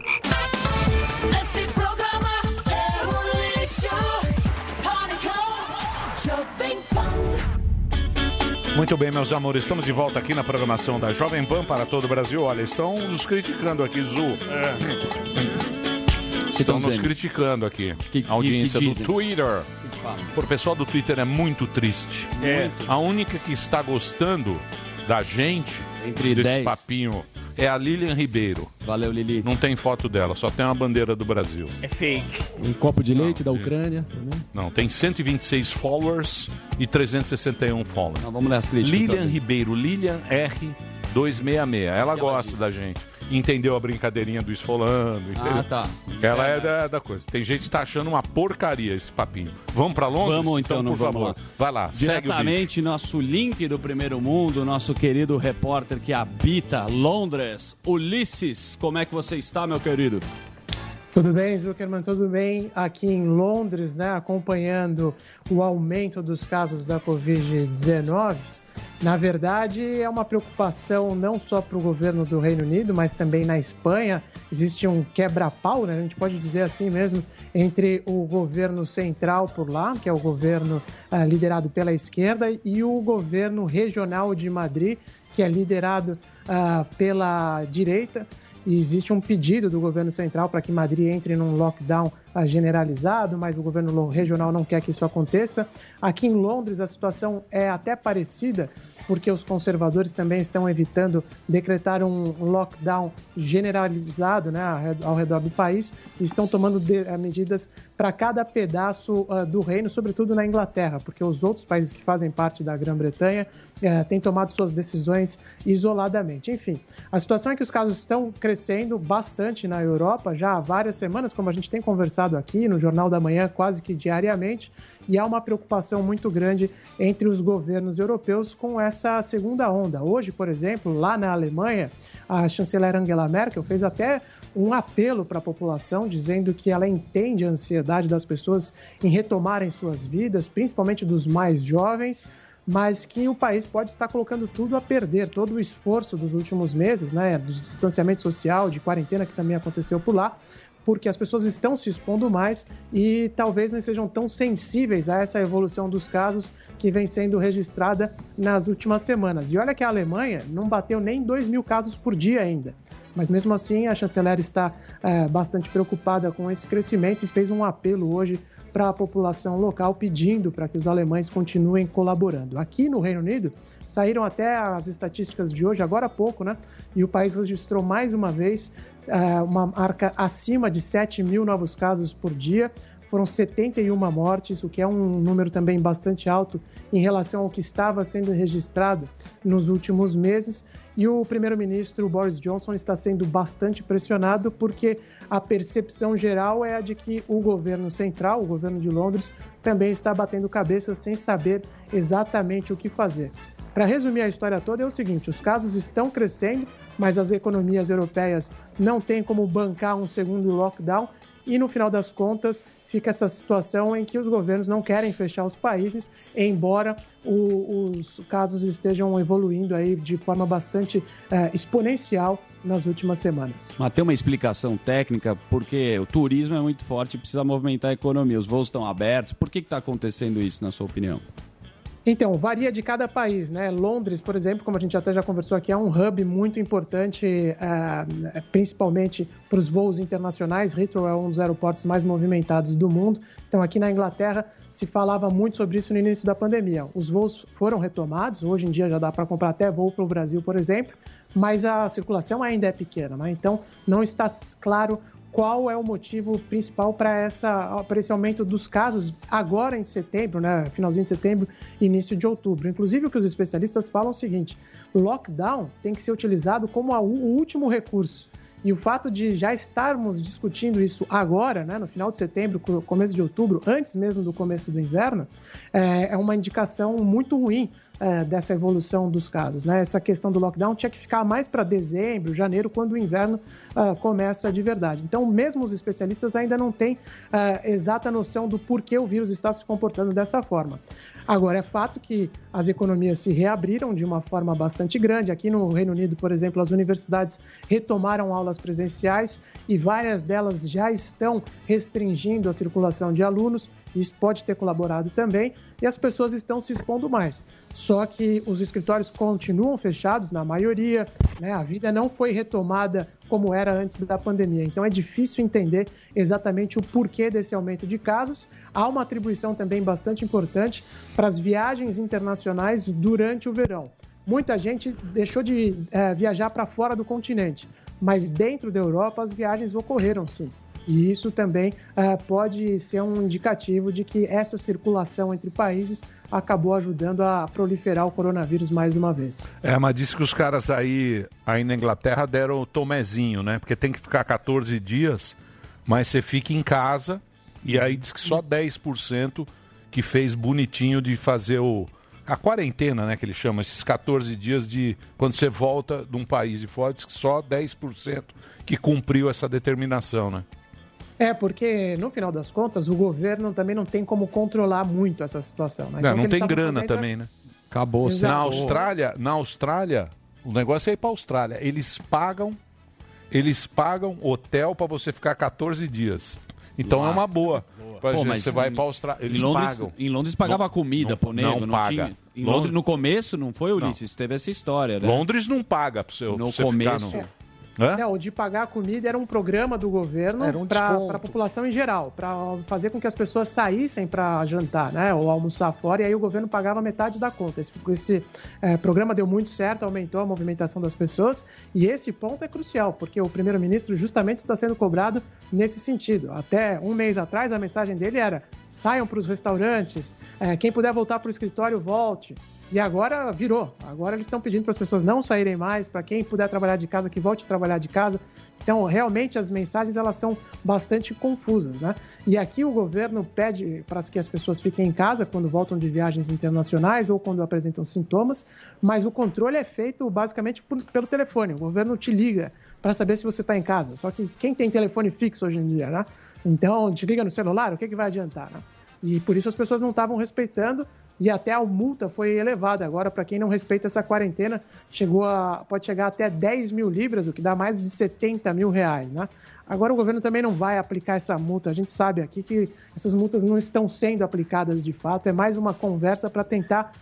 [SPEAKER 10] Esse programa é um lixo. Pânico, Jovem Pan.
[SPEAKER 1] Muito bem, meus amores, estamos de volta aqui na programação da Jovem Pan para todo o Brasil. Olha, estão nos criticando aqui, Zu. Estão
[SPEAKER 5] É. estão
[SPEAKER 1] nos
[SPEAKER 5] dizendo?
[SPEAKER 1] criticando aqui.
[SPEAKER 5] Que-
[SPEAKER 1] a audiência
[SPEAKER 5] que- que
[SPEAKER 1] do
[SPEAKER 5] dizem?
[SPEAKER 1] Twitter.
[SPEAKER 5] que falam?
[SPEAKER 1] Por pessoal do Twitter é muito triste.
[SPEAKER 5] É.
[SPEAKER 1] A única que está gostando da gente
[SPEAKER 5] Entre
[SPEAKER 1] desse
[SPEAKER 5] 10.
[SPEAKER 1] papinho é a Lilian Ribeiro. Valeu, Lili. Não tem foto dela, só tem uma bandeira do Brasil.
[SPEAKER 9] É fake.
[SPEAKER 16] Um copo de leite da Ucrânia. também.
[SPEAKER 1] Não, tem 126 followers e 361 followers.
[SPEAKER 5] vamos ler as críticas então,
[SPEAKER 1] Lilian
[SPEAKER 5] também.
[SPEAKER 1] Ribeiro, Lilian R266. Ela gosta da gente. Entendeu a brincadeirinha do Esfolando, entendeu?
[SPEAKER 5] assim. Ah, tá.
[SPEAKER 1] Ela é, da, da coisa. Tem gente que tá achando uma porcaria esse papinho. Vamos pra Londres?
[SPEAKER 5] Vamos então, não
[SPEAKER 1] por
[SPEAKER 5] vamos
[SPEAKER 1] favor.
[SPEAKER 5] lá.
[SPEAKER 1] Vai lá, segue o vídeo.
[SPEAKER 5] Diretamente, nosso link do Primeiro Mundo, nosso querido repórter que habita Londres, Ulisses. Como é que você está, meu querido?
[SPEAKER 19] Tudo bem, Zuckerman? Tudo bem? Aqui em Londres, né, acompanhando o aumento dos casos da Covid-19. Na verdade, é uma preocupação não só para o governo do Reino Unido, mas também na Espanha. Existe um quebra-pau, né? a gente pode dizer assim mesmo, entre o governo central por lá, que é o governo ah, liderado pela esquerda, e o governo regional de Madrid, que é liderado ah, pela direita. E existe um pedido do governo central para que Madrid entre num lockdown ah, generalizado, mas o governo lo- regional não quer que isso aconteça. Aqui em Londres a situação é até parecida, porque os conservadores também estão evitando decretar um lockdown generalizado né, ao re- ao redor do país e estão tomando de- eh, medidas para cada pedaço ah, do reino, sobretudo na Inglaterra, porque os outros países que fazem parte da Grã-Bretanha eh, têm tomado suas decisões isoladamente. Enfim, a situação é que os casos estão crescendo bastante na Europa já há várias semanas, como a gente tem conversado aqui no Jornal da Manhã quase que diariamente, e há uma preocupação muito grande entre os governos europeus com essa segunda onda. Hoje, por exemplo, lá na Alemanha, a chanceler Angela Merkel fez até um apelo para a população, dizendo que ela entende a ansiedade das pessoas em retomarem suas vidas, principalmente dos mais jovens mas que o país pode estar colocando tudo a perder, todo o esforço dos últimos meses, né, do distanciamento social, de quarentena que também aconteceu por lá, porque as pessoas estão se expondo mais e talvez não sejam tão sensíveis a essa evolução dos casos que vem sendo registrada nas últimas semanas. E olha que a Alemanha não bateu nem 2 mil casos por dia ainda. Mas mesmo assim, a chanceler está eh, bastante preocupada com esse crescimento e fez um apelo hoje para a população local, pedindo para que os alemães continuem colaborando. Aqui no Reino Unido, saíram até as estatísticas de hoje, agora há pouco, né? E o país registrou mais uma vez eh, uma marca acima de 7 mil novos casos por dia. Foram 71 mortes, o que é um número também bastante alto em relação ao que estava sendo registrado nos últimos meses. E o primeiro-ministro Boris Johnson está sendo bastante pressionado porque a percepção geral é a de que o governo central, o governo de Londres, também está batendo cabeça sem saber exatamente o que fazer. Para resumir a história toda, é o seguinte: os casos estão crescendo, mas as economias europeias não têm como bancar um segundo lockdown e no final das contas fica essa situação em que os governos não querem fechar os países, embora o- os casos estejam evoluindo aí de forma bastante eh, exponencial nas últimas semanas.
[SPEAKER 5] Mas tem uma explicação técnica, porque o turismo é muito forte e precisa movimentar a economia. Os voos estão abertos. Por que está acontecendo isso, na sua opinião?
[SPEAKER 19] Então, varia de cada país, né? Londres, por exemplo, como a gente até já conversou aqui, é um hub muito importante, ah, principalmente para os voos internacionais. Heathrow é um dos aeroportos mais movimentados do mundo. Então, aqui na Inglaterra se falava muito sobre isso no início da pandemia. Os voos foram retomados, hoje em dia já dá para comprar até voo para o Brasil, por exemplo, mas a circulação ainda é pequena, né? Então, não está claro qual é o motivo principal para essa para esse aumento dos casos agora em setembro, né, finalzinho de setembro, início de outubro. Inclusive o que os especialistas falam é o seguinte: lockdown tem que ser utilizado como a- o último recurso. E o fato de já estarmos discutindo isso agora, né, no final de setembro, co- começo de outubro, antes mesmo do começo do inverno, é é uma indicação muito ruim eh, dessa evolução dos casos. Né? Essa questão do lockdown tinha que ficar mais para dezembro, janeiro, quando o inverno ah, começa de verdade. Então, mesmo os especialistas ainda não têm ah, exata noção do porquê o vírus está se comportando dessa forma. Agora, é fato que as economias se reabriram de uma forma bastante grande. Aqui no Reino Unido, por exemplo, as universidades retomaram aulas presenciais e várias delas já estão restringindo a circulação de alunos. Isso pode ter colaborado também. E as pessoas estão se expondo mais. Só que os escritórios continuam fechados, na maioria. né? A vida não foi retomada como era antes da pandemia. Então é difícil entender exatamente o porquê desse aumento de casos. Há uma atribuição também bastante importante para as viagens internacionais durante o verão. muita gente deixou de eh, viajar para fora do continente, mas dentro da Europa as viagens ocorreram sim. E isso também eh, pode ser um indicativo de que essa circulação entre países acabou ajudando a proliferar o coronavírus mais uma vez.
[SPEAKER 1] É, mas disse que os caras aí, aí na Inglaterra deram o tomezinho, né? Porque tem que ficar 14 dias, mas você fica em casa e aí diz que só 10% que fez bonitinho de fazer o a quarentena, né, que ele chama, esses 14 dias de quando você volta de um país de fora, diz que só 10% que cumpriu essa determinação, né?
[SPEAKER 19] É, porque no final das contas o governo também não tem como controlar muito essa situação. Né? Então,
[SPEAKER 1] Não,
[SPEAKER 19] o que
[SPEAKER 1] não
[SPEAKER 19] eles
[SPEAKER 1] tem
[SPEAKER 19] estavam
[SPEAKER 1] grana
[SPEAKER 19] fazendo é-
[SPEAKER 1] também, né?
[SPEAKER 20] Acabou.
[SPEAKER 1] Na Austrália, na Austrália, o negócio é ir pra Austrália. Eles pagam, eles pagam hotel pra você ficar 14 dias. Então é uma boa. Pra
[SPEAKER 5] Pô,
[SPEAKER 1] gente,
[SPEAKER 5] mas
[SPEAKER 1] você vai
[SPEAKER 5] em-
[SPEAKER 1] pra Austrália. Eles
[SPEAKER 5] em Londres,
[SPEAKER 1] pagam.
[SPEAKER 5] Em Londres pagava
[SPEAKER 1] Não-
[SPEAKER 5] comida,
[SPEAKER 1] não-
[SPEAKER 5] pô, nego,
[SPEAKER 1] não
[SPEAKER 5] não,
[SPEAKER 1] paga.
[SPEAKER 5] tinha. Em
[SPEAKER 1] Londres-
[SPEAKER 5] Londres, no começo, não foi, Ulisses? Teve essa história, né?
[SPEAKER 1] Londres não paga pro seu.
[SPEAKER 5] No
[SPEAKER 1] pra você
[SPEAKER 5] começo.
[SPEAKER 1] Ficar no...
[SPEAKER 19] Não, Né, o de pagar a comida era um programa do governo
[SPEAKER 6] Era um
[SPEAKER 19] para
[SPEAKER 6] desconto.
[SPEAKER 19] a população em geral, para fazer com que as pessoas saíssem para jantar, né, ou almoçar fora, e aí o governo pagava metade da conta. Esse, esse, eh, programa deu muito certo, aumentou a movimentação das pessoas, e esse ponto é crucial, porque o primeiro-ministro justamente está sendo cobrado nesse sentido. Até um mês atrás, a mensagem dele era: saiam para os restaurantes, eh, quem puder voltar para o escritório, volte. E agora virou. Agora eles estão pedindo para as pessoas não saírem mais, para quem puder trabalhar de casa, que volte a trabalhar de casa. Então, realmente, as mensagens elas são bastante confusas, né? E aqui o governo pede para que as pessoas fiquem em casa quando voltam de viagens internacionais ou quando apresentam sintomas, mas o controle é feito basicamente por- pelo telefone. O governo te liga para saber se você está em casa. Só que quem tem telefone fixo hoje em dia, né? Então, te liga no celular, o que, que vai adiantar, né? E por isso as pessoas não estavam respeitando e até a multa foi elevada. Agora, para quem não respeita essa quarentena, chegou a, pode chegar até 10 mil libras, o que dá mais de 70 mil reais. Né? Agora, o governo também não vai aplicar essa multa. A gente sabe aqui que essas multas não estão sendo aplicadas de fato. É mais uma conversa para tentar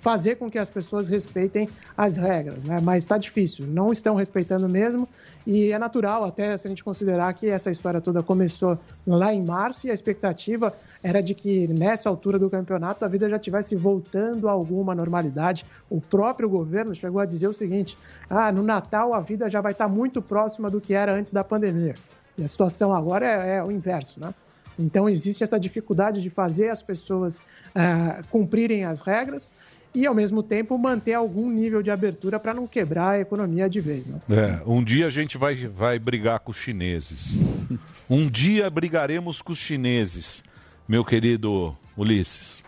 [SPEAKER 19] fazer com que as pessoas respeitem as regras, né? Mas está difícil, não estão respeitando mesmo e é natural até se a gente considerar que essa história toda começou lá em março e a expectativa era de que nessa altura do campeonato a vida já tivesse voltando a alguma normalidade. O próprio governo chegou a dizer o seguinte: ah, no Natal a vida já vai estar muito próxima do que era antes da pandemia. E a situação agora é- é o inverso, né? Então existe essa dificuldade de fazer as pessoas ah, cumprirem as regras e ao mesmo tempo manter algum nível de abertura para não quebrar a economia de vez. Né?
[SPEAKER 1] É, um dia a gente vai, vai brigar com os
[SPEAKER 5] <laughs>
[SPEAKER 1] chineses. Um dia brigaremos com os chineses, meu querido Ulisses.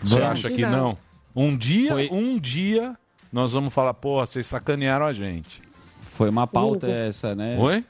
[SPEAKER 1] Você
[SPEAKER 9] Vamos.
[SPEAKER 1] acha que não? Um dia, um dia, nós vamos falar, porra, vocês sacanearam a gente.
[SPEAKER 5] Foi uma pauta essa, né?
[SPEAKER 1] Oi?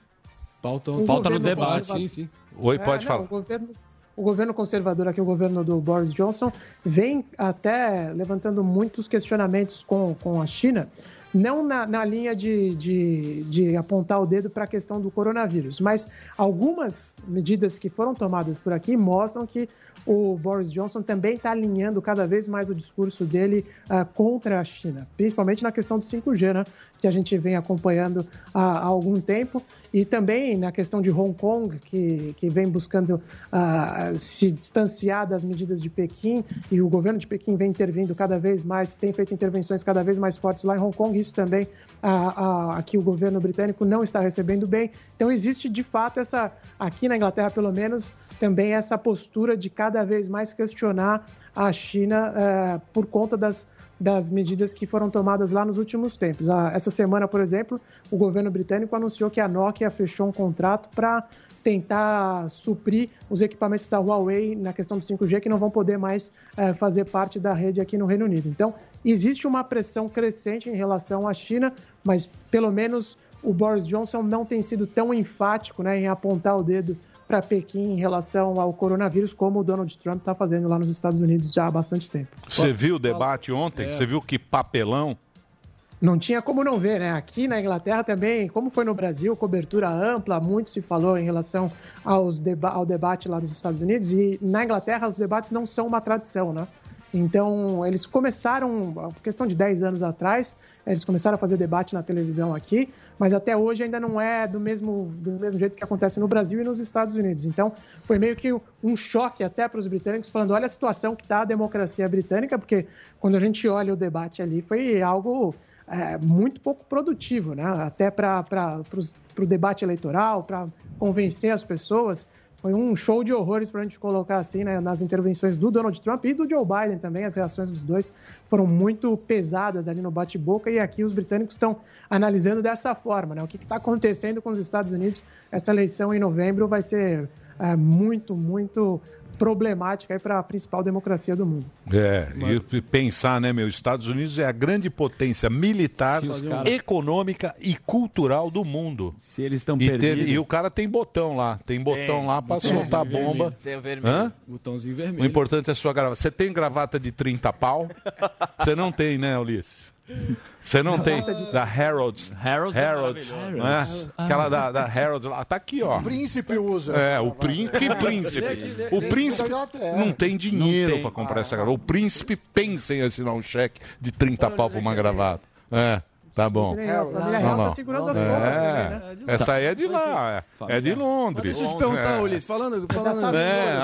[SPEAKER 4] Pauta,
[SPEAKER 19] O
[SPEAKER 5] pauta Então, no
[SPEAKER 19] governo
[SPEAKER 5] debate.
[SPEAKER 19] conservador-
[SPEAKER 1] Oi,
[SPEAKER 19] É,
[SPEAKER 1] pode
[SPEAKER 19] não,
[SPEAKER 1] falar.
[SPEAKER 19] O governo, o governo conservador, aqui o governo do Boris Johnson, vem até levantando muitos questionamentos com, com a China, não na, na linha de, de, de apontar o dedo para a questão do coronavírus, mas algumas medidas que foram tomadas por aqui mostram que o Boris Johnson também está alinhando cada vez mais o discurso dele ah, contra a China, principalmente na questão do 5G, né, que a gente vem acompanhando há, há algum tempo, e também na questão de Hong Kong, que, que vem buscando ah, se distanciar das medidas de Pequim, e o governo de Pequim vem intervindo cada vez mais, tem feito intervenções cada vez mais fortes lá em Hong Kong, isso também ah, ah, aqui o governo britânico não está recebendo bem. Então existe de fato essa, aqui na Inglaterra pelo menos, também essa postura de cada vez mais questionar a China eh, por conta das, das medidas que foram tomadas lá nos últimos tempos. Ah, essa semana, por exemplo, o governo britânico anunciou que a Nokia fechou um contrato para tentar suprir os equipamentos da Huawei na questão do 5G que não vão poder mais eh, fazer parte da rede aqui no Reino Unido. Então, existe uma pressão crescente em relação à China, mas pelo menos o Boris Johnson não tem sido tão enfático né, em apontar o dedo para Pequim em relação ao coronavírus, como o Donald Trump está fazendo lá nos Estados Unidos já há bastante tempo.
[SPEAKER 1] Você viu o debate ontem? Você viu que papelão?
[SPEAKER 19] Não tinha como não ver, né? Aqui na Inglaterra também, como foi no Brasil, cobertura ampla, muito se falou em relação aos deba ao debate lá nos Estados Unidos. E na Inglaterra, os debates não são uma tradição, né? Então, eles começaram, a questão de 10 anos atrás, eles começaram a fazer debate na televisão aqui, mas até hoje ainda não é do mesmo, do mesmo jeito que acontece no Brasil e nos Estados Unidos. Então, foi meio que um choque até para os britânicos, falando: olha a situação que está a democracia britânica, porque quando a gente olha o debate ali, foi algo é, muito pouco produtivo, né? até para o debate eleitoral, para convencer as pessoas. Foi um show de horrores para a gente colocar assim né, nas intervenções do Donald Trump e do Joe Biden também. As reações dos dois foram muito pesadas ali no bate-boca e aqui os britânicos estão analisando dessa forma. Né, o que está acontecendo com os Estados Unidos? Essa eleição em novembro vai ser é, muito, muito problemática para a principal democracia do mundo.
[SPEAKER 1] É, e pensar, né, meu, Estados Unidos é a grande potência militar,
[SPEAKER 5] Se os caras-
[SPEAKER 1] econômica e cultural do mundo.
[SPEAKER 5] Se eles estão
[SPEAKER 1] e,
[SPEAKER 5] perdidos.
[SPEAKER 1] teve- e o cara tem botão lá, tem botão
[SPEAKER 5] Tem,
[SPEAKER 1] lá para
[SPEAKER 5] botãozinho
[SPEAKER 1] soltar a
[SPEAKER 5] vermelho.
[SPEAKER 1] bomba.
[SPEAKER 5] Tem o vermelho,
[SPEAKER 4] Botãozinho
[SPEAKER 1] O
[SPEAKER 4] vermelho.
[SPEAKER 1] importante é a sua gravata. Você tem gravata de 30 pau? Você não tem, né, Ulisses? Você não tem da Harrods.
[SPEAKER 5] Harrods
[SPEAKER 6] é
[SPEAKER 1] Harrods.
[SPEAKER 6] maravilhosa.
[SPEAKER 1] né?
[SPEAKER 6] Harrods.
[SPEAKER 1] Aquela da, da Harrods lá. Tá aqui, ó.
[SPEAKER 6] O príncipe usa.
[SPEAKER 1] É,
[SPEAKER 6] essa
[SPEAKER 1] o
[SPEAKER 6] gravata.
[SPEAKER 1] príncipe. Que príncipe? O
[SPEAKER 6] Esse
[SPEAKER 1] príncipe
[SPEAKER 6] candidato é.
[SPEAKER 1] não tem dinheiro
[SPEAKER 6] tem.
[SPEAKER 1] para comprar essa gravata. O príncipe pensa em assinar um cheque de 30 pau pra uma gravata. É, tá bom.
[SPEAKER 6] É, a família
[SPEAKER 1] Não,
[SPEAKER 6] real tá
[SPEAKER 1] não.
[SPEAKER 6] segurando
[SPEAKER 4] as
[SPEAKER 1] É,
[SPEAKER 4] pontas ali, né?
[SPEAKER 1] Essa aí é de lá, é, é de
[SPEAKER 4] Mas
[SPEAKER 1] Londres.
[SPEAKER 4] deixa eu te perguntar,
[SPEAKER 1] É.
[SPEAKER 4] Ulisses, Tá falando,
[SPEAKER 1] É,
[SPEAKER 4] falando
[SPEAKER 1] olha
[SPEAKER 4] agora,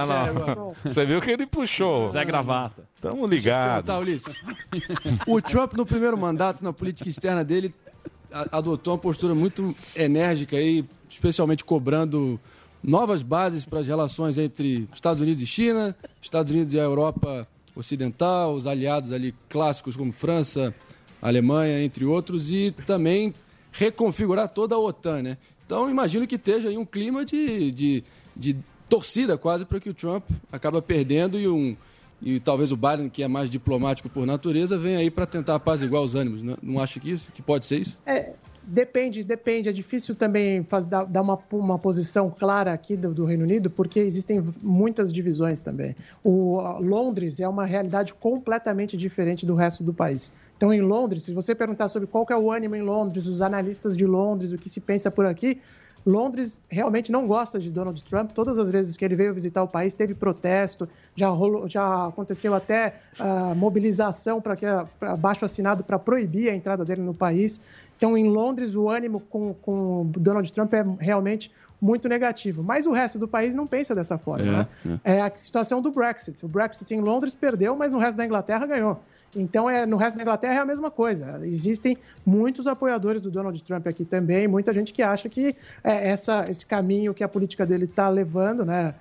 [SPEAKER 1] lá.
[SPEAKER 4] sério é, agora.
[SPEAKER 1] Você viu que ele puxou.
[SPEAKER 4] Zé Gravata. Tá,
[SPEAKER 1] Tamo ligado.
[SPEAKER 4] Ulisses. <laughs> O Trump, no primeiro mandato, na política externa dele, a- adotou uma postura muito enérgica aí, especialmente cobrando novas bases para as relações entre Estados Unidos e China, Estados Unidos e a Europa Ocidental, os aliados ali clássicos como França, Alemanha, entre outros, e também reconfigurar toda a OTAN, né? Então, imagino que esteja aí um clima de, de, de torcida quase para que o Trump acaba perdendo e um e talvez o Biden, que é mais diplomático por natureza, venha aí para tentar apaziguar os ânimos. né? Não acha que isso que pode ser isso?
[SPEAKER 19] É, depende, depende. É difícil também faz, dar, dar uma, uma posição clara aqui do, do Reino Unido, porque existem muitas divisões também. O a Londres é uma realidade completamente diferente do resto do país. Então, em Londres, se você perguntar sobre qual que é o ânimo em Londres, os analistas de Londres, o que se pensa por aqui, Londres realmente não gosta de Donald Trump. Todas as vezes que ele veio visitar o país, teve protesto, já, rolou, já aconteceu até ah, mobilização para que pra baixo assinado para proibir a entrada dele no país. Então, em Londres, o ânimo com, com Donald Trump é realmente muito negativo. Mas o resto do país não pensa dessa forma.
[SPEAKER 9] É,
[SPEAKER 19] né? é a situação do Brexit. O Brexit em Londres perdeu, mas no resto da Inglaterra ganhou. Então, é, no resto da Inglaterra é a mesma coisa. Existem muitos apoiadores do Donald Trump aqui também, muita gente que acha que é, essa, esse caminho que a política dele está levando, né,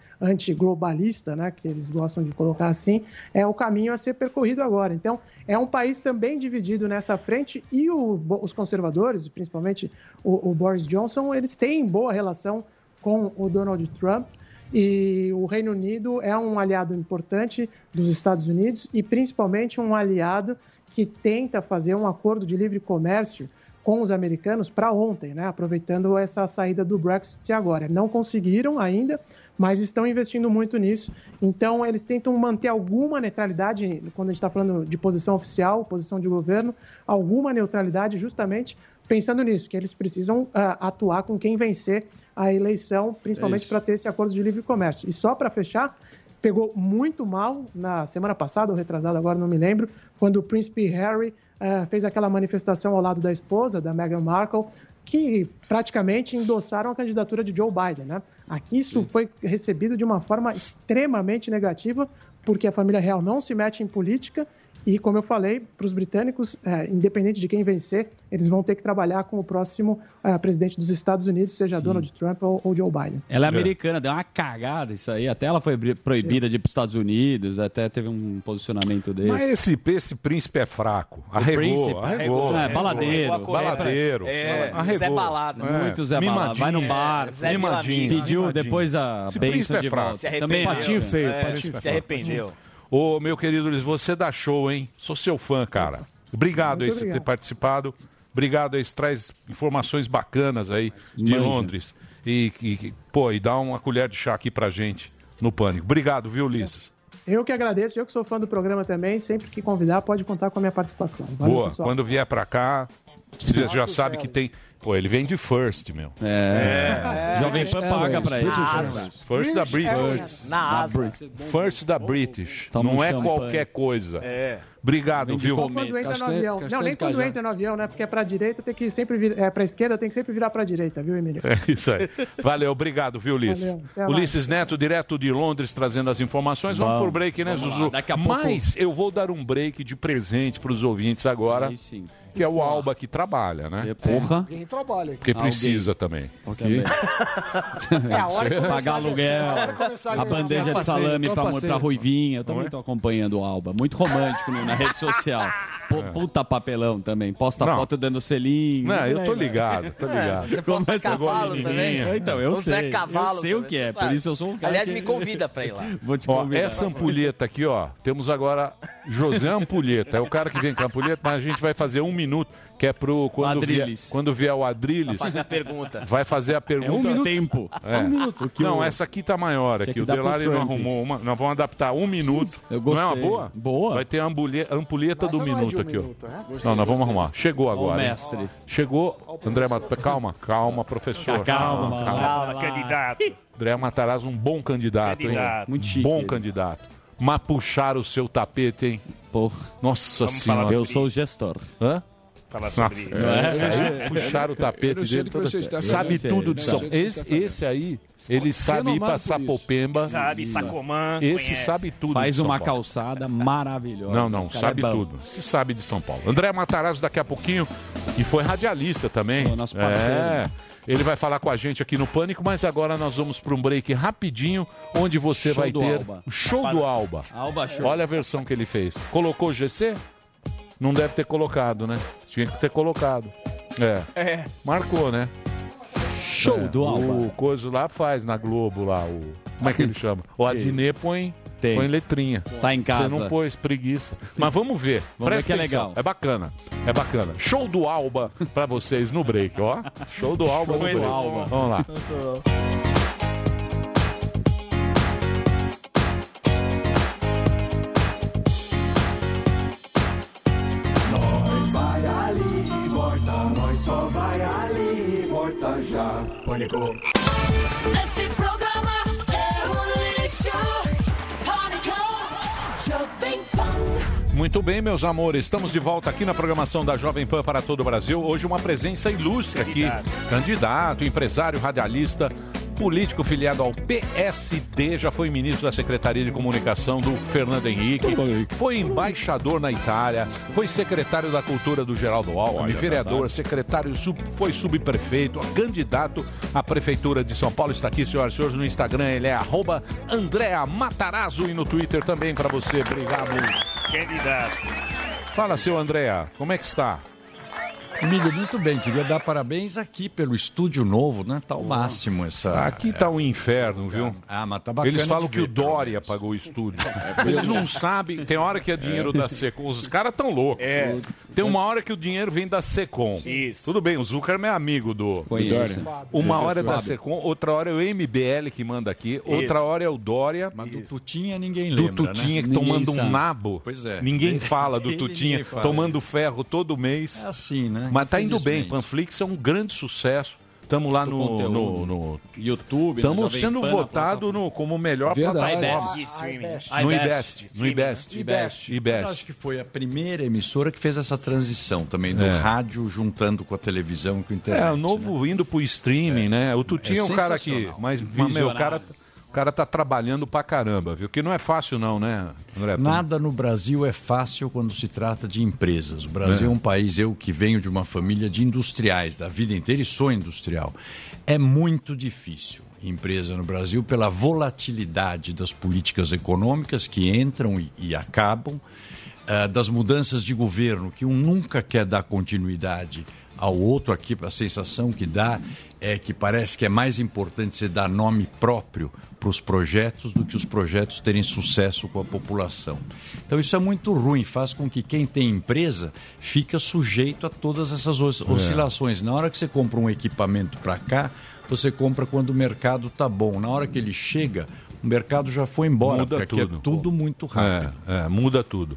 [SPEAKER 19] antiglobalista, né, que eles gostam de colocar assim, é o caminho a ser percorrido agora. Então, é um país também dividido nessa frente e o bo- os conservadores, principalmente o- o Boris Johnson, eles têm boa relação com o Donald Trump. E o Reino Unido é um aliado importante dos Estados Unidos e principalmente um aliado que tenta fazer um acordo de livre comércio com os americanos para ontem, né? aproveitando essa saída do Brexit agora. Não conseguiram ainda, mas estão investindo muito nisso. Então, eles tentam manter alguma neutralidade, quando a gente está falando de posição oficial, posição de governo, alguma neutralidade justamente pensando nisso, que eles precisam ah, atuar com quem vencer a eleição, principalmente para ter esse acordo de livre comércio. E só para fechar, pegou muito mal na semana passada, ou retrasada, agora não me lembro, quando o príncipe Harry eh, fez aquela manifestação ao lado da esposa, da Meghan Markle, que praticamente endossaram a candidatura de Joe Biden. Né? Aqui isso foi recebido de uma forma extremamente negativa, porque a família real não se mete em política e, como eu falei, para os britânicos, eh, independente de quem vencer, eles vão ter que trabalhar com o próximo eh, presidente dos Estados Unidos, seja Donald Trump ou, ou Joe Biden.
[SPEAKER 5] Ela é americana, deu uma cagada isso aí. Até ela foi bri- proibida de ir para os Estados Unidos, até teve um posicionamento desse.
[SPEAKER 1] Mas esse, esse príncipe é fraco. Arregou,
[SPEAKER 5] príncipe,
[SPEAKER 1] arregou.
[SPEAKER 5] arregou. É, baladeiro.
[SPEAKER 1] Arregou a correta. Baladeiro.
[SPEAKER 5] É,
[SPEAKER 1] Arregou. É.
[SPEAKER 5] Zé Balada. Muito Zé Balada.
[SPEAKER 1] Mimadinho.
[SPEAKER 5] Vai no bar, Zé
[SPEAKER 1] Mimadinho.
[SPEAKER 5] Villamil. Pediu
[SPEAKER 1] Mimadinho.
[SPEAKER 5] depois a
[SPEAKER 1] Esse
[SPEAKER 5] bênção
[SPEAKER 1] príncipe é
[SPEAKER 5] de
[SPEAKER 1] fraco.
[SPEAKER 5] volta. Se arrependeu.
[SPEAKER 1] patinho feio.
[SPEAKER 5] É,
[SPEAKER 1] patinho
[SPEAKER 5] se
[SPEAKER 1] feio.
[SPEAKER 5] arrependeu.
[SPEAKER 1] Ô, meu querido Luiz, você dá show, hein? Sou seu fã, cara. Obrigado aí
[SPEAKER 5] Muito
[SPEAKER 1] por ter
[SPEAKER 5] obrigado.
[SPEAKER 1] participado. Obrigado aí, você traz informações bacanas aí de
[SPEAKER 5] Manja.
[SPEAKER 1] Londres. E, e- pô, e dá uma colher de chá aqui pra gente no Pânico. Obrigado, viu, Ulisses?
[SPEAKER 19] Eu que agradeço, eu que sou fã do programa também, sempre que convidar pode contar com a minha participação. Valeu,
[SPEAKER 1] Boa,
[SPEAKER 19] pessoal.
[SPEAKER 1] quando vier pra cá, você já sabe que tem Pô, ele vem de First, meu.
[SPEAKER 5] É. É. Jovem Pan British paga Airways, pra ele. British Airways.
[SPEAKER 19] né?
[SPEAKER 1] First da
[SPEAKER 5] British
[SPEAKER 1] British.
[SPEAKER 19] é,
[SPEAKER 5] Airways. Na asa.
[SPEAKER 1] First da British.
[SPEAKER 5] Toma
[SPEAKER 1] Não
[SPEAKER 5] um
[SPEAKER 1] é
[SPEAKER 5] champanhe.
[SPEAKER 1] qualquer coisa.
[SPEAKER 5] É.
[SPEAKER 1] Obrigado,
[SPEAKER 5] Vem de
[SPEAKER 1] viu?
[SPEAKER 5] comer.
[SPEAKER 19] Quando entra no
[SPEAKER 5] Castanho-
[SPEAKER 19] avião. Não,
[SPEAKER 5] castanho
[SPEAKER 19] nem
[SPEAKER 5] de
[SPEAKER 19] quando
[SPEAKER 5] cajá.
[SPEAKER 19] entra no avião, né? Porque é pra direita tem que sempre vir. É pra esquerda tem que sempre virar pra direita, viu, Emílio?
[SPEAKER 1] É isso aí. Valeu, obrigado, viu, Ulisses?
[SPEAKER 19] Valeu, até lá.
[SPEAKER 1] Ulisses Neto, direto de Londres, trazendo as informações. Vamos,
[SPEAKER 5] Vamos.
[SPEAKER 1] pro break, né,
[SPEAKER 5] Vamos lá,
[SPEAKER 1] Zuzu?
[SPEAKER 5] daqui a pouco-
[SPEAKER 1] Mas eu vou dar um break de presente pros ouvintes agora. Que é o Alba que trabalha, né?
[SPEAKER 5] Porra.
[SPEAKER 6] Quem trabalha.
[SPEAKER 1] Porque precisa também.
[SPEAKER 5] Ok.
[SPEAKER 1] <laughs>
[SPEAKER 6] É
[SPEAKER 5] <laughs>
[SPEAKER 6] a hora que começar
[SPEAKER 5] Pagar
[SPEAKER 6] a- É
[SPEAKER 5] aluguel,
[SPEAKER 6] a hora que começar a
[SPEAKER 5] a
[SPEAKER 6] ganhar
[SPEAKER 5] bandeja
[SPEAKER 6] dinheiro.
[SPEAKER 5] de salame
[SPEAKER 6] Tô
[SPEAKER 5] pra,
[SPEAKER 6] passeio.
[SPEAKER 5] pra Ruivinha. Eu também tô acompanhando o Alba. Muito romântico né, na rede social. Pô, Puta papelão também. Posta foto dando selinho.
[SPEAKER 1] Não, eu tô
[SPEAKER 5] Né,
[SPEAKER 1] ligado,
[SPEAKER 5] velho? <laughs>
[SPEAKER 1] tô ligado. Você
[SPEAKER 5] Como
[SPEAKER 1] posta
[SPEAKER 5] é que você
[SPEAKER 1] cavalo
[SPEAKER 5] gosta de
[SPEAKER 1] também?
[SPEAKER 5] menininha? Então, eu
[SPEAKER 1] Você é
[SPEAKER 5] sei.
[SPEAKER 1] cavalo
[SPEAKER 5] eu sei o
[SPEAKER 1] também,
[SPEAKER 5] que é.
[SPEAKER 1] você sabe.
[SPEAKER 5] Por isso eu sou um cara
[SPEAKER 3] Aliás,
[SPEAKER 5] que-
[SPEAKER 3] me convida pra ir lá.
[SPEAKER 5] Vou te
[SPEAKER 1] Ó,
[SPEAKER 5] convidar.
[SPEAKER 1] essa ampulheta aqui, ó, temos agora José Ampulheta, é o cara que vem com a ampulheta, mas a gente vai fazer um minuto, que é pro quando, vier,
[SPEAKER 5] Adrilles.
[SPEAKER 1] quando vier o
[SPEAKER 9] Tá
[SPEAKER 1] Adrilles,
[SPEAKER 3] Fazer a pergunta.
[SPEAKER 1] vai fazer a pergunta.
[SPEAKER 5] um minuto. Tempo.
[SPEAKER 1] É.
[SPEAKER 5] Um minuto.
[SPEAKER 1] Não, essa aqui tá maior
[SPEAKER 5] Tinha
[SPEAKER 1] aqui,
[SPEAKER 5] que
[SPEAKER 1] o
[SPEAKER 5] dar pro
[SPEAKER 1] Delari não
[SPEAKER 5] Trump.
[SPEAKER 1] arrumou uma, nós vamos adaptar um minuto.
[SPEAKER 5] Eu
[SPEAKER 1] não é uma
[SPEAKER 5] gostei.
[SPEAKER 1] boa?
[SPEAKER 5] Boa.
[SPEAKER 1] Vai ter a ampulhe- ampulheta do
[SPEAKER 5] não é de um
[SPEAKER 1] minuto aqui,
[SPEAKER 5] minuto,
[SPEAKER 1] ó.
[SPEAKER 5] né? Gostei,
[SPEAKER 1] Não, nós vamos
[SPEAKER 5] gostei.
[SPEAKER 1] arrumar. Chegou
[SPEAKER 5] Ó o
[SPEAKER 1] agora.
[SPEAKER 5] mestre.
[SPEAKER 1] Chegou. André Matos, calma, calma, professor.
[SPEAKER 5] Calma,
[SPEAKER 9] Calma, candidato.
[SPEAKER 1] André Matarazzo, um bom candidato, hein?
[SPEAKER 9] Candidato.
[SPEAKER 1] Muito chique. Bom candidato. Mas puxar o seu tapete, hein? Nossa
[SPEAKER 5] Vamos falar
[SPEAKER 1] senhora.
[SPEAKER 5] sobre Eu sou o gestor.
[SPEAKER 1] Hã?
[SPEAKER 9] Falar sobre isso.
[SPEAKER 1] é.
[SPEAKER 9] É.
[SPEAKER 1] É. Puxar o
[SPEAKER 9] Eu
[SPEAKER 1] tapete
[SPEAKER 9] não sei
[SPEAKER 1] dele.
[SPEAKER 9] do que você está
[SPEAKER 1] sabe
[SPEAKER 9] falando.
[SPEAKER 5] né?
[SPEAKER 1] tudo de
[SPEAKER 9] Eu
[SPEAKER 1] São
[SPEAKER 9] não sei do que você
[SPEAKER 1] esse, esse aí, ele sabe ir
[SPEAKER 5] renomado
[SPEAKER 1] pra
[SPEAKER 5] por isso.
[SPEAKER 1] Sapopemba.
[SPEAKER 5] Sabe,
[SPEAKER 9] Sacomã,
[SPEAKER 1] Esse
[SPEAKER 5] conhece.
[SPEAKER 1] sabe tudo.
[SPEAKER 5] Faz
[SPEAKER 1] de São
[SPEAKER 5] uma
[SPEAKER 1] Paulo.
[SPEAKER 5] calçada maravilhosa.
[SPEAKER 1] Não, não,
[SPEAKER 5] O cara
[SPEAKER 1] sabe
[SPEAKER 5] é bom.
[SPEAKER 1] tudo. Se sabe de São Paulo. André Matarazzo daqui a pouquinho, e foi radialista também. nosso
[SPEAKER 5] parceiro.
[SPEAKER 1] É. Ele vai falar com a gente aqui no Pânico, mas agora nós vamos para um break rapidinho, onde você
[SPEAKER 5] Show
[SPEAKER 1] vai
[SPEAKER 5] do
[SPEAKER 1] ter
[SPEAKER 5] Alba. Tá
[SPEAKER 1] o show do Alba.
[SPEAKER 5] Alba Show.
[SPEAKER 1] Olha a versão que ele fez. Colocou GC? Não deve ter colocado, né? Tinha que ter colocado. É.
[SPEAKER 9] É.
[SPEAKER 1] Marcou, né? É.
[SPEAKER 5] Show do Alba.
[SPEAKER 1] O coisa lá faz na Globo lá, o. Como é
[SPEAKER 5] <laughs>
[SPEAKER 1] que ele chama? O Adnet põe,
[SPEAKER 5] Tem.
[SPEAKER 1] põe letrinha.
[SPEAKER 5] Tá em casa.
[SPEAKER 1] Você não pôs preguiça. Mas vamos ver.
[SPEAKER 5] Vamos
[SPEAKER 1] Presta
[SPEAKER 5] ver que é
[SPEAKER 1] atenção.
[SPEAKER 5] legal.
[SPEAKER 1] É bacana. É bacana. Show do Alba pra vocês no break, ó. Show do Alba no
[SPEAKER 5] Show do
[SPEAKER 1] break.
[SPEAKER 5] Alba.
[SPEAKER 1] Vamos lá.
[SPEAKER 18] Nós vai ali e volta, nós só vai ali e volta já. Pânico.
[SPEAKER 10] Esse programa é um lixo. Pânico, Jovem Pan.
[SPEAKER 1] Muito bem, meus amores. Estamos de volta aqui na programação da Jovem Pan para todo o Brasil. Hoje uma presença ilustre aqui. Candidato, empresário, radialista, político filiado ao PSD, já foi ministro da Secretaria de Comunicação do Fernando Henrique, foi embaixador na Itália, foi secretário da Cultura do Geraldo Alckmin,
[SPEAKER 21] Olha,
[SPEAKER 1] vereador, secretário, sub- foi subprefeito, candidato à Prefeitura de São Paulo. Está aqui, senhoras e senhores, no Instagram ele é arroba Andrea Matarazzo e no Twitter também para você. Obrigado.
[SPEAKER 9] Candidato.
[SPEAKER 1] Fala, seu Andréa, como é que está?
[SPEAKER 22] Amigo, muito bem. Queria dar parabéns aqui pelo estúdio novo, né? Tá o máximo essa.
[SPEAKER 1] Aqui tá um inferno, viu?
[SPEAKER 22] Ah, mas tá bacana.
[SPEAKER 1] Eles falam
[SPEAKER 22] de
[SPEAKER 1] que o
[SPEAKER 22] ver, É, pelo
[SPEAKER 1] Dória pagou o estúdio.
[SPEAKER 22] mesmo.
[SPEAKER 1] Eles não sabem. Tem hora que é dinheiro da Secom. Os caras tão loucos.
[SPEAKER 9] É.
[SPEAKER 1] Tem uma hora que o dinheiro vem da Secom. Isso. Tudo bem, o Zuckerman é amigo do, do
[SPEAKER 5] Conheço.
[SPEAKER 1] Dória. Uma
[SPEAKER 5] Do
[SPEAKER 1] hora é da
[SPEAKER 5] Fábio.
[SPEAKER 1] Secom, outra hora é o MBL que manda aqui, outra
[SPEAKER 22] Isso.
[SPEAKER 1] hora é o Dória.
[SPEAKER 22] Mas do Tutinha ninguém
[SPEAKER 1] do
[SPEAKER 22] lembra. né?
[SPEAKER 1] Tutinha que
[SPEAKER 22] Ninguém
[SPEAKER 1] tomando um
[SPEAKER 22] sabe.
[SPEAKER 1] nabo.
[SPEAKER 22] Pois é.
[SPEAKER 1] Ninguém fala do
[SPEAKER 22] Ele <laughs> ninguém
[SPEAKER 1] Tutinha
[SPEAKER 22] fala.
[SPEAKER 1] tomando ferro todo mês.
[SPEAKER 22] É assim, né?
[SPEAKER 1] Mas tá indo bem.
[SPEAKER 22] Infelizmente.
[SPEAKER 1] Panflix é um grande sucesso. Estamos lá
[SPEAKER 5] Do
[SPEAKER 1] no,
[SPEAKER 5] conteúdo.
[SPEAKER 1] no, no
[SPEAKER 5] YouTube.
[SPEAKER 1] Estamos sendo votados no, como melhor
[SPEAKER 22] Verdade.
[SPEAKER 1] plataforma. No IBEST. No IBEST.
[SPEAKER 22] IBEST. Eu
[SPEAKER 1] IBEST.
[SPEAKER 22] Acho que foi a primeira emissora que fez essa transição também do
[SPEAKER 1] É.
[SPEAKER 22] rádio juntando com a televisão e com a internet.
[SPEAKER 1] É, o novo indo pro streaming, né? O Tutinho é,
[SPEAKER 22] É
[SPEAKER 1] um cara que.
[SPEAKER 22] sensacional.
[SPEAKER 1] Mas, mas, meu, o
[SPEAKER 22] Visionário.
[SPEAKER 1] cara, o cara tá trabalhando pra caramba, viu? Que não é fácil, não, né, André?
[SPEAKER 22] Nada no Brasil é fácil quando se trata de empresas. O Brasil é,
[SPEAKER 1] É.
[SPEAKER 22] um país, eu que venho de uma família de industriais, da vida inteira e sou industrial. É muito difícil empresa no Brasil pela volatilidade das políticas econômicas que entram e, e acabam, ah, das mudanças de governo, que um nunca quer dar continuidade ao outro aqui, a sensação que dá é que parece que é mais importante você dar nome próprio para os projetos do que os projetos terem sucesso com a população. Então isso é muito ruim, faz com que quem tem empresa fica sujeito a todas essas os-
[SPEAKER 1] É.
[SPEAKER 22] oscilações. Na hora que você tá compra um equipamento para cá, você compra quando o mercado está bom. Na hora que ele chega, o mercado já foi embora,
[SPEAKER 1] Muda
[SPEAKER 22] porque aqui é
[SPEAKER 1] tudo.
[SPEAKER 22] tudo muito rápido.
[SPEAKER 1] É, é, muda tudo.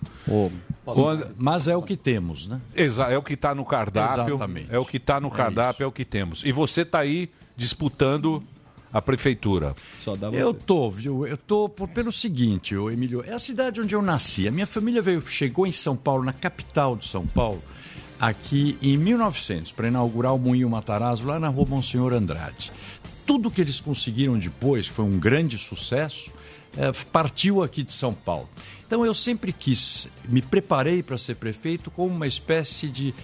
[SPEAKER 22] Quando- Mas é o que temos, né?
[SPEAKER 1] Exa- é o que está no cardápio.
[SPEAKER 22] Exatamente.
[SPEAKER 1] É o que está no cardápio, é, o que temos. E você está aí disputando a prefeitura.
[SPEAKER 22] Eu tô, viu? Eu tô por- pelo seguinte, ô Emílio, é a cidade onde eu nasci. A minha família veio, chegou em São Paulo, na capital de São Paulo, aqui em 1900, para inaugurar o Moinho Matarazzo lá na Rua Monsenhor Andrade. Tudo que eles conseguiram depois, que foi um grande sucesso, eh, partiu aqui de São Paulo. Então eu sempre quis, me preparei para ser prefeito como uma espécie de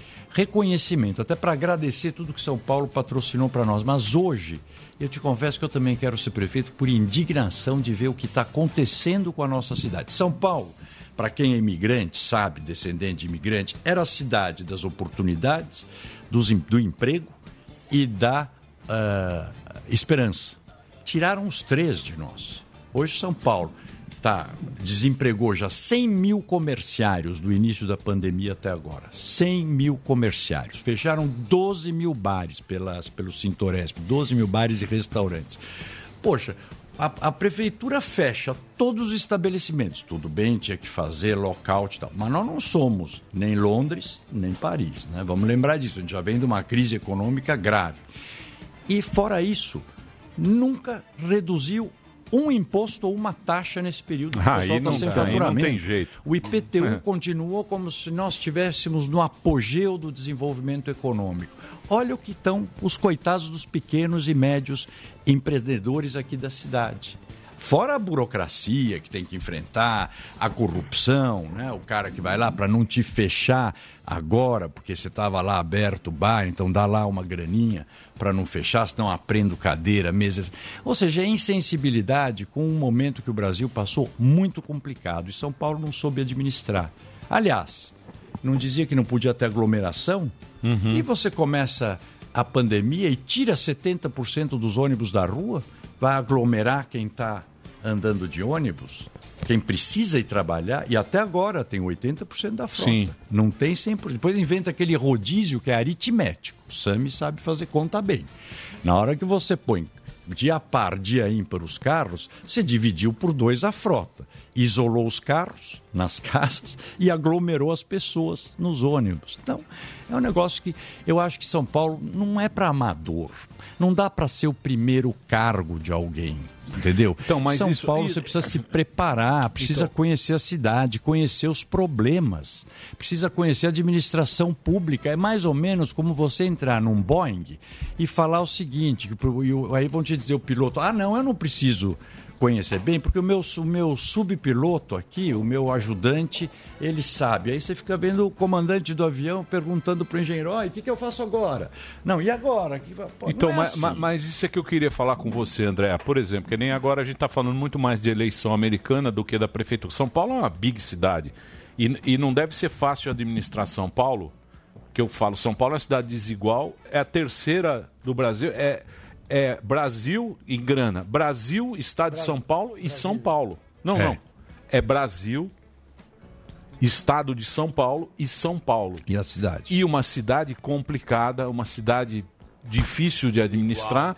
[SPEAKER 22] reconhecimento, até para agradecer tudo que São Paulo patrocinou para nós. Mas hoje, eu te confesso que eu também quero ser prefeito por indignação de ver o que está acontecendo com a nossa cidade. São Paulo, para quem é imigrante, sabe, descendente de imigrante, era a cidade das oportunidades, dos em- do emprego e da ah, esperança. Tiraram os três de nós. Hoje, São Paulo tá, desempregou já 100 mil comerciários do início da pandemia até agora. 100 mil comerciários. Fecharam 12 mil bares pelas, pelo Sintoresp, 12 mil bares e restaurantes. Poxa, a, a prefeitura fecha todos os estabelecimentos. Tudo bem, tinha que fazer lockout e tal. Mas nós não somos nem Londres, nem Paris. Né? Vamos lembrar disso. A gente já vem de uma crise econômica grave. E fora isso, nunca reduziu um imposto ou uma taxa nesse período. O
[SPEAKER 1] Ah,
[SPEAKER 22] pessoal tá
[SPEAKER 1] aí não
[SPEAKER 22] sem
[SPEAKER 1] dá, aí não
[SPEAKER 22] faturamento.
[SPEAKER 1] tem jeito.
[SPEAKER 22] O IPTU
[SPEAKER 1] É.
[SPEAKER 22] continuou como se nós estivéssemos no apogeu do desenvolvimento econômico. Olha o que estão os coitados dos pequenos e médios empreendedores aqui da cidade. Fora a burocracia que tem que enfrentar, a corrupção, né? o cara que vai lá para não te fechar agora, porque você estava lá aberto o bar, então dá lá uma graninha para não fechar, senão aprendo cadeira, mesas. Ou seja, é insensibilidade com um momento que o Brasil passou muito complicado e São Paulo não soube administrar. Aliás, não dizia que não podia ter aglomeração? E você começa a pandemia e tira 70% dos ônibus da rua? Vai aglomerar quem está andando de ônibus? Quem precisa ir trabalhar? E até agora tem 80% da frota.
[SPEAKER 1] Sim.
[SPEAKER 22] Não tem 100%. Depois inventa aquele rodízio que é aritmético. O Sami sabe fazer conta bem. Na hora que você põe dia par, dia ímpar os carros, você dividiu por dois a frota. Isolou os carros <laughs> nas casas e aglomerou as pessoas nos ônibus. Então, é um negócio que eu acho que São Paulo não é para amador. Não dá para ser o primeiro cargo de alguém, entendeu?
[SPEAKER 1] Então, mas
[SPEAKER 22] São
[SPEAKER 1] isso-
[SPEAKER 22] Paulo você precisa se preparar, precisa
[SPEAKER 1] Então.
[SPEAKER 22] conhecer a cidade, conhecer os problemas, precisa conhecer a administração pública. É mais ou menos como você entrar num Boeing e falar o seguinte, que pro- e o- aí vão te dizer o piloto, ah não, eu não preciso conhecer bem, porque o meu, su- o meu subpiloto aqui, o meu ajudante, ele sabe. Aí você fica vendo o comandante do avião perguntando para o engenheiro, "Ó, e o que, que eu faço agora? Não, e agora? Que va- pô, não
[SPEAKER 1] Então,
[SPEAKER 22] é
[SPEAKER 1] ma-
[SPEAKER 22] assim.
[SPEAKER 1] ma- mas isso é que eu queria falar com você, André. Por exemplo, que nem agora a gente está falando muito mais de eleição americana do que da prefeitura. São Paulo é uma big cidade. E, e não deve ser fácil administrar São Paulo, que eu falo, São Paulo é uma cidade desigual, é a terceira do Brasil. É, é Brasil em grana. Brasil, Estado de São Paulo e São Paulo. Não,
[SPEAKER 22] É.
[SPEAKER 1] não. É Brasil, Estado de São Paulo e São Paulo.
[SPEAKER 22] E a cidade.
[SPEAKER 1] E uma cidade complicada, uma cidade difícil de administrar.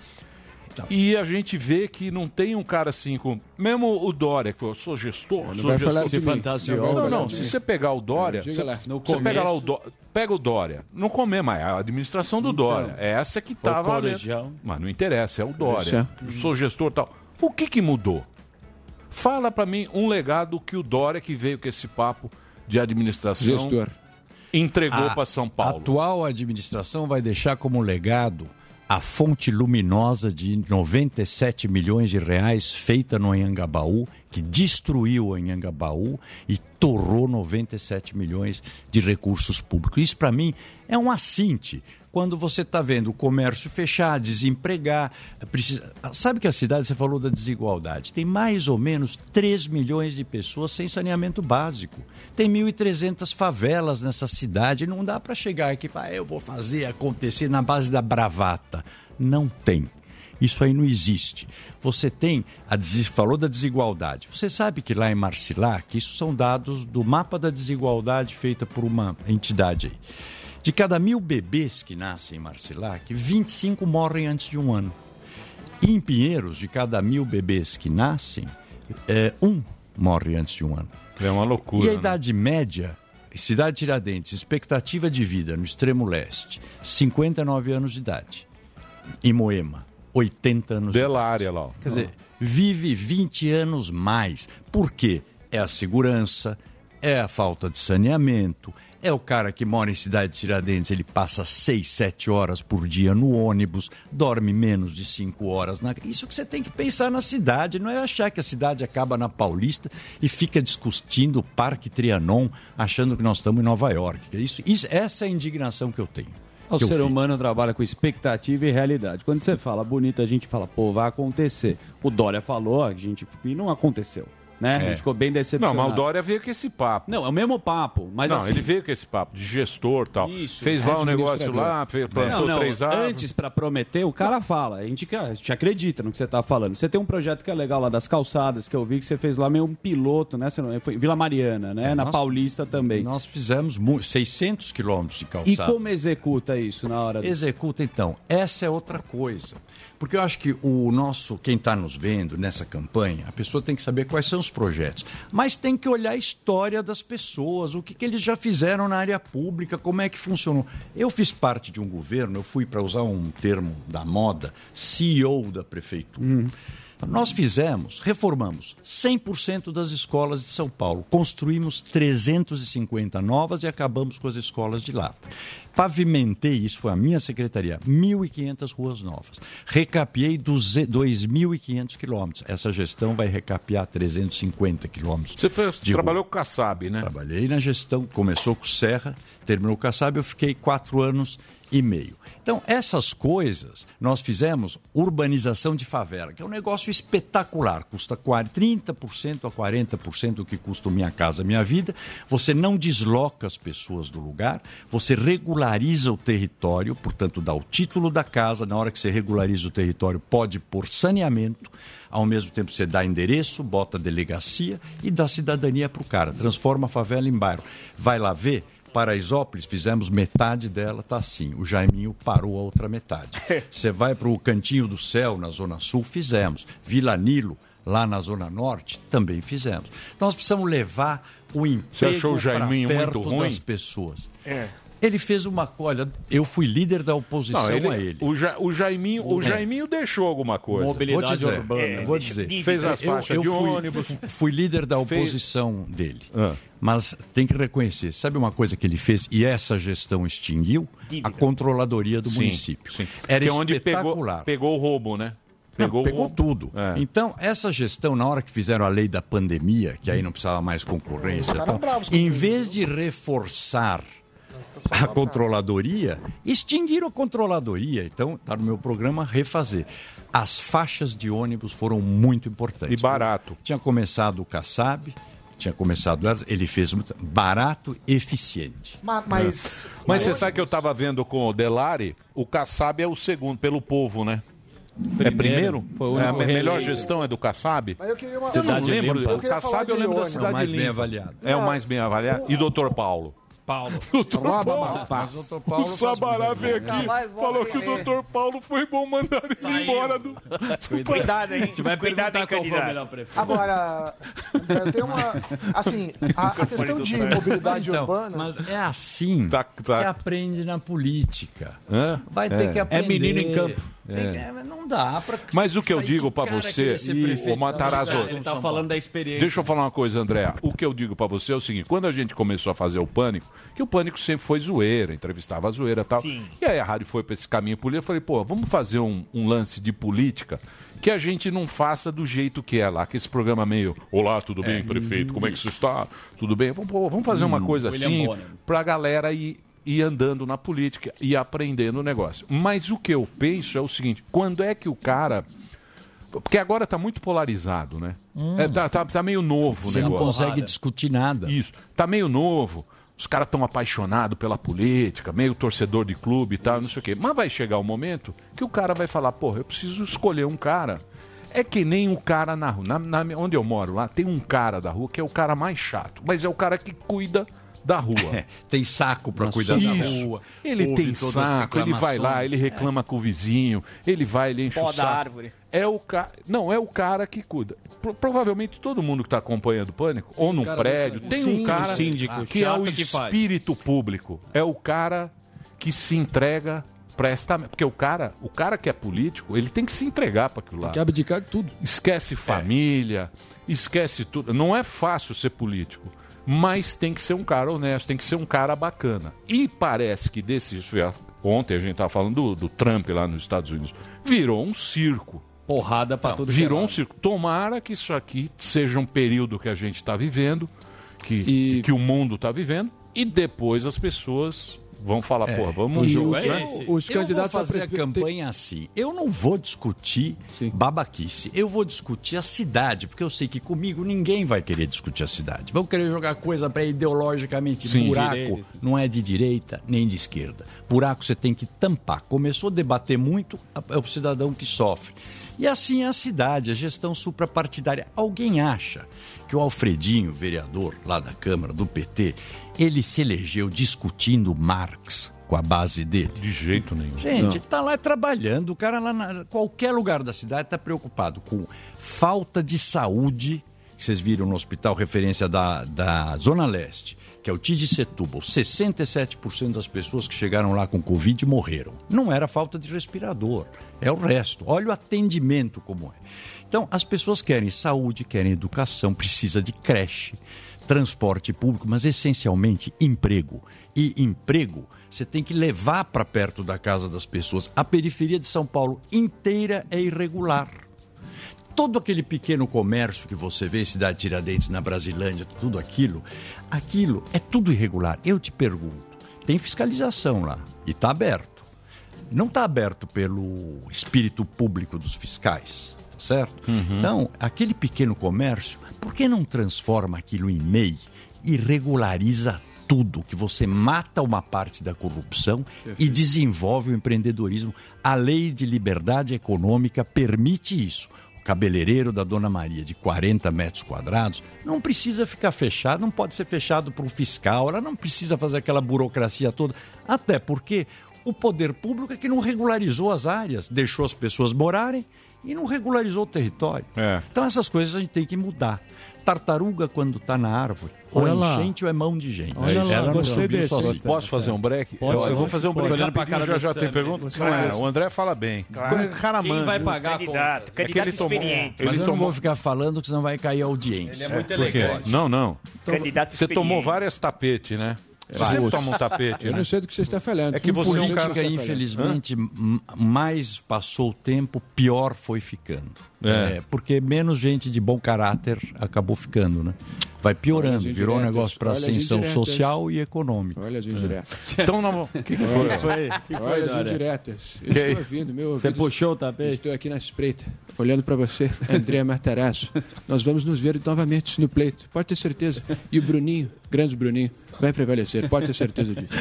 [SPEAKER 22] Tá.
[SPEAKER 1] E a gente vê que não tem um cara assim com. Mesmo o Dória, que falou, sou gestor,
[SPEAKER 22] Não
[SPEAKER 1] sou
[SPEAKER 22] vai
[SPEAKER 1] gestor.
[SPEAKER 22] falar de Se mim. fantasiou.
[SPEAKER 1] Não, não,
[SPEAKER 22] Não vai falar
[SPEAKER 1] não.
[SPEAKER 22] de
[SPEAKER 1] Se
[SPEAKER 22] mim. É,
[SPEAKER 1] você pegar o Dória.
[SPEAKER 22] Diga
[SPEAKER 1] Você,
[SPEAKER 22] lá. No
[SPEAKER 1] você pega
[SPEAKER 22] começo- Então,
[SPEAKER 1] lá o Dória. Pega o Dória. Não comer mais. A administração do Dória. É essa que
[SPEAKER 22] o
[SPEAKER 1] estava.
[SPEAKER 22] colegial.
[SPEAKER 1] Mas não interessa, é o
[SPEAKER 22] Isso
[SPEAKER 1] Dória.
[SPEAKER 22] é.
[SPEAKER 1] Eu sou gestor e tal. O que, que mudou? Fala pra mim um legado que o Dória que veio com esse papo de administração
[SPEAKER 22] Gestor.
[SPEAKER 1] entregou
[SPEAKER 22] A
[SPEAKER 1] pra São Paulo.
[SPEAKER 22] atual administração vai deixar como legado a fonte luminosa de 97 milhões de reais feita no Anhangabaú, que destruiu o Anhangabaú e torrou 97 milhões de recursos públicos. Isso, para mim, é um assinte. Quando você está vendo o comércio fechar, desempregar, precisa... sabe que a cidade, você falou da desigualdade, tem mais ou menos 3 milhões de pessoas sem saneamento básico. Tem 1.300 favelas nessa cidade, não dá para chegar aqui e falar, eu vou fazer acontecer na base da bravata. Não tem. Isso aí não existe. Você tem, a desi- falou da desigualdade. Você sabe que lá em Marcilac, isso são dados do mapa da desigualdade feita por uma entidade aí. De cada mil bebês que nascem em Marcilac, 25 morrem antes de um ano. E em Pinheiros, de cada mil bebês que nascem, é, um morre antes de um ano.
[SPEAKER 1] É uma loucura.
[SPEAKER 22] E a
[SPEAKER 1] né?
[SPEAKER 22] idade média, cidade de Tiradentes, expectativa de vida no extremo leste, 59 anos de idade. Em Moema, 80 anos
[SPEAKER 1] Delária lá. ó. Ah.
[SPEAKER 22] Quer dizer, vive 20 anos mais. Por quê? É a segurança, é a falta de saneamento, é o cara que mora em cidade de Tiradentes, ele passa 6, 7 horas por dia no ônibus, dorme menos de 5 horas. Na... Isso que você tem que pensar na cidade, não é achar que a cidade acaba na Paulista e fica discutindo o Parque Trianon, achando que nós estamos em Nova York. Isso, isso, essa é a indignação que eu tenho.
[SPEAKER 5] O
[SPEAKER 22] que eu
[SPEAKER 5] ser
[SPEAKER 22] fico.
[SPEAKER 5] humano trabalha com expectativa e realidade. Quando você fala bonito, a gente fala, pô, vai acontecer. O Dória falou, a gente e não aconteceu, né? A
[SPEAKER 1] É.
[SPEAKER 5] gente ficou bem
[SPEAKER 1] Não,
[SPEAKER 5] decepcionado.
[SPEAKER 1] mas o Dória veio com esse papo.
[SPEAKER 5] Não, é o mesmo papo, mas
[SPEAKER 1] não,
[SPEAKER 5] assim-
[SPEAKER 1] ele veio com esse papo de gestor e tal. Fez lá um negócio lá, fez, plantou
[SPEAKER 5] Não, não,
[SPEAKER 1] três árvores.
[SPEAKER 5] Antes, para prometer, o cara fala. A gente, que- a gente acredita no que você tá falando. Você tem um projeto que é legal lá das calçadas, que eu vi que você fez lá meio um piloto, né? Você não- Foi em Vila Mariana, né? Na
[SPEAKER 22] Nós-
[SPEAKER 5] Paulista também.
[SPEAKER 22] Nós fizemos mu- 600 quilômetros de
[SPEAKER 5] E
[SPEAKER 22] calçada.
[SPEAKER 5] como executa isso na hora? do-
[SPEAKER 22] é Executa então. Essa é outra coisa. Porque eu acho que o nosso, quem está nos vendo nessa campanha, a pessoa tem que saber quais são os projetos. Mas tem que olhar a história das pessoas, o que, que eles já fizeram na área pública, como é que funcionou. Eu fiz parte de um governo, eu fui, para usar um termo da moda, CEO da prefeitura. Nós fizemos, reformamos 100% das escolas de São Paulo, construímos 350 novas e acabamos com as escolas de lata. Pavimentei, isso foi a minha secretaria, 1.500 ruas novas. Recapiei 200 2.500 quilômetros. Essa gestão vai recapiar 350 quilômetros.
[SPEAKER 1] Você foi- você
[SPEAKER 22] de rua.
[SPEAKER 1] trabalhou com o Kassab, né?
[SPEAKER 22] Trabalhei na gestão, começou com Serra, terminou com a Saab, eu fiquei quatro anos e meio. Então, essas coisas, nós fizemos urbanização de favela, que é um negócio espetacular, custa 40, 30% a 40% do que custa o Minha Casa Minha Vida, você não desloca as pessoas do lugar, você regulariza o território, portanto, dá o título da casa, na hora que você regulariza o território, pode pôr saneamento, ao mesmo tempo você dá endereço, bota delegacia e dá cidadania para o cara, transforma a favela em bairro. Vai lá ver, Paraisópolis fizemos metade dela, tá assim. O Jaiminho parou a outra metade.
[SPEAKER 1] <laughs>
[SPEAKER 22] Você vai para o Cantinho do Céu, na Zona Sul, fizemos. Vila Nilo, lá na Zona Norte, também fizemos. Então, Nós precisamos levar o
[SPEAKER 1] Você
[SPEAKER 22] emprego
[SPEAKER 1] achou o
[SPEAKER 22] para
[SPEAKER 1] Jaiminho muito
[SPEAKER 22] perto
[SPEAKER 1] ruim? É.
[SPEAKER 22] das pessoas. É. Ele fez uma colha. Eu fui líder da oposição
[SPEAKER 1] Não, ele-
[SPEAKER 22] a ele.
[SPEAKER 1] O, Ja- o Jaiminho, o
[SPEAKER 22] É.
[SPEAKER 1] Jaiminho deixou alguma coisa.
[SPEAKER 22] vou dizer, é, vou dizer.
[SPEAKER 1] Fez as
[SPEAKER 22] Eu-
[SPEAKER 1] faixas
[SPEAKER 22] eu
[SPEAKER 1] de
[SPEAKER 22] fui-
[SPEAKER 1] ônibus.
[SPEAKER 22] Fui líder da
[SPEAKER 1] Fez-
[SPEAKER 22] oposição dele. Mas tem que reconhecer, sabe uma coisa que ele fez e essa gestão extinguiu? A controladoria do
[SPEAKER 1] Sim,
[SPEAKER 22] município.
[SPEAKER 1] sim.
[SPEAKER 22] Era
[SPEAKER 1] Que é onde pegou-
[SPEAKER 22] espetacular.
[SPEAKER 1] Pegou o roubo, né?
[SPEAKER 22] Pegou,
[SPEAKER 1] o
[SPEAKER 22] pegou
[SPEAKER 1] roubo.
[SPEAKER 22] tudo. Então, essa gestão, na hora que fizeram a lei da pandemia, que aí não precisava mais concorrência,
[SPEAKER 10] Os caras
[SPEAKER 22] então,
[SPEAKER 10] bravos com né?
[SPEAKER 22] em vez de reforçar
[SPEAKER 10] tá
[SPEAKER 22] a controladoria, extinguiram a controladoria. Então, está no meu programa refazer. As faixas de ônibus foram muito importantes. E barato. Tinha começado o Kassab, tinha começado elas, ele fez muito. Barato, eficiente.
[SPEAKER 10] Ma- Mas,
[SPEAKER 1] É. Mas você sabe que eu estava vendo com o Delari, o Kassab é o segundo, pelo povo, né? é primeiro?
[SPEAKER 22] Foi o
[SPEAKER 1] É, a
[SPEAKER 22] único
[SPEAKER 1] me- melhor
[SPEAKER 22] reeleito.
[SPEAKER 1] gestão é do Kassab?
[SPEAKER 10] Mas eu queria uma-
[SPEAKER 1] Eu não
[SPEAKER 10] Cidade
[SPEAKER 1] lembro.
[SPEAKER 10] Limpa. Eu
[SPEAKER 1] O
[SPEAKER 10] queria falar
[SPEAKER 1] Kassab
[SPEAKER 10] de
[SPEAKER 1] eu lembro da
[SPEAKER 10] Leônio.
[SPEAKER 1] cidade
[SPEAKER 10] É o mais
[SPEAKER 1] limpa.
[SPEAKER 10] bem avaliado.
[SPEAKER 1] É o mais bem avaliado. E doutor Paulo? Paulo. Doutor
[SPEAKER 10] Rouba
[SPEAKER 1] Paulo.
[SPEAKER 10] mais fácil.
[SPEAKER 1] Doutor
[SPEAKER 10] Paulo
[SPEAKER 1] o Sabará
[SPEAKER 10] faz
[SPEAKER 1] veio
[SPEAKER 10] muito bem.
[SPEAKER 1] aqui,
[SPEAKER 10] Nunca mais volta
[SPEAKER 1] falou
[SPEAKER 10] a
[SPEAKER 1] que o
[SPEAKER 10] ver.
[SPEAKER 1] doutor Paulo foi bom mandar ele embora do...
[SPEAKER 10] Cuidado,
[SPEAKER 5] <laughs>
[SPEAKER 10] hein? A gente vai
[SPEAKER 1] Cuidado, hein,
[SPEAKER 10] qual foi o
[SPEAKER 1] candidato.
[SPEAKER 10] melhor prefeito. Agora, eu tenho
[SPEAKER 1] <laughs>
[SPEAKER 10] uma- assim, a- a questão de
[SPEAKER 22] <laughs>
[SPEAKER 10] mobilidade urbana-
[SPEAKER 22] Mas é assim
[SPEAKER 1] Tá,
[SPEAKER 22] que aprende na política.
[SPEAKER 1] Hã?
[SPEAKER 22] Vai ter
[SPEAKER 1] É.
[SPEAKER 22] que aprender.
[SPEAKER 1] É menino em campo.
[SPEAKER 22] Tem que-
[SPEAKER 1] É.
[SPEAKER 22] mas não dá pra
[SPEAKER 1] Mas o que eu
[SPEAKER 22] sair
[SPEAKER 1] digo
[SPEAKER 22] de
[SPEAKER 1] pra
[SPEAKER 22] cara
[SPEAKER 1] você,
[SPEAKER 22] querer ser
[SPEAKER 1] Ih,
[SPEAKER 22] prefeito
[SPEAKER 1] ô Matarazzo,
[SPEAKER 5] Não, Ele tá falando da experiência.
[SPEAKER 1] Deixa eu falar uma coisa, André. O que eu digo pra você é o seguinte: quando a gente começou a fazer o Pânico, que o Pânico sempre foi zoeira, entrevistava a zoeira e tal.
[SPEAKER 4] Sim.
[SPEAKER 1] E aí a rádio foi pra esse caminho político. Eu falei, pô, vamos fazer um, um lance de política que a gente não faça do jeito que é lá, que esse programa meio. Olá, tudo bem, prefeito? Como é que você está? Tudo bem? Vamos, pô, vamos fazer uma
[SPEAKER 4] Hum,
[SPEAKER 1] coisa
[SPEAKER 4] William
[SPEAKER 1] assim
[SPEAKER 4] Bonner.
[SPEAKER 1] pra galera ir, ir andando na política e aprendendo o negócio. Mas o que eu penso é o seguinte: quando é que o cara. Porque agora tá muito polarizado, né?
[SPEAKER 22] Hum.
[SPEAKER 1] É, tá, tá- tá meio novo o
[SPEAKER 22] Você não
[SPEAKER 1] negócio.
[SPEAKER 22] consegue discutir nada.
[SPEAKER 1] Isso. Tá meio novo. Os caras estão apaixonados pela política, meio torcedor de clube e tal, não sei o quê. Mas vai chegar o momento que o cara vai falar, porra, eu preciso escolher um cara. É que nem o cara na rua. Na, na- onde eu moro lá, tem um cara da rua que é o cara mais chato. Mas é o cara que cuida
[SPEAKER 22] <laughs>
[SPEAKER 1] da rua.
[SPEAKER 22] tem saco para cuidar da
[SPEAKER 1] Isso.
[SPEAKER 22] rua.
[SPEAKER 1] Ele
[SPEAKER 22] ouve
[SPEAKER 1] tem
[SPEAKER 22] todas as
[SPEAKER 1] saco, ele vai lá,
[SPEAKER 22] reclamações.
[SPEAKER 1] ele reclama com o vizinho, ele vai, ele enche
[SPEAKER 22] Poda
[SPEAKER 1] o saco.
[SPEAKER 22] a árvore.
[SPEAKER 1] É o ca... Não, é o cara que cuida. Pro- provavelmente todo mundo que está acompanhando o Pânico, ou num
[SPEAKER 23] cara do
[SPEAKER 1] prédio,
[SPEAKER 23] síndico.
[SPEAKER 1] tem
[SPEAKER 23] Sim,
[SPEAKER 1] um cara
[SPEAKER 23] o síndico,
[SPEAKER 1] que é
[SPEAKER 23] chato
[SPEAKER 1] o
[SPEAKER 23] que faz.
[SPEAKER 1] espírito público. É o cara que se entrega para esta... Porque o cara, o cara que é político, ele tem que se entregar para aquilo lá.
[SPEAKER 2] que abdicar de tudo.
[SPEAKER 1] Esquece família, esquece tudo. Não é fácil ser político, mas tem que ser um cara honesto, tem que ser um cara bacana. E parece que desse. é, Ontem a gente estava falando do, do Trump lá nos Estados Unidos. Virou um circo.
[SPEAKER 5] Porrada para todo
[SPEAKER 1] Virou um circo. Tomara que isso aqui seja um período que a gente está vivendo, que, que o mundo está vivendo, e depois as pessoas vão falar, pô,
[SPEAKER 22] O
[SPEAKER 1] vamos
[SPEAKER 22] jogo
[SPEAKER 1] né?
[SPEAKER 22] é esse.
[SPEAKER 1] Eu vou
[SPEAKER 22] eu vou fazer a campanha assim. Eu não vou discutir babaquice. Eu vou discutir a cidade, porque eu sei que comigo ninguém vai querer discutir a cidade. Vão querer jogar coisa para ideologicamente
[SPEAKER 23] Sim.
[SPEAKER 22] buraco.
[SPEAKER 23] Direita,
[SPEAKER 22] Não é de direita nem de esquerda. Buraco você tem que tampar. Começou a debater muito, é o cidadão que sofre. E assim é a cidade, a gestão suprapartidária. Alguém acha que o Alfredinho, vereador lá da Câmara, do PT, ele se elegeu discutindo Marx com a base dele?
[SPEAKER 1] De jeito nenhum.
[SPEAKER 22] Gente, ele tá lá trabalhando, o cara lá na qualquer lugar da cidade tá preocupado com falta de saúde, que vocês viram no hospital referência da, da Zona Leste, que é o Tid Setúbal, 67% das pessoas que chegaram lá com Covid morreram. Não era falta de respirador, é o resto. Olha o atendimento como é. Então, as pessoas querem saúde, querem educação, precisa de creche transporte público, mas essencialmente emprego. E emprego você tem que levar para perto da casa das pessoas. A periferia de São Paulo inteira é irregular. Todo aquele pequeno comércio que você vê, Cidade Tiradentes, na Brasilândia, tudo aquilo, aquilo é tudo irregular. Eu te pergunto, tem fiscalização lá e está aberto não está aberto pelo espírito público dos fiscais, tá certo? Então, aquele pequeno comércio, por que não transforma aquilo em MEI e regulariza tudo, que você mata uma parte da corrupção e desenvolve o empreendedorismo? A lei de liberdade econômica permite isso. O cabeleireiro da Dona Maria, de 40 metros quadrados, não precisa ficar fechado, não pode ser fechado para o fiscal, ela não precisa fazer aquela burocracia toda. Até porque o poder público é que não regularizou as áreas, deixou as pessoas morarem e não regularizou o território.
[SPEAKER 1] É.
[SPEAKER 22] Então essas coisas a gente tem que mudar. Tartaruga quando está na árvore,
[SPEAKER 1] Olha
[SPEAKER 22] ou é
[SPEAKER 1] lá.
[SPEAKER 22] enchente ou é mão de gente.
[SPEAKER 1] Olha lá,
[SPEAKER 22] ela não
[SPEAKER 1] gostei
[SPEAKER 22] subiu
[SPEAKER 1] desse.
[SPEAKER 22] sozinha.
[SPEAKER 1] Posso fazer um break?
[SPEAKER 22] Pode,
[SPEAKER 1] eu, eu vou
[SPEAKER 22] pode.
[SPEAKER 1] fazer um
[SPEAKER 22] Pode.
[SPEAKER 1] break.
[SPEAKER 22] Olhando pra
[SPEAKER 1] rapidinho,
[SPEAKER 22] cara do
[SPEAKER 1] já
[SPEAKER 22] é.
[SPEAKER 1] já
[SPEAKER 22] Sam,
[SPEAKER 1] tem
[SPEAKER 22] tem
[SPEAKER 1] pergunta?
[SPEAKER 22] gostado.
[SPEAKER 1] Cara, o André fala bem. O cara
[SPEAKER 22] Quem
[SPEAKER 1] manja,
[SPEAKER 22] vai
[SPEAKER 1] né?
[SPEAKER 22] pagar a
[SPEAKER 9] Candidato, conta?
[SPEAKER 1] É que ele
[SPEAKER 9] candidato
[SPEAKER 1] tomou-
[SPEAKER 9] experiente.
[SPEAKER 22] Mas
[SPEAKER 1] Ele
[SPEAKER 22] eu não
[SPEAKER 1] tomou É,
[SPEAKER 22] vou ficar falando que senão vai cair a audiência.
[SPEAKER 1] Por quê? Não, não.
[SPEAKER 9] é Candidato
[SPEAKER 1] você
[SPEAKER 9] experiente.
[SPEAKER 1] tomou várias tapete, né? Você
[SPEAKER 22] Vai.
[SPEAKER 1] sempre toma um tapete,
[SPEAKER 22] Eu
[SPEAKER 1] né?
[SPEAKER 22] não sei
[SPEAKER 2] do que você está falando.
[SPEAKER 1] É que você é um
[SPEAKER 22] política,
[SPEAKER 1] cara...
[SPEAKER 22] infelizmente, m- mais passou o tempo, pior foi ficando.
[SPEAKER 1] É.
[SPEAKER 22] É, porque menos gente de bom caráter acabou ficando, né? Vai piorando,
[SPEAKER 1] Olha as
[SPEAKER 22] virou um
[SPEAKER 1] indiretas,
[SPEAKER 22] negócio para
[SPEAKER 1] olha as
[SPEAKER 22] ascensão
[SPEAKER 1] indiretas.
[SPEAKER 22] social e É. econômica.
[SPEAKER 2] Olha as
[SPEAKER 22] indiretas.
[SPEAKER 1] Então, não... O que, que
[SPEAKER 2] Olha,
[SPEAKER 1] foi?
[SPEAKER 2] Olha as
[SPEAKER 22] Dória?
[SPEAKER 2] indiretas. Eu
[SPEAKER 22] Que
[SPEAKER 1] é
[SPEAKER 2] estou
[SPEAKER 22] isso?
[SPEAKER 2] ouvindo, meu
[SPEAKER 22] Você
[SPEAKER 2] ouvido-
[SPEAKER 22] puxou o tapete?
[SPEAKER 2] Estou aqui na espreita, olhando para você, <laughs> André Matarazzo. Nós vamos nos ver novamente no pleito, pode ter certeza. E o Bruninho, grande Bruninho, vai prevalecer, pode ter certeza disso.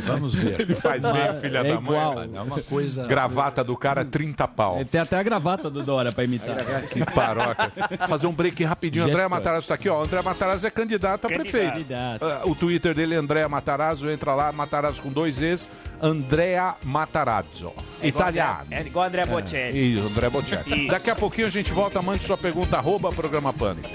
[SPEAKER 22] Vamos
[SPEAKER 2] ver.
[SPEAKER 1] Ele faz bem a filha
[SPEAKER 2] É
[SPEAKER 1] da mãe.
[SPEAKER 2] igual.
[SPEAKER 1] rapaz.
[SPEAKER 2] É uma coisa-
[SPEAKER 1] Gravata do cara, 30 pau.
[SPEAKER 5] Hum. É, Tem até a gravata do Dora pra imitar.
[SPEAKER 1] <laughs> Que paroca. Fazer um break rapidinho.
[SPEAKER 5] Gesto.
[SPEAKER 1] André Matarazzo está aqui, ó. André Matarazzo é candidato a
[SPEAKER 5] Candidato.
[SPEAKER 1] prefeito.
[SPEAKER 5] Candidato.
[SPEAKER 1] Ah, o Twitter dele é André Matarazzo. Entra lá, Matarazzo com dois Es. Andrea Matarazzo.
[SPEAKER 9] É igual
[SPEAKER 1] Italiano.
[SPEAKER 9] André- é igual André Bocelli.
[SPEAKER 1] Isso, André Bocelli.
[SPEAKER 9] Isso.
[SPEAKER 1] Daqui a pouquinho a gente volta. Mande sua pergunta, arroba programa Pânico.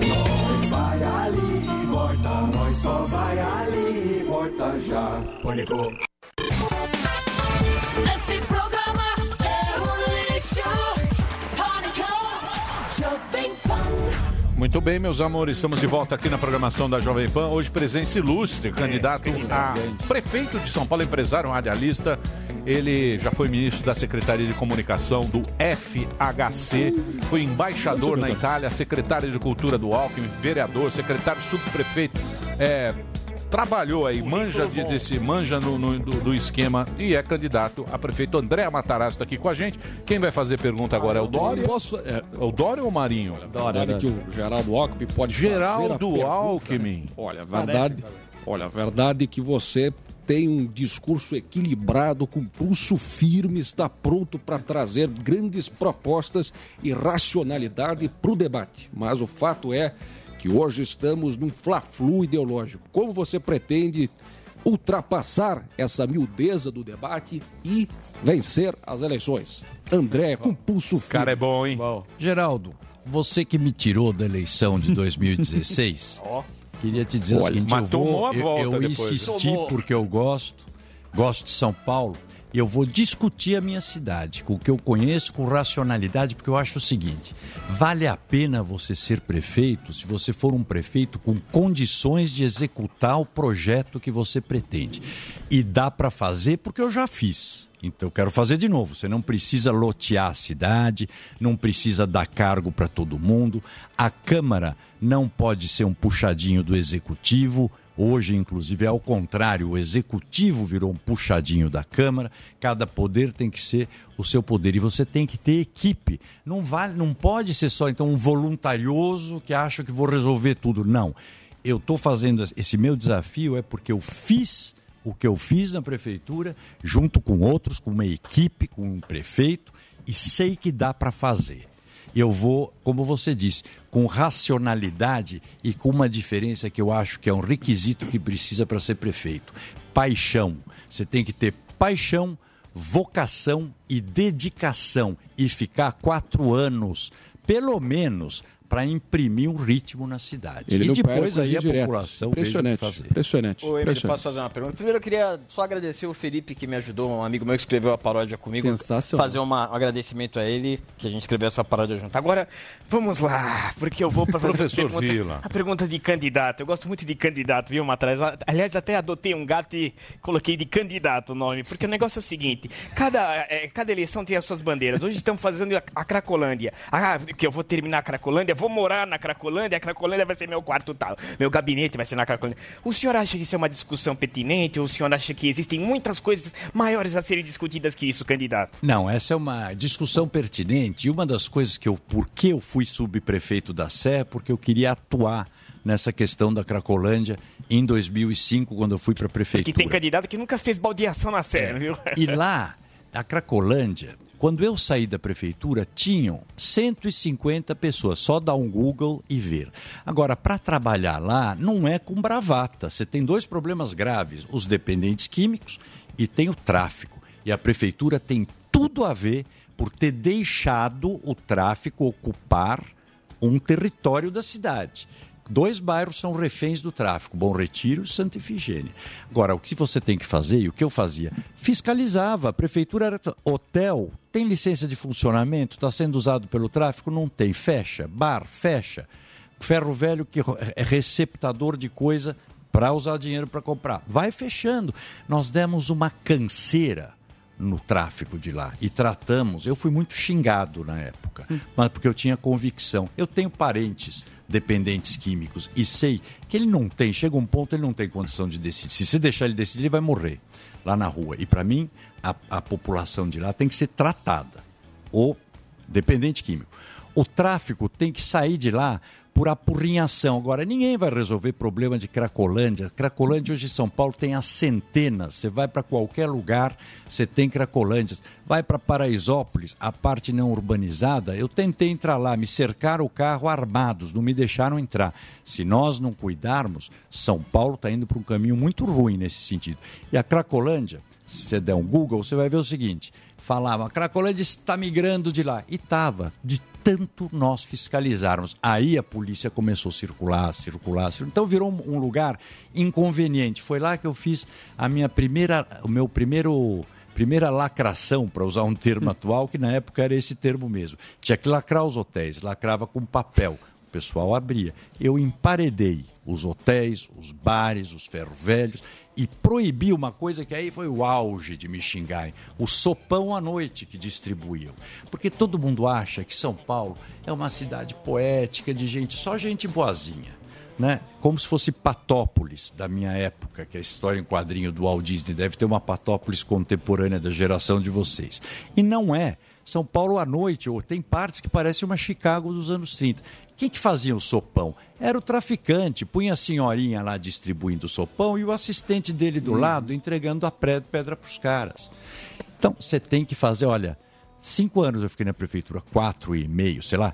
[SPEAKER 18] Nós vai ali e volta, nós só vai ali e volta já. Pânico.
[SPEAKER 10] Esse programa é um lixo. Pânico, Jovem Pan.
[SPEAKER 1] Muito bem, meus amores, estamos de volta aqui na programação da Jovem Pan. Hoje, presença ilustre, candidato a prefeito de São Paulo, empresário radialista. Ele já foi ministro da Secretaria de Comunicação do FHC, foi embaixador na Itália, secretário de Cultura do Alckmin, vereador, secretário subprefeito, é, trabalhou aí, manja de- desse, manja no, no- do, do esquema e é candidato a prefeito. André Matarazzo está aqui com a gente. Quem vai fazer pergunta agora é o Dória? É, é o Dória ou o Marinho?
[SPEAKER 24] Olha
[SPEAKER 23] né?
[SPEAKER 24] que o Geraldo Alckmin pode fazer a
[SPEAKER 1] Geraldo
[SPEAKER 24] pergunta.
[SPEAKER 1] Alckmin.
[SPEAKER 24] Olha, a verdade, olha, a verdade é que você tem um discurso equilibrado, com pulso firme, está pronto para trazer grandes propostas e racionalidade para o debate. Mas o fato é que hoje estamos num fla-flu ideológico. Como você pretende ultrapassar essa miudeza do debate e vencer as eleições? André, com pulso firme.
[SPEAKER 1] Cara, é bom, hein?
[SPEAKER 22] Geraldo, você que me tirou da eleição de 2016, queria te dizer o
[SPEAKER 1] Olha,
[SPEAKER 22] seguinte:
[SPEAKER 1] mas
[SPEAKER 22] eu, vou-
[SPEAKER 1] tomou a
[SPEAKER 22] eu-
[SPEAKER 1] volta
[SPEAKER 22] eu
[SPEAKER 1] depois.
[SPEAKER 22] insisti
[SPEAKER 1] Tomou.
[SPEAKER 22] porque eu gosto, gosto de São Paulo, e eu vou discutir a minha cidade, com o que eu conheço, com racionalidade, porque eu acho o seguinte: vale a pena você ser prefeito se você for um prefeito com condições de executar o projeto que você pretende. E dá para fazer porque eu já fiz. Então eu quero fazer de novo. Você não precisa lotear a cidade, não precisa dar cargo para todo mundo. A Câmara não pode ser um puxadinho do executivo. Hoje, inclusive, é ao contrário, o executivo virou um puxadinho da Câmara. Cada poder tem que ser o seu poder e você tem que ter equipe. Não vale, não pode ser só então um voluntarioso que acha que vou resolver tudo. Não. Eu estou fazendo esse meu desafio é porque eu fiz o que eu fiz na prefeitura, junto com outros, com uma equipe, com um prefeito, e sei que dá para fazer. Eu vou, como você disse, com racionalidade e com uma diferença que eu acho que é um requisito que precisa para ser prefeito: paixão. Você tem que ter paixão, vocação e dedicação e ficar quatro anos, pelo menos, para imprimir um ritmo na cidade.
[SPEAKER 24] Ele
[SPEAKER 22] e
[SPEAKER 24] não para
[SPEAKER 22] depois
[SPEAKER 24] com
[SPEAKER 22] aí a
[SPEAKER 24] direto.
[SPEAKER 22] população veja o que
[SPEAKER 24] impressionante,
[SPEAKER 22] fazer.
[SPEAKER 24] impressionante.
[SPEAKER 17] Ô, Emílio,
[SPEAKER 24] impressionante.
[SPEAKER 17] posso fazer uma pergunta? Primeiro, eu queria só agradecer o Felipe, que me ajudou, um amigo meu que escreveu a paródia comigo.
[SPEAKER 24] Sensacional.
[SPEAKER 17] Fazer uma- um agradecimento a ele, que a gente escreveu essa paródia junto. Agora,
[SPEAKER 9] Vamos lá, porque eu vou para fazer
[SPEAKER 17] Professor
[SPEAKER 9] a pergunta,
[SPEAKER 17] Vila.
[SPEAKER 9] a pergunta de candidato. Eu gosto muito de candidato, viu, Matrás? A- Aliás, até adotei um gato e coloquei de candidato o nome, porque o negócio é o seguinte: cada, eh, cada eleição tem as suas bandeiras. Hoje estamos fazendo a, a Cracolândia. Ah, que eu vou terminar a Cracolândia, vou morar na Cracolândia, a Cracolândia vai ser meu quarto tal, meu gabinete vai ser na Cracolândia. O senhor acha que isso é uma discussão pertinente? Ou o senhor acha que existem muitas coisas maiores a serem discutidas que isso, candidato?
[SPEAKER 22] Não, essa é uma discussão pertinente. E uma das coisas que eu, por que eu fui subprefeito da Sé, é porque eu queria atuar nessa questão da Cracolândia em 2005, quando eu fui para a
[SPEAKER 9] Que
[SPEAKER 22] prefeitura.
[SPEAKER 9] tem candidato que nunca fez baldeação na série, viu?
[SPEAKER 22] E lá, a Cracolândia, quando eu saí da prefeitura, tinham 150 pessoas. Só dá um Google e ver. Agora, para trabalhar lá, não é com bravata. Você tem dois problemas graves: os dependentes químicos e tem o tráfico. E a prefeitura tem tudo a ver por ter deixado o tráfico ocupar um território da cidade. Dois bairros são reféns do tráfico, Bom Retiro e Santa Ifigênia. Agora, o que você tem que fazer e o que eu fazia? Fiscalizava, a prefeitura era hotel, tem licença de funcionamento, está sendo usado pelo tráfico? Não tem, fecha. Bar, fecha. Ferro velho que ro- é receptador de coisa para usar dinheiro para comprar. Vai fechando. Nós demos uma canseira no tráfico de lá e tratamos. Eu fui muito xingado na época, mas porque eu tinha convicção. Eu tenho parentes dependentes químicos e sei que ele não tem. Chega um ponto ele não tem condição de decidir. Se você deixar ele decidir, ele vai morrer lá na rua. E para mim a, a população de lá tem que ser tratada. O dependente químico. O tráfico tem que sair de lá por apurrinhação. Agora, ninguém vai resolver problema de Cracolândia. Cracolândia hoje em São Paulo tem as centenas. Você vai para qualquer lugar, você tem Cracolândias. Vai para Paraisópolis, a parte não urbanizada. Eu tentei entrar lá, me cercaram o carro armados, não me deixaram entrar. Se nós não cuidarmos, São Paulo está indo para um caminho muito ruim nesse sentido. E a Cracolândia, se você der um Google, você vai ver o seguinte: falava, a Cracolândia está migrando de lá. E estava, de tanto nós fiscalizarmos. Aí a polícia começou a circular, circular, circular. Então virou um um lugar inconveniente. Foi lá que eu fiz a minha primeira, o meu primeiro. Primeira lacração, para usar um termo atual, que na época era esse termo mesmo. Tinha que lacrar os hotéis, lacrava com papel. O pessoal abria. Eu emparedei os hotéis, os bares, os ferrovelhos e proibi uma coisa que aí foi o auge de me xingar, hein? o sopão à noite que distribuíam. Porque todo mundo acha que São Paulo é uma cidade poética de gente, só gente boazinha. né? Como se fosse Patópolis da minha época, que é a história em quadrinho do Walt Disney. Deve ter uma Patópolis contemporânea da geração de vocês. E não é. São Paulo à noite, ou tem partes que parece uma Chicago dos anos 30. Quem que fazia o sopão? Era o traficante. Punha a senhorinha lá distribuindo o sopão e o assistente dele do lado entregando a pré- pedra para os caras. Então, você tem que fazer, olha, cinco anos eu fiquei na prefeitura, quatro e meio, sei lá.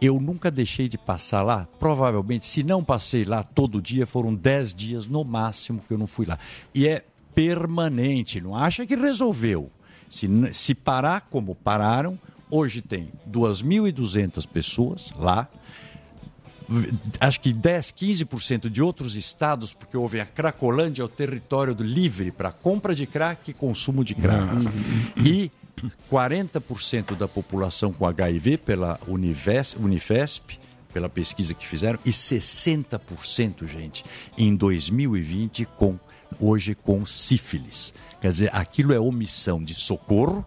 [SPEAKER 22] Eu nunca deixei de passar lá. Provavelmente, se não passei lá todo dia, foram dez dias no máximo que eu não fui lá. E é permanente, não acha que resolveu. Se, n- se parar como pararam, hoje tem 2.200 pessoas lá, acho que 10, 15% de outros estados, porque houve a Cracolândia, é o território do livre para compra de crack e consumo de crack. E 40% da população com HIV pela Unives- Unifesp, pela pesquisa que fizeram, e 60%, gente, em 2020 com hoje com sífilis. Quer dizer, aquilo é omissão de socorro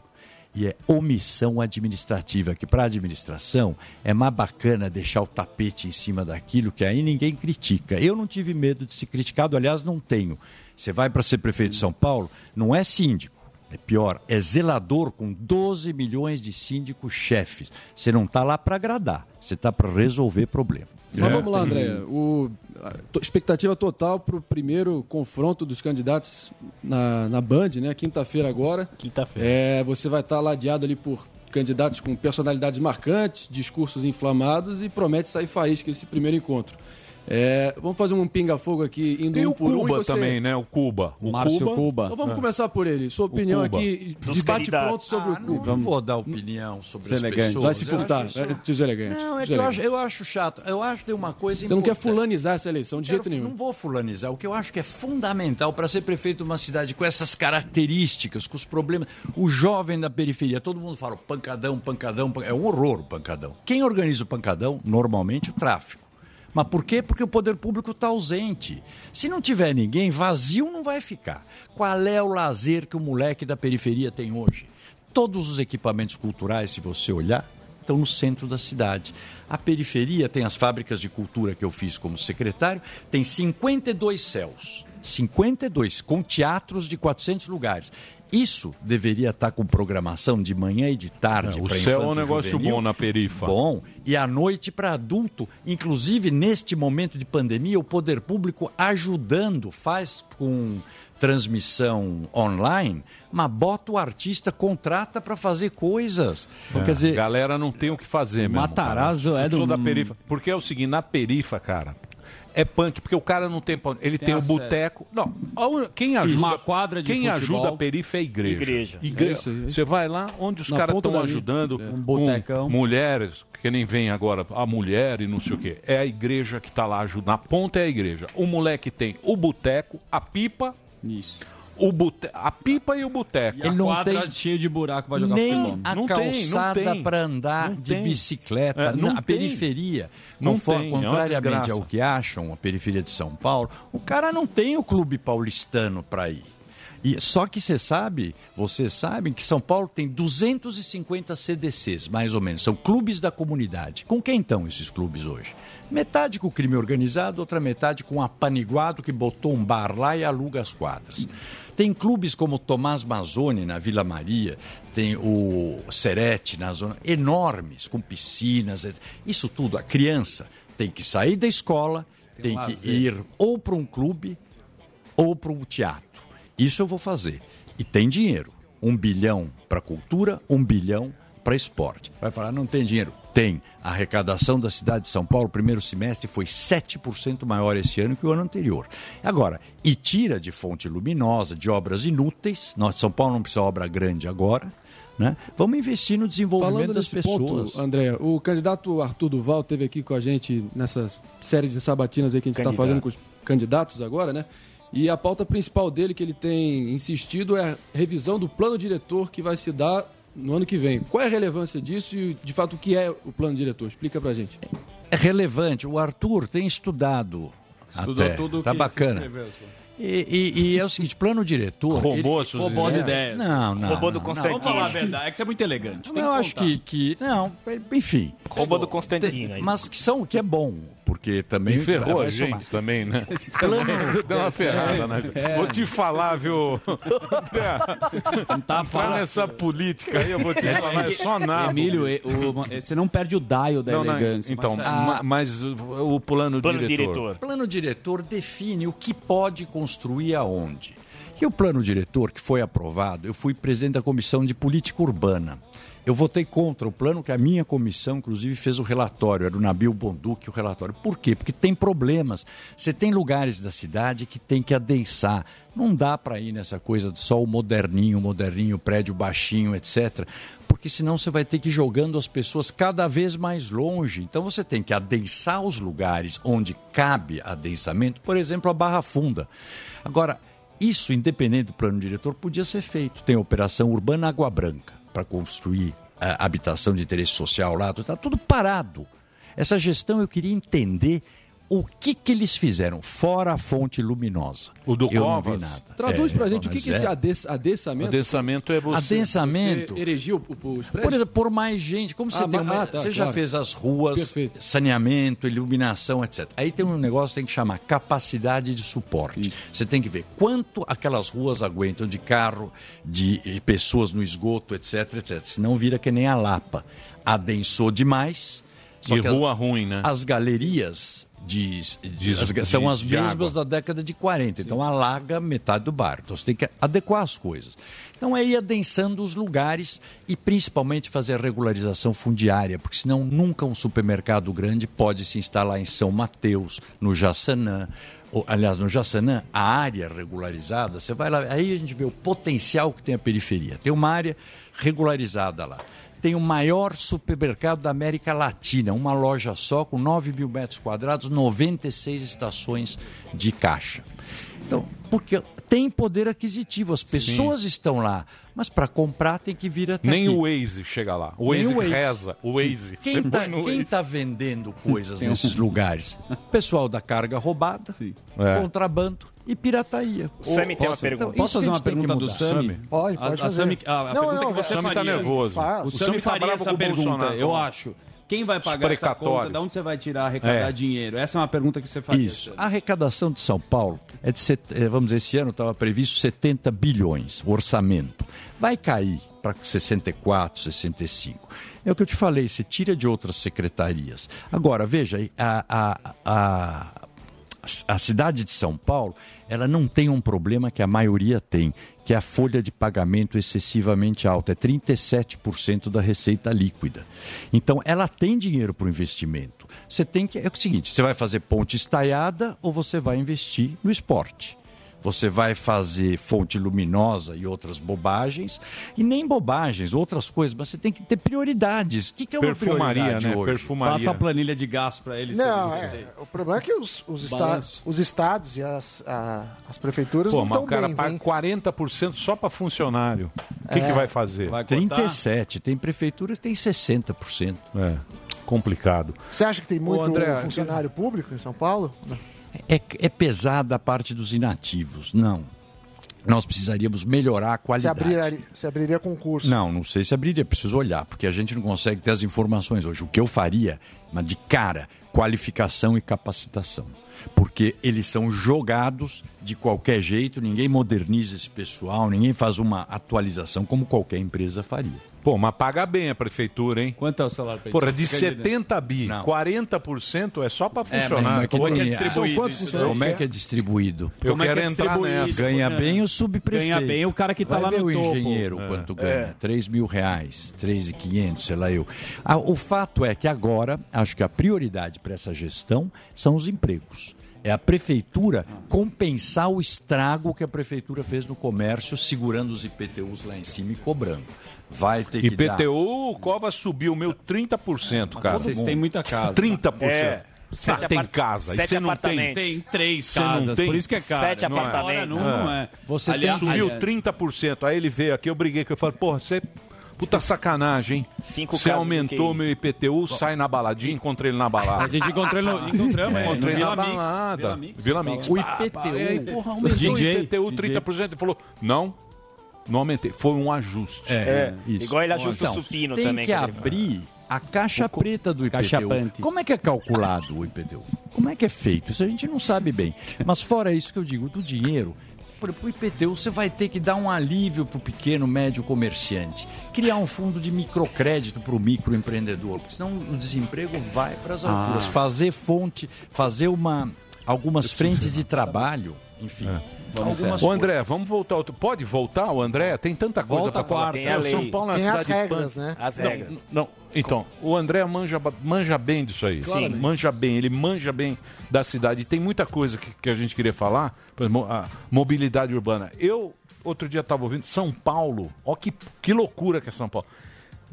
[SPEAKER 22] e é omissão administrativa, que para a administração é mais bacana deixar o tapete em cima daquilo que aí ninguém critica. Eu não tive medo de ser criticado, aliás, não tenho. Você vai para ser prefeito de São Paulo, não é síndico. É pior, é zelador com 12 milhões de síndicos chefes. Você não está lá para agradar, você está para resolver problema.
[SPEAKER 4] Mas
[SPEAKER 23] É.
[SPEAKER 4] vamos lá, André. O, a to- expectativa total para o primeiro confronto dos candidatos na, na Band, né? Quinta-feira agora. Quinta-feira. É, você vai estar ladeado ali por candidatos com personalidades marcantes, discursos inflamados e promete sair faísca esse primeiro encontro. É, vamos fazer um pinga-fogo aqui indo
[SPEAKER 23] Tem
[SPEAKER 4] um
[SPEAKER 23] o
[SPEAKER 4] por um.
[SPEAKER 23] Cuba
[SPEAKER 4] e você-
[SPEAKER 23] também, né? O Cuba. O
[SPEAKER 4] Então vamos
[SPEAKER 23] É.
[SPEAKER 4] começar por ele. Sua opinião
[SPEAKER 23] Cuba.
[SPEAKER 4] aqui,
[SPEAKER 23] Dos
[SPEAKER 4] debate
[SPEAKER 23] candidatos.
[SPEAKER 4] pronto sobre
[SPEAKER 22] Ah,
[SPEAKER 4] o Cuba.
[SPEAKER 22] Não vou dar opinião sobre
[SPEAKER 4] Isso é
[SPEAKER 22] as
[SPEAKER 4] elegante.
[SPEAKER 22] pessoas.
[SPEAKER 4] Vai se furtar,
[SPEAKER 22] Eu acho
[SPEAKER 4] é deselegante,
[SPEAKER 22] Não, é que eu
[SPEAKER 4] deselegante.
[SPEAKER 22] acho, eu acho chato. Eu acho que tem uma coisa
[SPEAKER 4] Você não quer
[SPEAKER 22] importante.
[SPEAKER 4] fulanizar essa eleição de
[SPEAKER 22] Quero-
[SPEAKER 4] jeito nenhum.
[SPEAKER 22] Não vou fulanizar. O que eu acho que é fundamental para ser prefeito de uma cidade com essas características, com os problemas. O jovem da periferia, todo mundo fala pancadão, pancadão, pan- é um horror o pancadão. Quem organiza o pancadão? Normalmente o tráfico. Mas por quê? Porque o poder público está ausente. Se não tiver ninguém, vazio não vai ficar. Qual é o lazer que o moleque da periferia tem hoje? Todos os equipamentos culturais, se você olhar, estão no centro da cidade. A periferia tem as fábricas de cultura que eu fiz como secretário, tem 52 céus. 52, com teatros de 400 lugares. Isso deveria estar com programação de manhã e de tarde.
[SPEAKER 23] É, o
[SPEAKER 22] pra
[SPEAKER 23] céu é um
[SPEAKER 22] infanto e
[SPEAKER 23] negócio
[SPEAKER 22] juvenil.
[SPEAKER 23] bom na perifa.
[SPEAKER 22] Bom, e à noite para adulto, inclusive neste momento de pandemia, o poder público ajudando, faz com transmissão online, mas bota o artista, contrata para fazer coisas.
[SPEAKER 23] É,
[SPEAKER 22] Quer dizer,
[SPEAKER 23] galera não tem o que fazer mesmo.
[SPEAKER 22] Matarazzo
[SPEAKER 23] cara.
[SPEAKER 22] é
[SPEAKER 23] Eu sou da
[SPEAKER 22] do-
[SPEAKER 23] perifa. Porque é o seguinte, na perifa, cara, é punk, porque o cara não tem... pra onde- Ele tem,
[SPEAKER 22] Tem
[SPEAKER 23] o
[SPEAKER 22] acesso.
[SPEAKER 23] boteco. Não, a un- quem ajuda...
[SPEAKER 5] Uma quadra de
[SPEAKER 23] Quem
[SPEAKER 5] futebol.
[SPEAKER 23] ajuda a perifa é a igreja.
[SPEAKER 5] Igreja.
[SPEAKER 23] Igre-
[SPEAKER 5] É isso aí.
[SPEAKER 23] Você vai lá onde os
[SPEAKER 5] Na
[SPEAKER 23] caras
[SPEAKER 5] ponta
[SPEAKER 23] estão
[SPEAKER 5] da linha.
[SPEAKER 23] ajudando.
[SPEAKER 5] É.
[SPEAKER 23] com
[SPEAKER 5] Um botecão.
[SPEAKER 23] Mulheres, que nem vem agora, a mulher e não sei o quê. É a igreja que tá lá ajudando. Na ponta é a igreja. O moleque tem o boteco, a pipa... Isso. O bote... A pipa e o boteco.
[SPEAKER 5] E a quadra cheia de buraco vai jogar
[SPEAKER 22] nem
[SPEAKER 5] futebol.
[SPEAKER 22] a
[SPEAKER 23] Não tem, não
[SPEAKER 22] calçada
[SPEAKER 23] tem. <laughs>
[SPEAKER 22] para andar de
[SPEAKER 23] tem.
[SPEAKER 22] bicicleta
[SPEAKER 23] É, não
[SPEAKER 22] na
[SPEAKER 23] tem.
[SPEAKER 22] periferia.
[SPEAKER 23] Não
[SPEAKER 22] Conforme,
[SPEAKER 23] tem, é uma
[SPEAKER 22] contrariamente
[SPEAKER 23] desgraça.
[SPEAKER 22] ao que acham, a periferia de São Paulo, o cara não tem o clube paulistano para ir. E, só que você sabe, vocês sabem que São Paulo tem 250 CDCs, mais ou menos. São clubes da comunidade. Com quem estão esses clubes hoje? Metade com o crime organizado, outra metade com um apaniguado que botou um bar lá e aluga as quadras. Tem clubes como Tomás Mazzoni na Vila Maria, tem o Serete na zona, enormes, com piscinas. etc. Isso tudo, a criança tem que sair da escola, tem, que
[SPEAKER 5] lazer.
[SPEAKER 22] ir ou para um clube ou para um teatro. Isso eu vou fazer. E tem dinheiro. Um bilhão para cultura, um bilhão para esporte. Vai falar, não tem dinheiro. Tem. A arrecadação da cidade de São Paulo, primeiro semestre, foi 7% maior esse ano que o ano anterior. Agora, e tira de fonte luminosa, de obras inúteis. Nós, São Paulo não precisa de obra grande agora. Né? Vamos investir no desenvolvimento
[SPEAKER 4] Falando
[SPEAKER 22] é das
[SPEAKER 4] nesse
[SPEAKER 22] pessoas.
[SPEAKER 4] ponto, André, o candidato Arthur Duval teve aqui com a gente nessa série de sabatinas aí que a gente está
[SPEAKER 22] Candidato.
[SPEAKER 4] fazendo com os candidatos agora, né? E a pauta principal dele que ele tem insistido é a revisão do plano diretor que vai se dar no ano que vem. Qual é a relevância disso e, de fato, o que é o plano diretor? Explica pra gente.
[SPEAKER 22] É relevante. O Arthur tem estudado.
[SPEAKER 4] Estudou
[SPEAKER 22] até.
[SPEAKER 4] tudo o
[SPEAKER 22] tá
[SPEAKER 4] que se
[SPEAKER 22] bacana.
[SPEAKER 4] escreveu,
[SPEAKER 22] E, e- e é o seguinte, plano diretor.
[SPEAKER 5] Roubou
[SPEAKER 22] ele-
[SPEAKER 5] as suas Roubou as ideias. ideias.
[SPEAKER 22] Não, não.
[SPEAKER 5] Roubou do
[SPEAKER 22] não,
[SPEAKER 5] Constantino.
[SPEAKER 22] não.
[SPEAKER 5] Vamos falar a verdade, é que você é muito elegante.
[SPEAKER 22] Não, eu acho que, que. Não, enfim.
[SPEAKER 9] Rouba do Constantino aí.
[SPEAKER 22] Mas que são que é bom. porque também.
[SPEAKER 1] Enferrou
[SPEAKER 22] vai
[SPEAKER 1] a gente
[SPEAKER 22] somar.
[SPEAKER 1] também, né?
[SPEAKER 22] Plano-
[SPEAKER 1] <laughs> Deu
[SPEAKER 22] <laughs>
[SPEAKER 1] uma ferrada, né?
[SPEAKER 22] É.
[SPEAKER 1] Vou te falar, viu? Não
[SPEAKER 5] tá
[SPEAKER 1] Vai nessa política aí, eu vou te falar, é só nada.
[SPEAKER 5] Emílio, e- é, o- e- você não perde o dial da
[SPEAKER 1] Não, não,
[SPEAKER 5] elegância.
[SPEAKER 1] então,
[SPEAKER 5] mas-
[SPEAKER 22] Ah.
[SPEAKER 1] ma- mas o, o plano,
[SPEAKER 5] Plano
[SPEAKER 1] diretor.
[SPEAKER 5] diretor.
[SPEAKER 22] plano diretor define o que pode construir aonde. E o plano diretor que foi aprovado, eu fui presidente da comissão de política urbana. Eu votei contra o plano que a minha comissão, inclusive, fez o relatório. Era o Nabil Bonduque o relatório. Por quê? Porque tem problemas. Você tem lugares da cidade que tem que adensar. Não dá para ir nessa coisa de só o moderninho, moderninho, prédio baixinho, etc porque senão você vai ter que ir jogando as pessoas cada vez mais longe. Então você tem que adensar os lugares onde cabe adensamento, por exemplo, a Barra Funda. Agora, isso, independente do plano diretor, podia ser feito. Tem a Operação Urbana Água Branca para construir ah, habitação de interesse social lá, está tudo parado. Essa gestão eu queria entender o que, que eles fizeram, fora a fonte luminosa. O do eu não vi
[SPEAKER 1] Covas?
[SPEAKER 22] nada.
[SPEAKER 24] Traduz
[SPEAKER 22] É,
[SPEAKER 24] pra gente o que,
[SPEAKER 22] mas
[SPEAKER 24] que é esse
[SPEAKER 22] é.
[SPEAKER 24] ades- adensamento.
[SPEAKER 1] Adensamento é você-
[SPEAKER 22] Adensamento.
[SPEAKER 24] Você erigir o- o- os
[SPEAKER 22] Por exemplo, por mais gente. Como você
[SPEAKER 24] Ah,
[SPEAKER 22] tem
[SPEAKER 24] mas-
[SPEAKER 22] uma,
[SPEAKER 24] ah, tá,
[SPEAKER 22] é, você já
[SPEAKER 24] claro.
[SPEAKER 22] fez as ruas, saneamento, iluminação, etc. Aí tem um negócio que tem que chamar capacidade de suporte. Você tem que ver quanto aquelas ruas aguentam de carro, de eh, pessoas no esgoto, etc, etc. Senão vira que nem a Lapa. Adensou demais. Só
[SPEAKER 1] E
[SPEAKER 22] que as-
[SPEAKER 1] rua ruim, né?
[SPEAKER 22] As galerias de, de-
[SPEAKER 1] De-
[SPEAKER 22] as ga- são
[SPEAKER 1] de-
[SPEAKER 22] as
[SPEAKER 1] de água.
[SPEAKER 22] mesmas da década de 40. Então alaga metade do bairro. Então você tem que adequar as coisas. Então é ir adensando os lugares e principalmente fazer regularização fundiária, porque senão nunca um supermercado grande pode se instalar em São Mateus, no Jaçanã. Ou, aliás, no Jaçanã, a área regularizada, você vai lá, aí a gente vê o potencial que tem a periferia. Tem uma área regularizada lá. Tem o maior supermercado da América Latina, uma loja só com 9 mil metros quadrados, 96 estações de caixa. Então, porque tem poder aquisitivo, as pessoas estão lá, mas para comprar tem que vir até
[SPEAKER 1] Nem
[SPEAKER 22] aqui.
[SPEAKER 1] o Waze chega lá. O
[SPEAKER 22] Nem
[SPEAKER 1] Waze, reza. O Waze.
[SPEAKER 22] Quem
[SPEAKER 1] Você
[SPEAKER 22] está
[SPEAKER 1] põe no Waze.
[SPEAKER 22] vendendo coisas
[SPEAKER 1] Tem um-
[SPEAKER 22] nesses lugares? Pessoal da carga roubada,
[SPEAKER 1] É.
[SPEAKER 22] contrabando e pirataria.
[SPEAKER 9] O Sami tem uma pergunta.
[SPEAKER 22] Então, isso que a gente tem que mudar.
[SPEAKER 6] Pode,
[SPEAKER 5] A-
[SPEAKER 6] pode
[SPEAKER 5] a
[SPEAKER 6] fazer.
[SPEAKER 5] Sami- a- a
[SPEAKER 6] Não,
[SPEAKER 5] pergunta
[SPEAKER 6] não,
[SPEAKER 5] que
[SPEAKER 6] vai.
[SPEAKER 5] você
[SPEAKER 6] O Sami
[SPEAKER 5] faria-
[SPEAKER 6] tá nervoso.
[SPEAKER 5] O
[SPEAKER 6] O
[SPEAKER 5] Sami
[SPEAKER 6] Sami tá
[SPEAKER 5] faria
[SPEAKER 6] bravo
[SPEAKER 5] essa
[SPEAKER 6] com o
[SPEAKER 5] pergunta,
[SPEAKER 6] Bolsonaro.
[SPEAKER 5] eu acho. Quem vai
[SPEAKER 22] Os
[SPEAKER 5] pagar essa conta?
[SPEAKER 22] precatórios.
[SPEAKER 5] De onde você vai tirar, arrecadar
[SPEAKER 22] É.
[SPEAKER 5] dinheiro? Essa é uma pergunta que você faria.
[SPEAKER 22] Isso. A arrecadação de São Paulo é de, set- eh, vamos dizer, esse ano estava previsto 70 bilhões o orçamento. Vai cair para 64, 65. É o que eu te falei, você tira de outras secretarias. Agora, veja, aí, a, a, a, a cidade de São Paulo ela não tem um problema que a maioria tem, que é a folha de pagamento excessivamente alta, é 37% da receita líquida. Então, ela tem dinheiro para o investimento. Você tem que é o seguinte, você vai fazer ponte estaiada ou você vai investir no esporte. Você vai fazer fonte luminosa e outras bobagens, e nem bobagens, outras coisas, mas você tem que ter prioridades. O que, que é uma
[SPEAKER 1] Perfumaria,
[SPEAKER 22] prioridade
[SPEAKER 1] né?
[SPEAKER 22] hoje?
[SPEAKER 1] Perfumaria. Passa a
[SPEAKER 5] planilha de gasto para eles.
[SPEAKER 6] Não, é, o problema é que os, os, esta-
[SPEAKER 1] Balanço.
[SPEAKER 6] os estados e as, a- as prefeituras
[SPEAKER 1] Pô,
[SPEAKER 6] não
[SPEAKER 1] mas o
[SPEAKER 6] estão
[SPEAKER 1] cara
[SPEAKER 6] bem.
[SPEAKER 1] paga
[SPEAKER 6] vem.
[SPEAKER 1] 40% só pra funcionário. O que,
[SPEAKER 6] É.
[SPEAKER 1] que vai fazer?
[SPEAKER 6] Vai cortar?
[SPEAKER 22] 37, tem prefeitura que tem 60%.
[SPEAKER 1] É, complicado.
[SPEAKER 6] Você acha que tem muito
[SPEAKER 22] Ô, André,
[SPEAKER 6] funcionário público em São Paulo? Não.
[SPEAKER 22] É, é pesada a parte dos inativos, não. Nós precisaríamos melhorar a
[SPEAKER 6] Você
[SPEAKER 22] qualidade.
[SPEAKER 6] abriria, você abriria concurso.
[SPEAKER 22] Não, não sei se abriria, preciso olhar, porque a gente não consegue ter as informações hoje. O que eu faria, mas de cara, qualificação e capacitação. Porque eles são jogados de qualquer jeito, ninguém moderniza esse pessoal, ninguém faz uma atualização como qualquer empresa faria.
[SPEAKER 1] Pô, mas paga bem a prefeitura, hein?
[SPEAKER 5] Quanto é o salário pra
[SPEAKER 1] Porra, de
[SPEAKER 22] Fica aí, né?
[SPEAKER 1] 70 bi, 40% é só pra
[SPEAKER 22] É, mas
[SPEAKER 1] funcionário.
[SPEAKER 22] como é que é distribuído
[SPEAKER 1] São quantos
[SPEAKER 22] isso daí?
[SPEAKER 1] funcionários?
[SPEAKER 22] Como é que é distribuído?
[SPEAKER 1] Eu
[SPEAKER 22] Como é
[SPEAKER 1] quero
[SPEAKER 22] que é
[SPEAKER 1] entrar
[SPEAKER 22] distribuído?
[SPEAKER 1] nessa.
[SPEAKER 22] Ganha
[SPEAKER 1] É.
[SPEAKER 22] bem o subprefeito.
[SPEAKER 5] Ganha bem o cara que tá
[SPEAKER 22] Vai
[SPEAKER 5] lá
[SPEAKER 22] ver
[SPEAKER 5] no
[SPEAKER 22] o
[SPEAKER 5] topo.
[SPEAKER 22] engenheiro
[SPEAKER 5] É.
[SPEAKER 22] quanto
[SPEAKER 5] É.
[SPEAKER 22] ganha. 3 mil reais, 3,500, sei lá eu. Ah, o fato é que agora, acho que a prioridade para essa gestão são os empregos. É a prefeitura compensar o estrago que a prefeitura fez no comércio, segurando os IPTUs lá em cima e cobrando. Vai ter
[SPEAKER 1] é?
[SPEAKER 22] que dar...
[SPEAKER 1] IPTU, o Cova subiu o meu 30%, cara.
[SPEAKER 22] Vocês têm muita casa.
[SPEAKER 1] 30%.
[SPEAKER 22] É.
[SPEAKER 1] Você
[SPEAKER 22] Sete
[SPEAKER 1] Ah, tem
[SPEAKER 22] apart- sete
[SPEAKER 1] casa. e você não tem.
[SPEAKER 5] apartamentos. Tem três
[SPEAKER 1] Você não
[SPEAKER 5] casas,
[SPEAKER 1] tem?
[SPEAKER 5] por isso que é caro,
[SPEAKER 1] Sete
[SPEAKER 5] não é?
[SPEAKER 1] apartamentos.
[SPEAKER 5] Fora não, não
[SPEAKER 9] Ah.
[SPEAKER 5] é.
[SPEAKER 1] Você um
[SPEAKER 5] Aliás-
[SPEAKER 1] subiu
[SPEAKER 5] aliás-
[SPEAKER 1] 30%. Aí ele veio aqui, eu briguei com ele. eu Falei, porra, você. é Puta sacanagem, hein?
[SPEAKER 9] Cinco
[SPEAKER 1] Você
[SPEAKER 9] casas
[SPEAKER 1] aumentou
[SPEAKER 9] do QI.
[SPEAKER 1] meu IPTU, sai na baladinha, encontrei ele na balada.
[SPEAKER 5] A gente encontrou
[SPEAKER 1] <laughs>
[SPEAKER 5] ele no- encontramos,
[SPEAKER 1] é,
[SPEAKER 5] no
[SPEAKER 1] encontrei
[SPEAKER 5] Vila
[SPEAKER 1] na
[SPEAKER 5] Mix,
[SPEAKER 1] balada.
[SPEAKER 5] Vila Mix.
[SPEAKER 1] Vila Mix.
[SPEAKER 5] O
[SPEAKER 1] Pá, pá,
[SPEAKER 5] IPTU.
[SPEAKER 1] e aí, porra, aumentou
[SPEAKER 5] DJ,
[SPEAKER 1] o IPTU 30%. Ele falou, não, não aumentei. Foi um ajuste.
[SPEAKER 9] É, igual ele ajusta o supino
[SPEAKER 22] tem
[SPEAKER 5] então,
[SPEAKER 9] também,
[SPEAKER 22] que
[SPEAKER 9] quando ele-
[SPEAKER 22] abrir A caixa preta do IPTU.
[SPEAKER 5] Caixa pante.
[SPEAKER 22] Como é que é calculado o IPTU? Como é que é feito? Isso a gente não sabe bem. Mas fora isso que eu digo, do dinheiro, para o IPTU você vai ter que dar um alívio para o pequeno, médio comerciante. Criar um fundo de microcrédito para o microempreendedor, porque senão o desemprego vai para as
[SPEAKER 5] Ah.
[SPEAKER 22] alturas. Fazer fonte, fazer uma, algumas frentes de trabalho, enfim.
[SPEAKER 5] É.
[SPEAKER 22] Algumas
[SPEAKER 1] Ô André, vamos voltar. outro- Pode voltar, o André? Tem tanta coisa
[SPEAKER 22] Volta
[SPEAKER 1] para falar.
[SPEAKER 22] quarta. Tem a
[SPEAKER 1] É, o São
[SPEAKER 22] lei.
[SPEAKER 1] Paulo é uma
[SPEAKER 22] Tem as
[SPEAKER 1] cidade
[SPEAKER 22] regras,
[SPEAKER 1] pan-
[SPEAKER 22] né? As
[SPEAKER 1] Não,
[SPEAKER 22] regras.
[SPEAKER 1] Não, então, o André manja, ba- manja bem disso aí.
[SPEAKER 22] Sim.
[SPEAKER 1] Manja bem, ele manja bem da cidade. Tem muita coisa que, que a gente queria falar, por exemplo, a mobilidade urbana. Eu, outro dia, estava ouvindo São Paulo. Ó, que, que loucura que é São Paulo.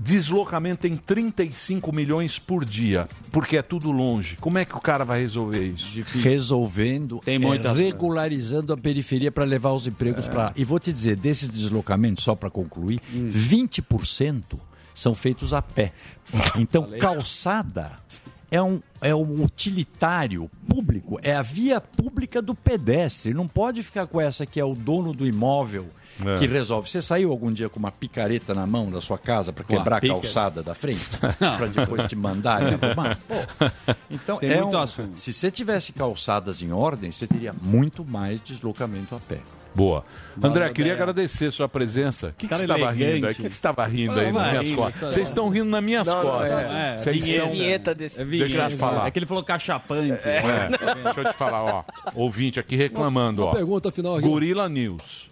[SPEAKER 1] Deslocamento em 35 milhões por dia, porque é tudo longe. Como é que o cara vai resolver isso?
[SPEAKER 22] resolvendo,
[SPEAKER 1] Tem
[SPEAKER 22] é,
[SPEAKER 1] muitas-
[SPEAKER 22] regularizando a periferia para levar os empregos
[SPEAKER 1] É.
[SPEAKER 22] para lá. E vou te dizer, desses deslocamentos, só para concluir, 20% são feitos a pé. Então, calçada é um, é um utilitário público, é a via pública do pedestre. Não pode ficar com essa que é o dono do imóvel
[SPEAKER 1] É.
[SPEAKER 22] que resolve. Você saiu algum dia com uma picareta na mão da sua casa para
[SPEAKER 1] Com a
[SPEAKER 22] quebrar a
[SPEAKER 1] pica.
[SPEAKER 22] calçada da
[SPEAKER 5] <laughs>
[SPEAKER 22] frente? para depois te mandar e arrumar? Então,
[SPEAKER 5] Tem
[SPEAKER 22] é
[SPEAKER 5] muito
[SPEAKER 22] um-
[SPEAKER 5] assunto.
[SPEAKER 22] se você tivesse calçadas em ordem, você teria muito mais deslocamento a pé.
[SPEAKER 1] Boa. André, queria agradecer sua presença. O que, que
[SPEAKER 22] Cara
[SPEAKER 1] você estava
[SPEAKER 22] elegante.
[SPEAKER 1] rindo aí? O que que você estava rindo
[SPEAKER 5] Ah,
[SPEAKER 1] aí
[SPEAKER 22] Não,
[SPEAKER 1] nas
[SPEAKER 22] vai
[SPEAKER 1] minhas
[SPEAKER 22] rindo,
[SPEAKER 1] costas?
[SPEAKER 22] sabe?
[SPEAKER 1] Vocês estão rindo nas minhas
[SPEAKER 22] Não, não,
[SPEAKER 1] costas.
[SPEAKER 22] é. É,
[SPEAKER 1] Vocês
[SPEAKER 22] vinheta.
[SPEAKER 1] estão...
[SPEAKER 22] Vinheta desse-
[SPEAKER 5] É vinheta.
[SPEAKER 1] Deixa eu te falar.
[SPEAKER 5] É que ele falou
[SPEAKER 4] <laughs>
[SPEAKER 5] cachapante.
[SPEAKER 1] É. Deixa eu te falar, ó. Ouvinte aqui reclamando,
[SPEAKER 4] Uma
[SPEAKER 1] ó.
[SPEAKER 4] pergunta final aqui.
[SPEAKER 1] Gorila News.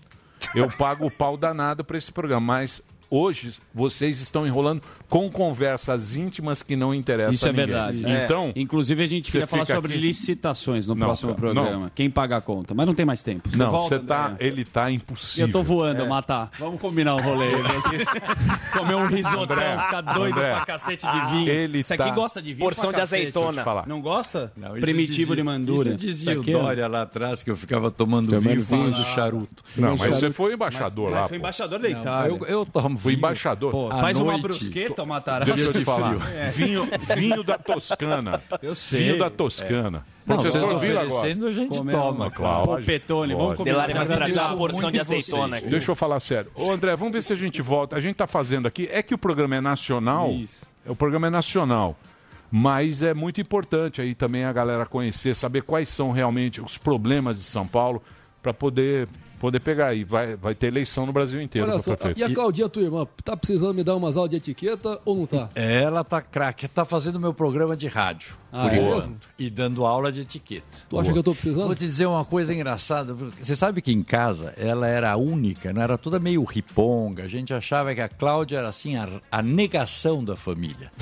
[SPEAKER 1] Eu pago o pau danado para esse programa, mas hoje vocês estão enrolando com conversas íntimas que não interessam
[SPEAKER 5] <laughs> Isso
[SPEAKER 1] a
[SPEAKER 5] é
[SPEAKER 1] ninguém.
[SPEAKER 5] verdade.
[SPEAKER 1] Então,
[SPEAKER 5] É. inclusive a gente
[SPEAKER 1] você
[SPEAKER 5] queria falar
[SPEAKER 1] fica
[SPEAKER 5] sobre
[SPEAKER 1] aqui-
[SPEAKER 5] licitações no
[SPEAKER 1] Não,
[SPEAKER 5] próximo
[SPEAKER 1] não.
[SPEAKER 5] programa. Quem paga a conta? Mas não tem mais tempo.
[SPEAKER 1] Não,
[SPEAKER 5] volta,
[SPEAKER 1] você tá-
[SPEAKER 5] André?
[SPEAKER 1] ele tá impossível.
[SPEAKER 5] Eu tô voando,
[SPEAKER 1] É.
[SPEAKER 5] matar. Vamos combinar um
[SPEAKER 1] <laughs>
[SPEAKER 5] rolê. <laughs> Você Comer um risotão,
[SPEAKER 1] André,
[SPEAKER 5] ficar doido
[SPEAKER 1] André,
[SPEAKER 5] pra cacete de vinho.
[SPEAKER 1] ele
[SPEAKER 5] Isso aqui
[SPEAKER 1] tá-
[SPEAKER 5] gosta de vinho?
[SPEAKER 1] Porção
[SPEAKER 5] pra
[SPEAKER 1] de
[SPEAKER 5] cacete,
[SPEAKER 1] azeitona.
[SPEAKER 5] deixa eu te falar. Não gosta? Primitivo de mandura.
[SPEAKER 22] Isso dizia
[SPEAKER 5] Isso
[SPEAKER 22] o
[SPEAKER 5] aqui é-
[SPEAKER 22] Dória lá atrás, que eu ficava tomando
[SPEAKER 5] Tomando
[SPEAKER 22] vinho e falando
[SPEAKER 5] vinho.
[SPEAKER 22] charuto.
[SPEAKER 5] Não, mas
[SPEAKER 1] você foi embaixador lá,
[SPEAKER 5] Foi
[SPEAKER 1] pô.
[SPEAKER 5] embaixador da Itália.
[SPEAKER 22] eu, eu tomo
[SPEAKER 1] Fui
[SPEAKER 22] vinho.
[SPEAKER 1] embaixador.
[SPEAKER 5] Pô,
[SPEAKER 22] À
[SPEAKER 5] faz uma
[SPEAKER 22] noite.
[SPEAKER 5] brusqueta, Matará.
[SPEAKER 1] Deixa eu te falar.
[SPEAKER 5] É.
[SPEAKER 1] Vinho, vinho da Toscana.
[SPEAKER 5] <laughs> Eu sei.
[SPEAKER 1] Vinho da Toscana.
[SPEAKER 5] É. Não,
[SPEAKER 1] Professor
[SPEAKER 5] vocês
[SPEAKER 1] Vila
[SPEAKER 5] oferecendo,
[SPEAKER 1] gosta.
[SPEAKER 5] a gente Comemos, toma, claro. Pô, Petone, vamos
[SPEAKER 1] Lógico.
[SPEAKER 5] combinar. Delari vai trazer uma Agradeço porção muito de azeitona vocês. aqui.
[SPEAKER 1] Deixa eu falar sério. Ô, André, vamos ver se a gente volta. A gente tá fazendo aqui. É que o programa é nacional. O programa é nacional. Mas é muito importante aí também a galera conhecer, saber quais são realmente os problemas de São Paulo para poder, poder pegar aí. Vai, vai ter eleição no Brasil inteiro
[SPEAKER 4] Olha
[SPEAKER 1] para
[SPEAKER 4] só,
[SPEAKER 1] prefeito.
[SPEAKER 4] e a Claudinha, tua irmã, tá precisando me dar umas aulas de etiqueta ou não tá?
[SPEAKER 22] Ela tá craque, tá fazendo meu programa de rádio,
[SPEAKER 4] Ah,
[SPEAKER 22] por
[SPEAKER 4] é mesmo?
[SPEAKER 22] enquanto, e dando aula de etiqueta.
[SPEAKER 4] Tu acha que eu tô precisando?
[SPEAKER 22] Vou te dizer uma coisa engraçada. porque Você sabe que em casa ela era a única, não era toda meio riponga. A gente achava que a Cláudia era assim a, a negação da família.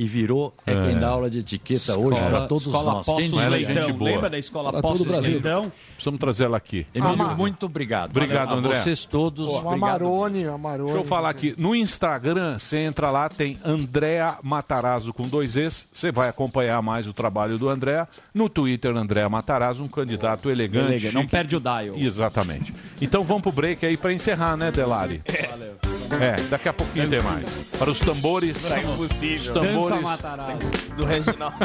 [SPEAKER 22] E virou é quem
[SPEAKER 1] É.
[SPEAKER 22] dá aula de etiqueta hoje para todos
[SPEAKER 5] Escola
[SPEAKER 22] nós.
[SPEAKER 5] Poços
[SPEAKER 22] diria?
[SPEAKER 5] Leitão. Lembra da Escola
[SPEAKER 22] Pra todo
[SPEAKER 5] Poços
[SPEAKER 22] o Brasil.
[SPEAKER 5] Leitão?
[SPEAKER 1] Precisamos trazer ela aqui.
[SPEAKER 22] Emílio, muito obrigado.
[SPEAKER 1] Obrigado,
[SPEAKER 22] a
[SPEAKER 1] André.
[SPEAKER 22] vocês todos.
[SPEAKER 6] O um Amarone, o Amarone.
[SPEAKER 1] Deixa eu falar aqui. No Instagram, você entra lá, tem Andrea Matarazzo com dois Es. Você vai acompanhar mais o trabalho do Andrea. No Twitter, Andrea Matarazzo, um candidato elegante.
[SPEAKER 5] Elegante, não
[SPEAKER 1] chique.
[SPEAKER 5] perde o dial.
[SPEAKER 1] Exatamente. Então vamos pro break aí pra encerrar, né, Delari? Valeu. É, daqui a pouquinho tem mais. Para os tambores.
[SPEAKER 5] é
[SPEAKER 25] Tá impossível.
[SPEAKER 1] Os tambores.
[SPEAKER 5] Dança Matarazzo.
[SPEAKER 25] Do Reginaldo.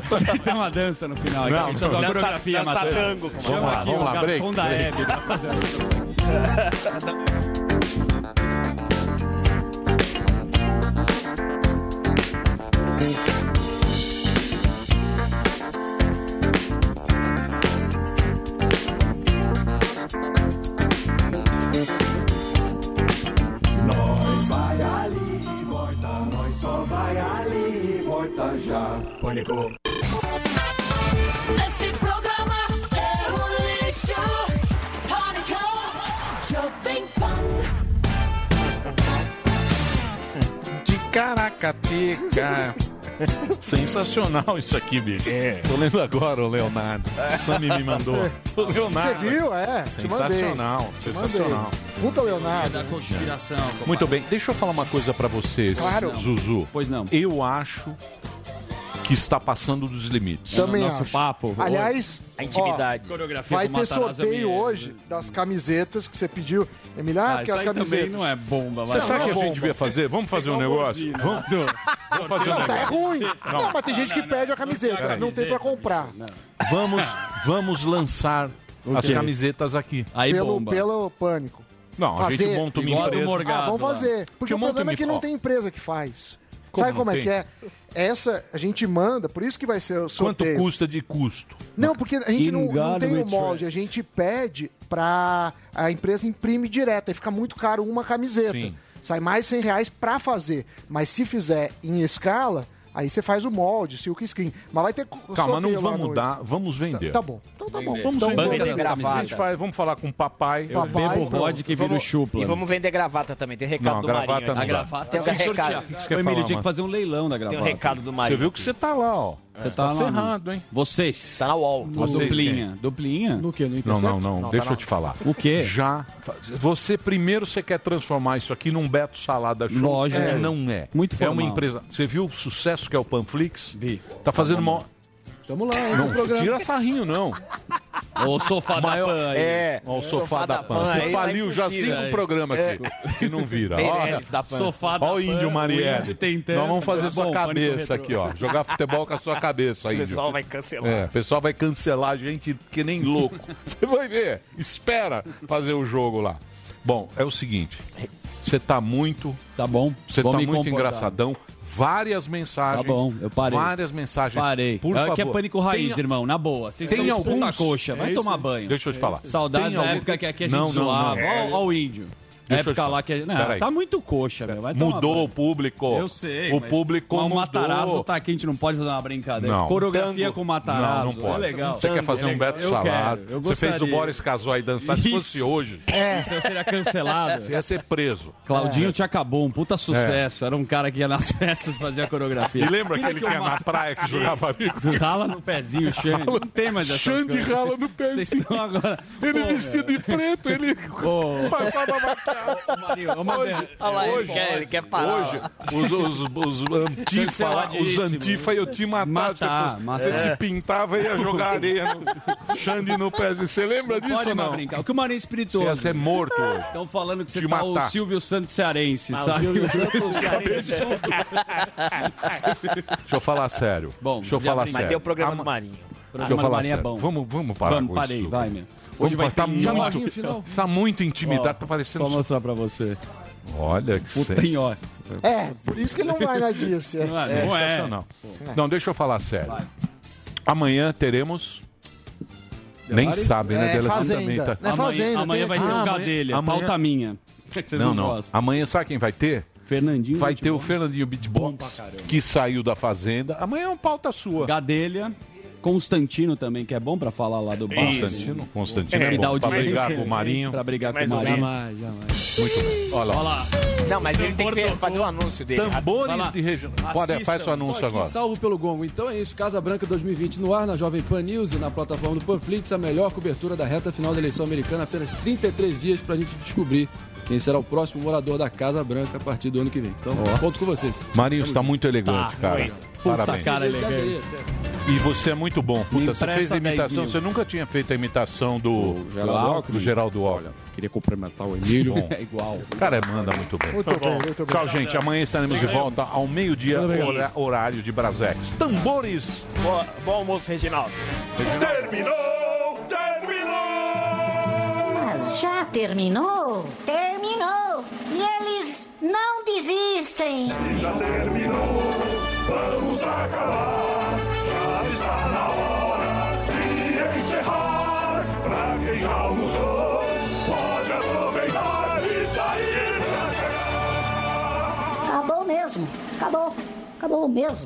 [SPEAKER 5] Tem uma <laughs> dança no final.
[SPEAKER 1] Não,
[SPEAKER 5] aqui. Precisa de
[SPEAKER 1] não.
[SPEAKER 5] uma
[SPEAKER 1] Dança-
[SPEAKER 5] coreografia,
[SPEAKER 1] dança
[SPEAKER 5] Matheus.
[SPEAKER 1] tango, como
[SPEAKER 5] Tá Chama
[SPEAKER 1] é. um Vamos
[SPEAKER 5] aqui
[SPEAKER 1] lá,
[SPEAKER 5] o
[SPEAKER 1] vamos lá,
[SPEAKER 5] garçom
[SPEAKER 1] break,
[SPEAKER 5] da
[SPEAKER 1] break.
[SPEAKER 5] Hebe tá pra fazer
[SPEAKER 18] Nós vai ali e volta, nós só vai ali e volta já. Pânico.
[SPEAKER 10] Esse programa é um lixo. Pânico, Jovem Pan.
[SPEAKER 1] De
[SPEAKER 5] <laughs>
[SPEAKER 1] caracateca. Sensacional isso aqui, bicho.
[SPEAKER 5] É.
[SPEAKER 1] Tô lendo agora o Leonardo. O Sammy me mandou.
[SPEAKER 5] <laughs>
[SPEAKER 1] O Leonardo.
[SPEAKER 6] Você viu? É. te mandei.
[SPEAKER 1] Sensacional,
[SPEAKER 6] Te mandei.
[SPEAKER 1] sensacional.
[SPEAKER 6] Puta Leonardo.
[SPEAKER 5] da conspiração.
[SPEAKER 1] Muito bem, deixa eu falar uma coisa pra vocês,
[SPEAKER 5] Claro.
[SPEAKER 1] Zuzu. Pois não. Eu acho que está passando dos limites.
[SPEAKER 6] Também acho. Aliás, ó,
[SPEAKER 5] Coreografia
[SPEAKER 6] vai
[SPEAKER 5] com
[SPEAKER 6] ter
[SPEAKER 1] é
[SPEAKER 5] Matarazzo
[SPEAKER 6] sorteio
[SPEAKER 5] Amieiro.
[SPEAKER 6] hoje das camisetas que você pediu. Emiliano,
[SPEAKER 5] Ah,
[SPEAKER 6] ah, que
[SPEAKER 5] isso
[SPEAKER 6] as
[SPEAKER 5] aí também
[SPEAKER 6] camisetas.
[SPEAKER 5] não é bomba, É
[SPEAKER 1] Você
[SPEAKER 6] Não,
[SPEAKER 1] sabe o
[SPEAKER 6] não
[SPEAKER 1] que
[SPEAKER 6] é
[SPEAKER 1] a gente
[SPEAKER 6] bomba.
[SPEAKER 1] devia fazer? Vamos fazer um negócio? Vamos, vamos fazer um
[SPEAKER 6] Não, tá é
[SPEAKER 1] negócio.
[SPEAKER 6] ruim. Não,
[SPEAKER 1] Não.
[SPEAKER 6] mas tem gente que pede a
[SPEAKER 1] Não,
[SPEAKER 6] camiseta,
[SPEAKER 1] não,
[SPEAKER 6] não tem pra comprar.
[SPEAKER 1] Vamos, vamos lançar as
[SPEAKER 5] quê?
[SPEAKER 1] camisetas aqui.
[SPEAKER 6] pelo, pelo pânico.
[SPEAKER 1] Não, a gente monta uma
[SPEAKER 6] Igual a do
[SPEAKER 1] empresa.
[SPEAKER 6] Ah, vamos fazer. Porque,
[SPEAKER 1] Porque
[SPEAKER 6] o
[SPEAKER 1] monta
[SPEAKER 6] problema
[SPEAKER 1] uma-
[SPEAKER 6] é que
[SPEAKER 1] ó.
[SPEAKER 6] não tem empresa que faz.
[SPEAKER 1] Como
[SPEAKER 6] Sabe
[SPEAKER 1] não
[SPEAKER 6] como é
[SPEAKER 1] tem?
[SPEAKER 6] que é? Essa a gente manda, por isso que vai ser o
[SPEAKER 1] Quanto
[SPEAKER 6] sorteio.
[SPEAKER 1] custa de custo?
[SPEAKER 6] Não, porque a gente não, não tem o
[SPEAKER 1] Engagement
[SPEAKER 6] molde, a
[SPEAKER 1] Trust.
[SPEAKER 6] gente pede pra a empresa imprime direto, aí fica muito caro uma camiseta.
[SPEAKER 1] Sim.
[SPEAKER 6] Sai mais 100 reais pra fazer, mas se fizer em escala, aí você faz o molde, silk skin. Mas vai ter co-
[SPEAKER 1] Calma,
[SPEAKER 6] sorteio
[SPEAKER 1] não
[SPEAKER 6] lá
[SPEAKER 1] vamos
[SPEAKER 6] no-
[SPEAKER 1] dar, vamos vender.
[SPEAKER 6] Tá bom, então tá bom.
[SPEAKER 1] Vamos
[SPEAKER 6] Então
[SPEAKER 1] vender
[SPEAKER 6] vamos-
[SPEAKER 1] essas camisetas. A gente faz- vamos falar com o papai.
[SPEAKER 5] Eu bebo vodka e viro
[SPEAKER 1] Vamos-
[SPEAKER 5] chupla.
[SPEAKER 9] E vamos vender gravata também. Tem recado
[SPEAKER 5] Não,
[SPEAKER 9] do
[SPEAKER 5] gravata
[SPEAKER 9] Marinho.
[SPEAKER 5] não
[SPEAKER 9] aqui.
[SPEAKER 5] dá. A gravata
[SPEAKER 9] tem um
[SPEAKER 5] tem que
[SPEAKER 9] recado.
[SPEAKER 5] sortear. Ô, Emílio, tinha que fazer um leilão da gravata.
[SPEAKER 9] Tem um recado do Marinho.
[SPEAKER 5] Você viu que
[SPEAKER 1] você tá lá, ó.
[SPEAKER 5] Você tá, lá. no- Vocês. Tá na
[SPEAKER 9] UOL.
[SPEAKER 1] Vocês
[SPEAKER 5] duplinha. Duplinha? No
[SPEAKER 4] quê?
[SPEAKER 1] Não, não, não, deixa eu te falar.
[SPEAKER 5] O quê?
[SPEAKER 1] Já. Você primeiro você quer transformar isso aqui num Beto Salada Show.
[SPEAKER 5] Lógico.
[SPEAKER 1] É, não é.
[SPEAKER 5] Muito
[SPEAKER 1] É uma
[SPEAKER 5] formal.
[SPEAKER 1] empresa. Você viu o sucesso que é o Panflix? Vi. Tá fazendo uma.
[SPEAKER 4] Tamo lá, hein,
[SPEAKER 1] Não,
[SPEAKER 4] no programa.
[SPEAKER 1] tira sarrinho, não.
[SPEAKER 5] O sofá
[SPEAKER 1] Maior-
[SPEAKER 5] da Pan. aí.
[SPEAKER 1] É, ó, o sofá, da Pan. Você faliu já
[SPEAKER 5] é
[SPEAKER 1] cinco programas aqui. Que não vira. Olha,
[SPEAKER 5] Sofá da
[SPEAKER 1] Olha o índio
[SPEAKER 5] Pan, o
[SPEAKER 1] Marielle.
[SPEAKER 5] índio tentando.
[SPEAKER 1] Nós vamos fazer
[SPEAKER 5] É
[SPEAKER 1] sua
[SPEAKER 5] bom,
[SPEAKER 1] cabeça
[SPEAKER 5] Pânico
[SPEAKER 1] aqui,
[SPEAKER 5] Retrô.
[SPEAKER 1] ó. Jogar futebol com a sua cabeça,
[SPEAKER 26] O
[SPEAKER 1] índio.
[SPEAKER 26] pessoal vai cancelar.
[SPEAKER 1] É, o pessoal vai cancelar a gente que
[SPEAKER 26] <laughs>
[SPEAKER 1] nem louco. Você vai ver. Espera fazer o jogo lá. Bom, é o seguinte. Você tá muito.
[SPEAKER 5] Tá bom.
[SPEAKER 1] Você tá
[SPEAKER 5] Vou me
[SPEAKER 1] muito
[SPEAKER 5] comportar.
[SPEAKER 1] engraçadão. Várias mensagens.
[SPEAKER 5] Tá bom, eu parei.
[SPEAKER 1] Várias mensagens.
[SPEAKER 5] Parei.
[SPEAKER 1] Por
[SPEAKER 5] Aqui
[SPEAKER 1] favor.
[SPEAKER 5] é pânico raiz,
[SPEAKER 1] Tem-
[SPEAKER 5] irmão, na boa. Vocês
[SPEAKER 1] tem
[SPEAKER 5] estão
[SPEAKER 1] alguns-
[SPEAKER 5] puta coxa. Vai
[SPEAKER 1] É isso
[SPEAKER 5] tomar
[SPEAKER 1] aí.
[SPEAKER 5] banho.
[SPEAKER 1] Deixa eu te falar.
[SPEAKER 5] Saudades
[SPEAKER 1] Tem
[SPEAKER 5] da
[SPEAKER 1] algum-
[SPEAKER 5] época que aqui a gente
[SPEAKER 1] Não, não, não.
[SPEAKER 5] zoava.
[SPEAKER 1] É.
[SPEAKER 5] Ó, ó o índio.
[SPEAKER 1] Deixa eu te
[SPEAKER 5] época
[SPEAKER 1] falar.
[SPEAKER 5] lá que a gente... Não,
[SPEAKER 1] Peraí.
[SPEAKER 5] tá muito coxa, meu. Vai tomar
[SPEAKER 1] Mudou
[SPEAKER 5] banho.
[SPEAKER 1] o público.
[SPEAKER 5] Então, Eu sei.
[SPEAKER 1] O
[SPEAKER 5] mas-
[SPEAKER 1] público
[SPEAKER 5] mas
[SPEAKER 1] mudou.
[SPEAKER 5] O Matarazzo tá aqui, a gente não pode fazer uma brincadeira.
[SPEAKER 1] Não.
[SPEAKER 5] Coreografia com o Matarazzo.
[SPEAKER 1] Não, não pode.
[SPEAKER 5] É legal.
[SPEAKER 1] Você quer fazer um Beto
[SPEAKER 5] eu
[SPEAKER 1] Salado?
[SPEAKER 5] Quero, eu
[SPEAKER 1] Você fez o
[SPEAKER 5] gostaria.
[SPEAKER 1] Boris Casoy dançar. Se fosse hoje,
[SPEAKER 5] Isso eu seria cancelado.
[SPEAKER 1] você ia ser preso. É.
[SPEAKER 5] Claudinho te acabou, um puta sucesso. Era um cara que ia nas <laughs> festas fazer a coreografia.
[SPEAKER 1] E lembra aquele que ia na praia que jogava amigo?
[SPEAKER 5] <laughs> Rala no pezinho, Xande. Não tem mais essa
[SPEAKER 1] Xande rala no pezinho.
[SPEAKER 5] Vocês estão agora.
[SPEAKER 1] Ele vestido de preto, ele passava maquiagem.
[SPEAKER 9] Olha lá, ele
[SPEAKER 1] hoje-
[SPEAKER 9] quer, ele quer parar.
[SPEAKER 1] Hoje,
[SPEAKER 9] ó.
[SPEAKER 1] os, os, os antifa, lá, os
[SPEAKER 5] Canceladíssimo.
[SPEAKER 1] antifa iam te matar.
[SPEAKER 5] Matar,
[SPEAKER 1] você
[SPEAKER 5] matar.
[SPEAKER 1] você se
[SPEAKER 5] É.
[SPEAKER 1] pintava e ia jogar areia no Xande no pezinho. Você lembra disso
[SPEAKER 5] Pode
[SPEAKER 1] ou
[SPEAKER 5] mais
[SPEAKER 1] não?
[SPEAKER 5] brincar. O que o Marinho espiritou.
[SPEAKER 1] Você ia ser morto hoje.
[SPEAKER 5] Estão falando que você
[SPEAKER 1] Te
[SPEAKER 5] tá o
[SPEAKER 1] matar.
[SPEAKER 5] Silvio Santos cearense,
[SPEAKER 1] Ah, o
[SPEAKER 5] sabe? <laughs>
[SPEAKER 1] Silvio Santos Deixa eu falar sério.
[SPEAKER 5] Bom,
[SPEAKER 1] Deixa eu
[SPEAKER 5] já
[SPEAKER 1] falar
[SPEAKER 5] brinquei.
[SPEAKER 1] sério.
[SPEAKER 5] Mas tem o programa
[SPEAKER 1] Ah,
[SPEAKER 5] do Marinho.
[SPEAKER 1] Deixa eu
[SPEAKER 5] Programa do
[SPEAKER 1] falar
[SPEAKER 5] Marinho é
[SPEAKER 1] sério.
[SPEAKER 5] bom.
[SPEAKER 1] Vamos, vamos parar
[SPEAKER 5] Vamos,
[SPEAKER 1] com
[SPEAKER 5] parei,
[SPEAKER 1] isso.
[SPEAKER 5] vai, meu.
[SPEAKER 1] Hoje
[SPEAKER 5] Hoje
[SPEAKER 1] vai
[SPEAKER 5] vai
[SPEAKER 1] tá
[SPEAKER 5] ter um
[SPEAKER 1] muito,
[SPEAKER 5] Marinho final.
[SPEAKER 1] tá muito intimidado,
[SPEAKER 5] Ó,
[SPEAKER 1] tá parecendo...
[SPEAKER 5] Vou mostrar pra você.
[SPEAKER 1] Olha que
[SPEAKER 5] Puta
[SPEAKER 1] sei.
[SPEAKER 5] ó.
[SPEAKER 6] É, por isso que ele não vai na Dirce.
[SPEAKER 1] Não é, não é. sensacional. Não, deixa eu falar sério. Amanhã teremos... Nem
[SPEAKER 5] Delari?
[SPEAKER 1] sabe, né?
[SPEAKER 5] É,
[SPEAKER 1] Delari
[SPEAKER 5] Fazenda.
[SPEAKER 1] também tá-
[SPEAKER 5] É Amanhã- Fazenda, amanhã tem- vai ter o
[SPEAKER 1] amanhã-
[SPEAKER 5] Gadelha, pauta minha. Que vocês
[SPEAKER 1] não,
[SPEAKER 5] não
[SPEAKER 1] não.
[SPEAKER 5] gostam.
[SPEAKER 1] Amanhã sabe quem vai ter?
[SPEAKER 5] Fernandinho.
[SPEAKER 1] Vai ter o Fernandinho Beatbox, que saiu da Fazenda. Amanhã é uma pauta sua.
[SPEAKER 5] Gadelha. Constantino também, que é bom pra falar lá do bar.
[SPEAKER 1] Constantino? Constantino é
[SPEAKER 5] E
[SPEAKER 1] bom pra
[SPEAKER 5] dá audiência.
[SPEAKER 1] brigar com o Marinho.
[SPEAKER 5] Pra brigar
[SPEAKER 1] Mais
[SPEAKER 5] com o
[SPEAKER 1] ou
[SPEAKER 5] Marinho. <laughs>
[SPEAKER 1] menos.
[SPEAKER 5] jamais.
[SPEAKER 1] Muito bem. Olha lá.
[SPEAKER 9] Não, mas ele tem que fazer o anúncio dele.
[SPEAKER 1] Tambores
[SPEAKER 9] Vai lá.
[SPEAKER 1] de região. Pode, faz seu anúncio
[SPEAKER 4] Só aqui,
[SPEAKER 1] agora.
[SPEAKER 4] Salvo pelo gongo. Então é isso. Casa Branca 2020 no ar, na Jovem Pan News e na plataforma do Panflix. A melhor cobertura da reta final da eleição americana. Apenas 33 dias pra gente descobrir quem será o próximo morador da Casa Branca a partir do ano que vem. Então, conto com vocês.
[SPEAKER 1] Marinho, está muito elegante,
[SPEAKER 4] Tá,
[SPEAKER 1] cara.
[SPEAKER 4] muito. Puta
[SPEAKER 1] Parabéns.
[SPEAKER 4] cara
[SPEAKER 11] é
[SPEAKER 4] elegante.
[SPEAKER 1] E você é muito bom. Puta, você
[SPEAKER 5] empresta
[SPEAKER 1] fez a
[SPEAKER 5] 10
[SPEAKER 1] imitação,
[SPEAKER 5] mil.
[SPEAKER 1] você nunca tinha feito a imitação do, do
[SPEAKER 11] Geraldo
[SPEAKER 1] Al-
[SPEAKER 11] Alckmin.
[SPEAKER 1] do Geraldo Alckmin.
[SPEAKER 11] Queria complementar o Emílio.
[SPEAKER 1] Bom.
[SPEAKER 11] É igual.
[SPEAKER 1] O cara manda muito bem.
[SPEAKER 11] Muito bem, muito bem.
[SPEAKER 1] Tchau, gente. Amanhã estaremos de volta ao meio-dia,
[SPEAKER 26] Obrigado.
[SPEAKER 1] hora- horário de Brasex. Tambores!
[SPEAKER 26] Boa- bom almoço, Reginaldo.
[SPEAKER 22] Terminou! Terminou! Mas já terminou? Terminou! E eles não desistem!
[SPEAKER 10] Já terminou, vamos acabar. Já está na hora de encerrar. Pra quem já almoçou, pode aproveitar e sair pra cá.
[SPEAKER 22] Acabou mesmo! Acabou! Acabou mesmo!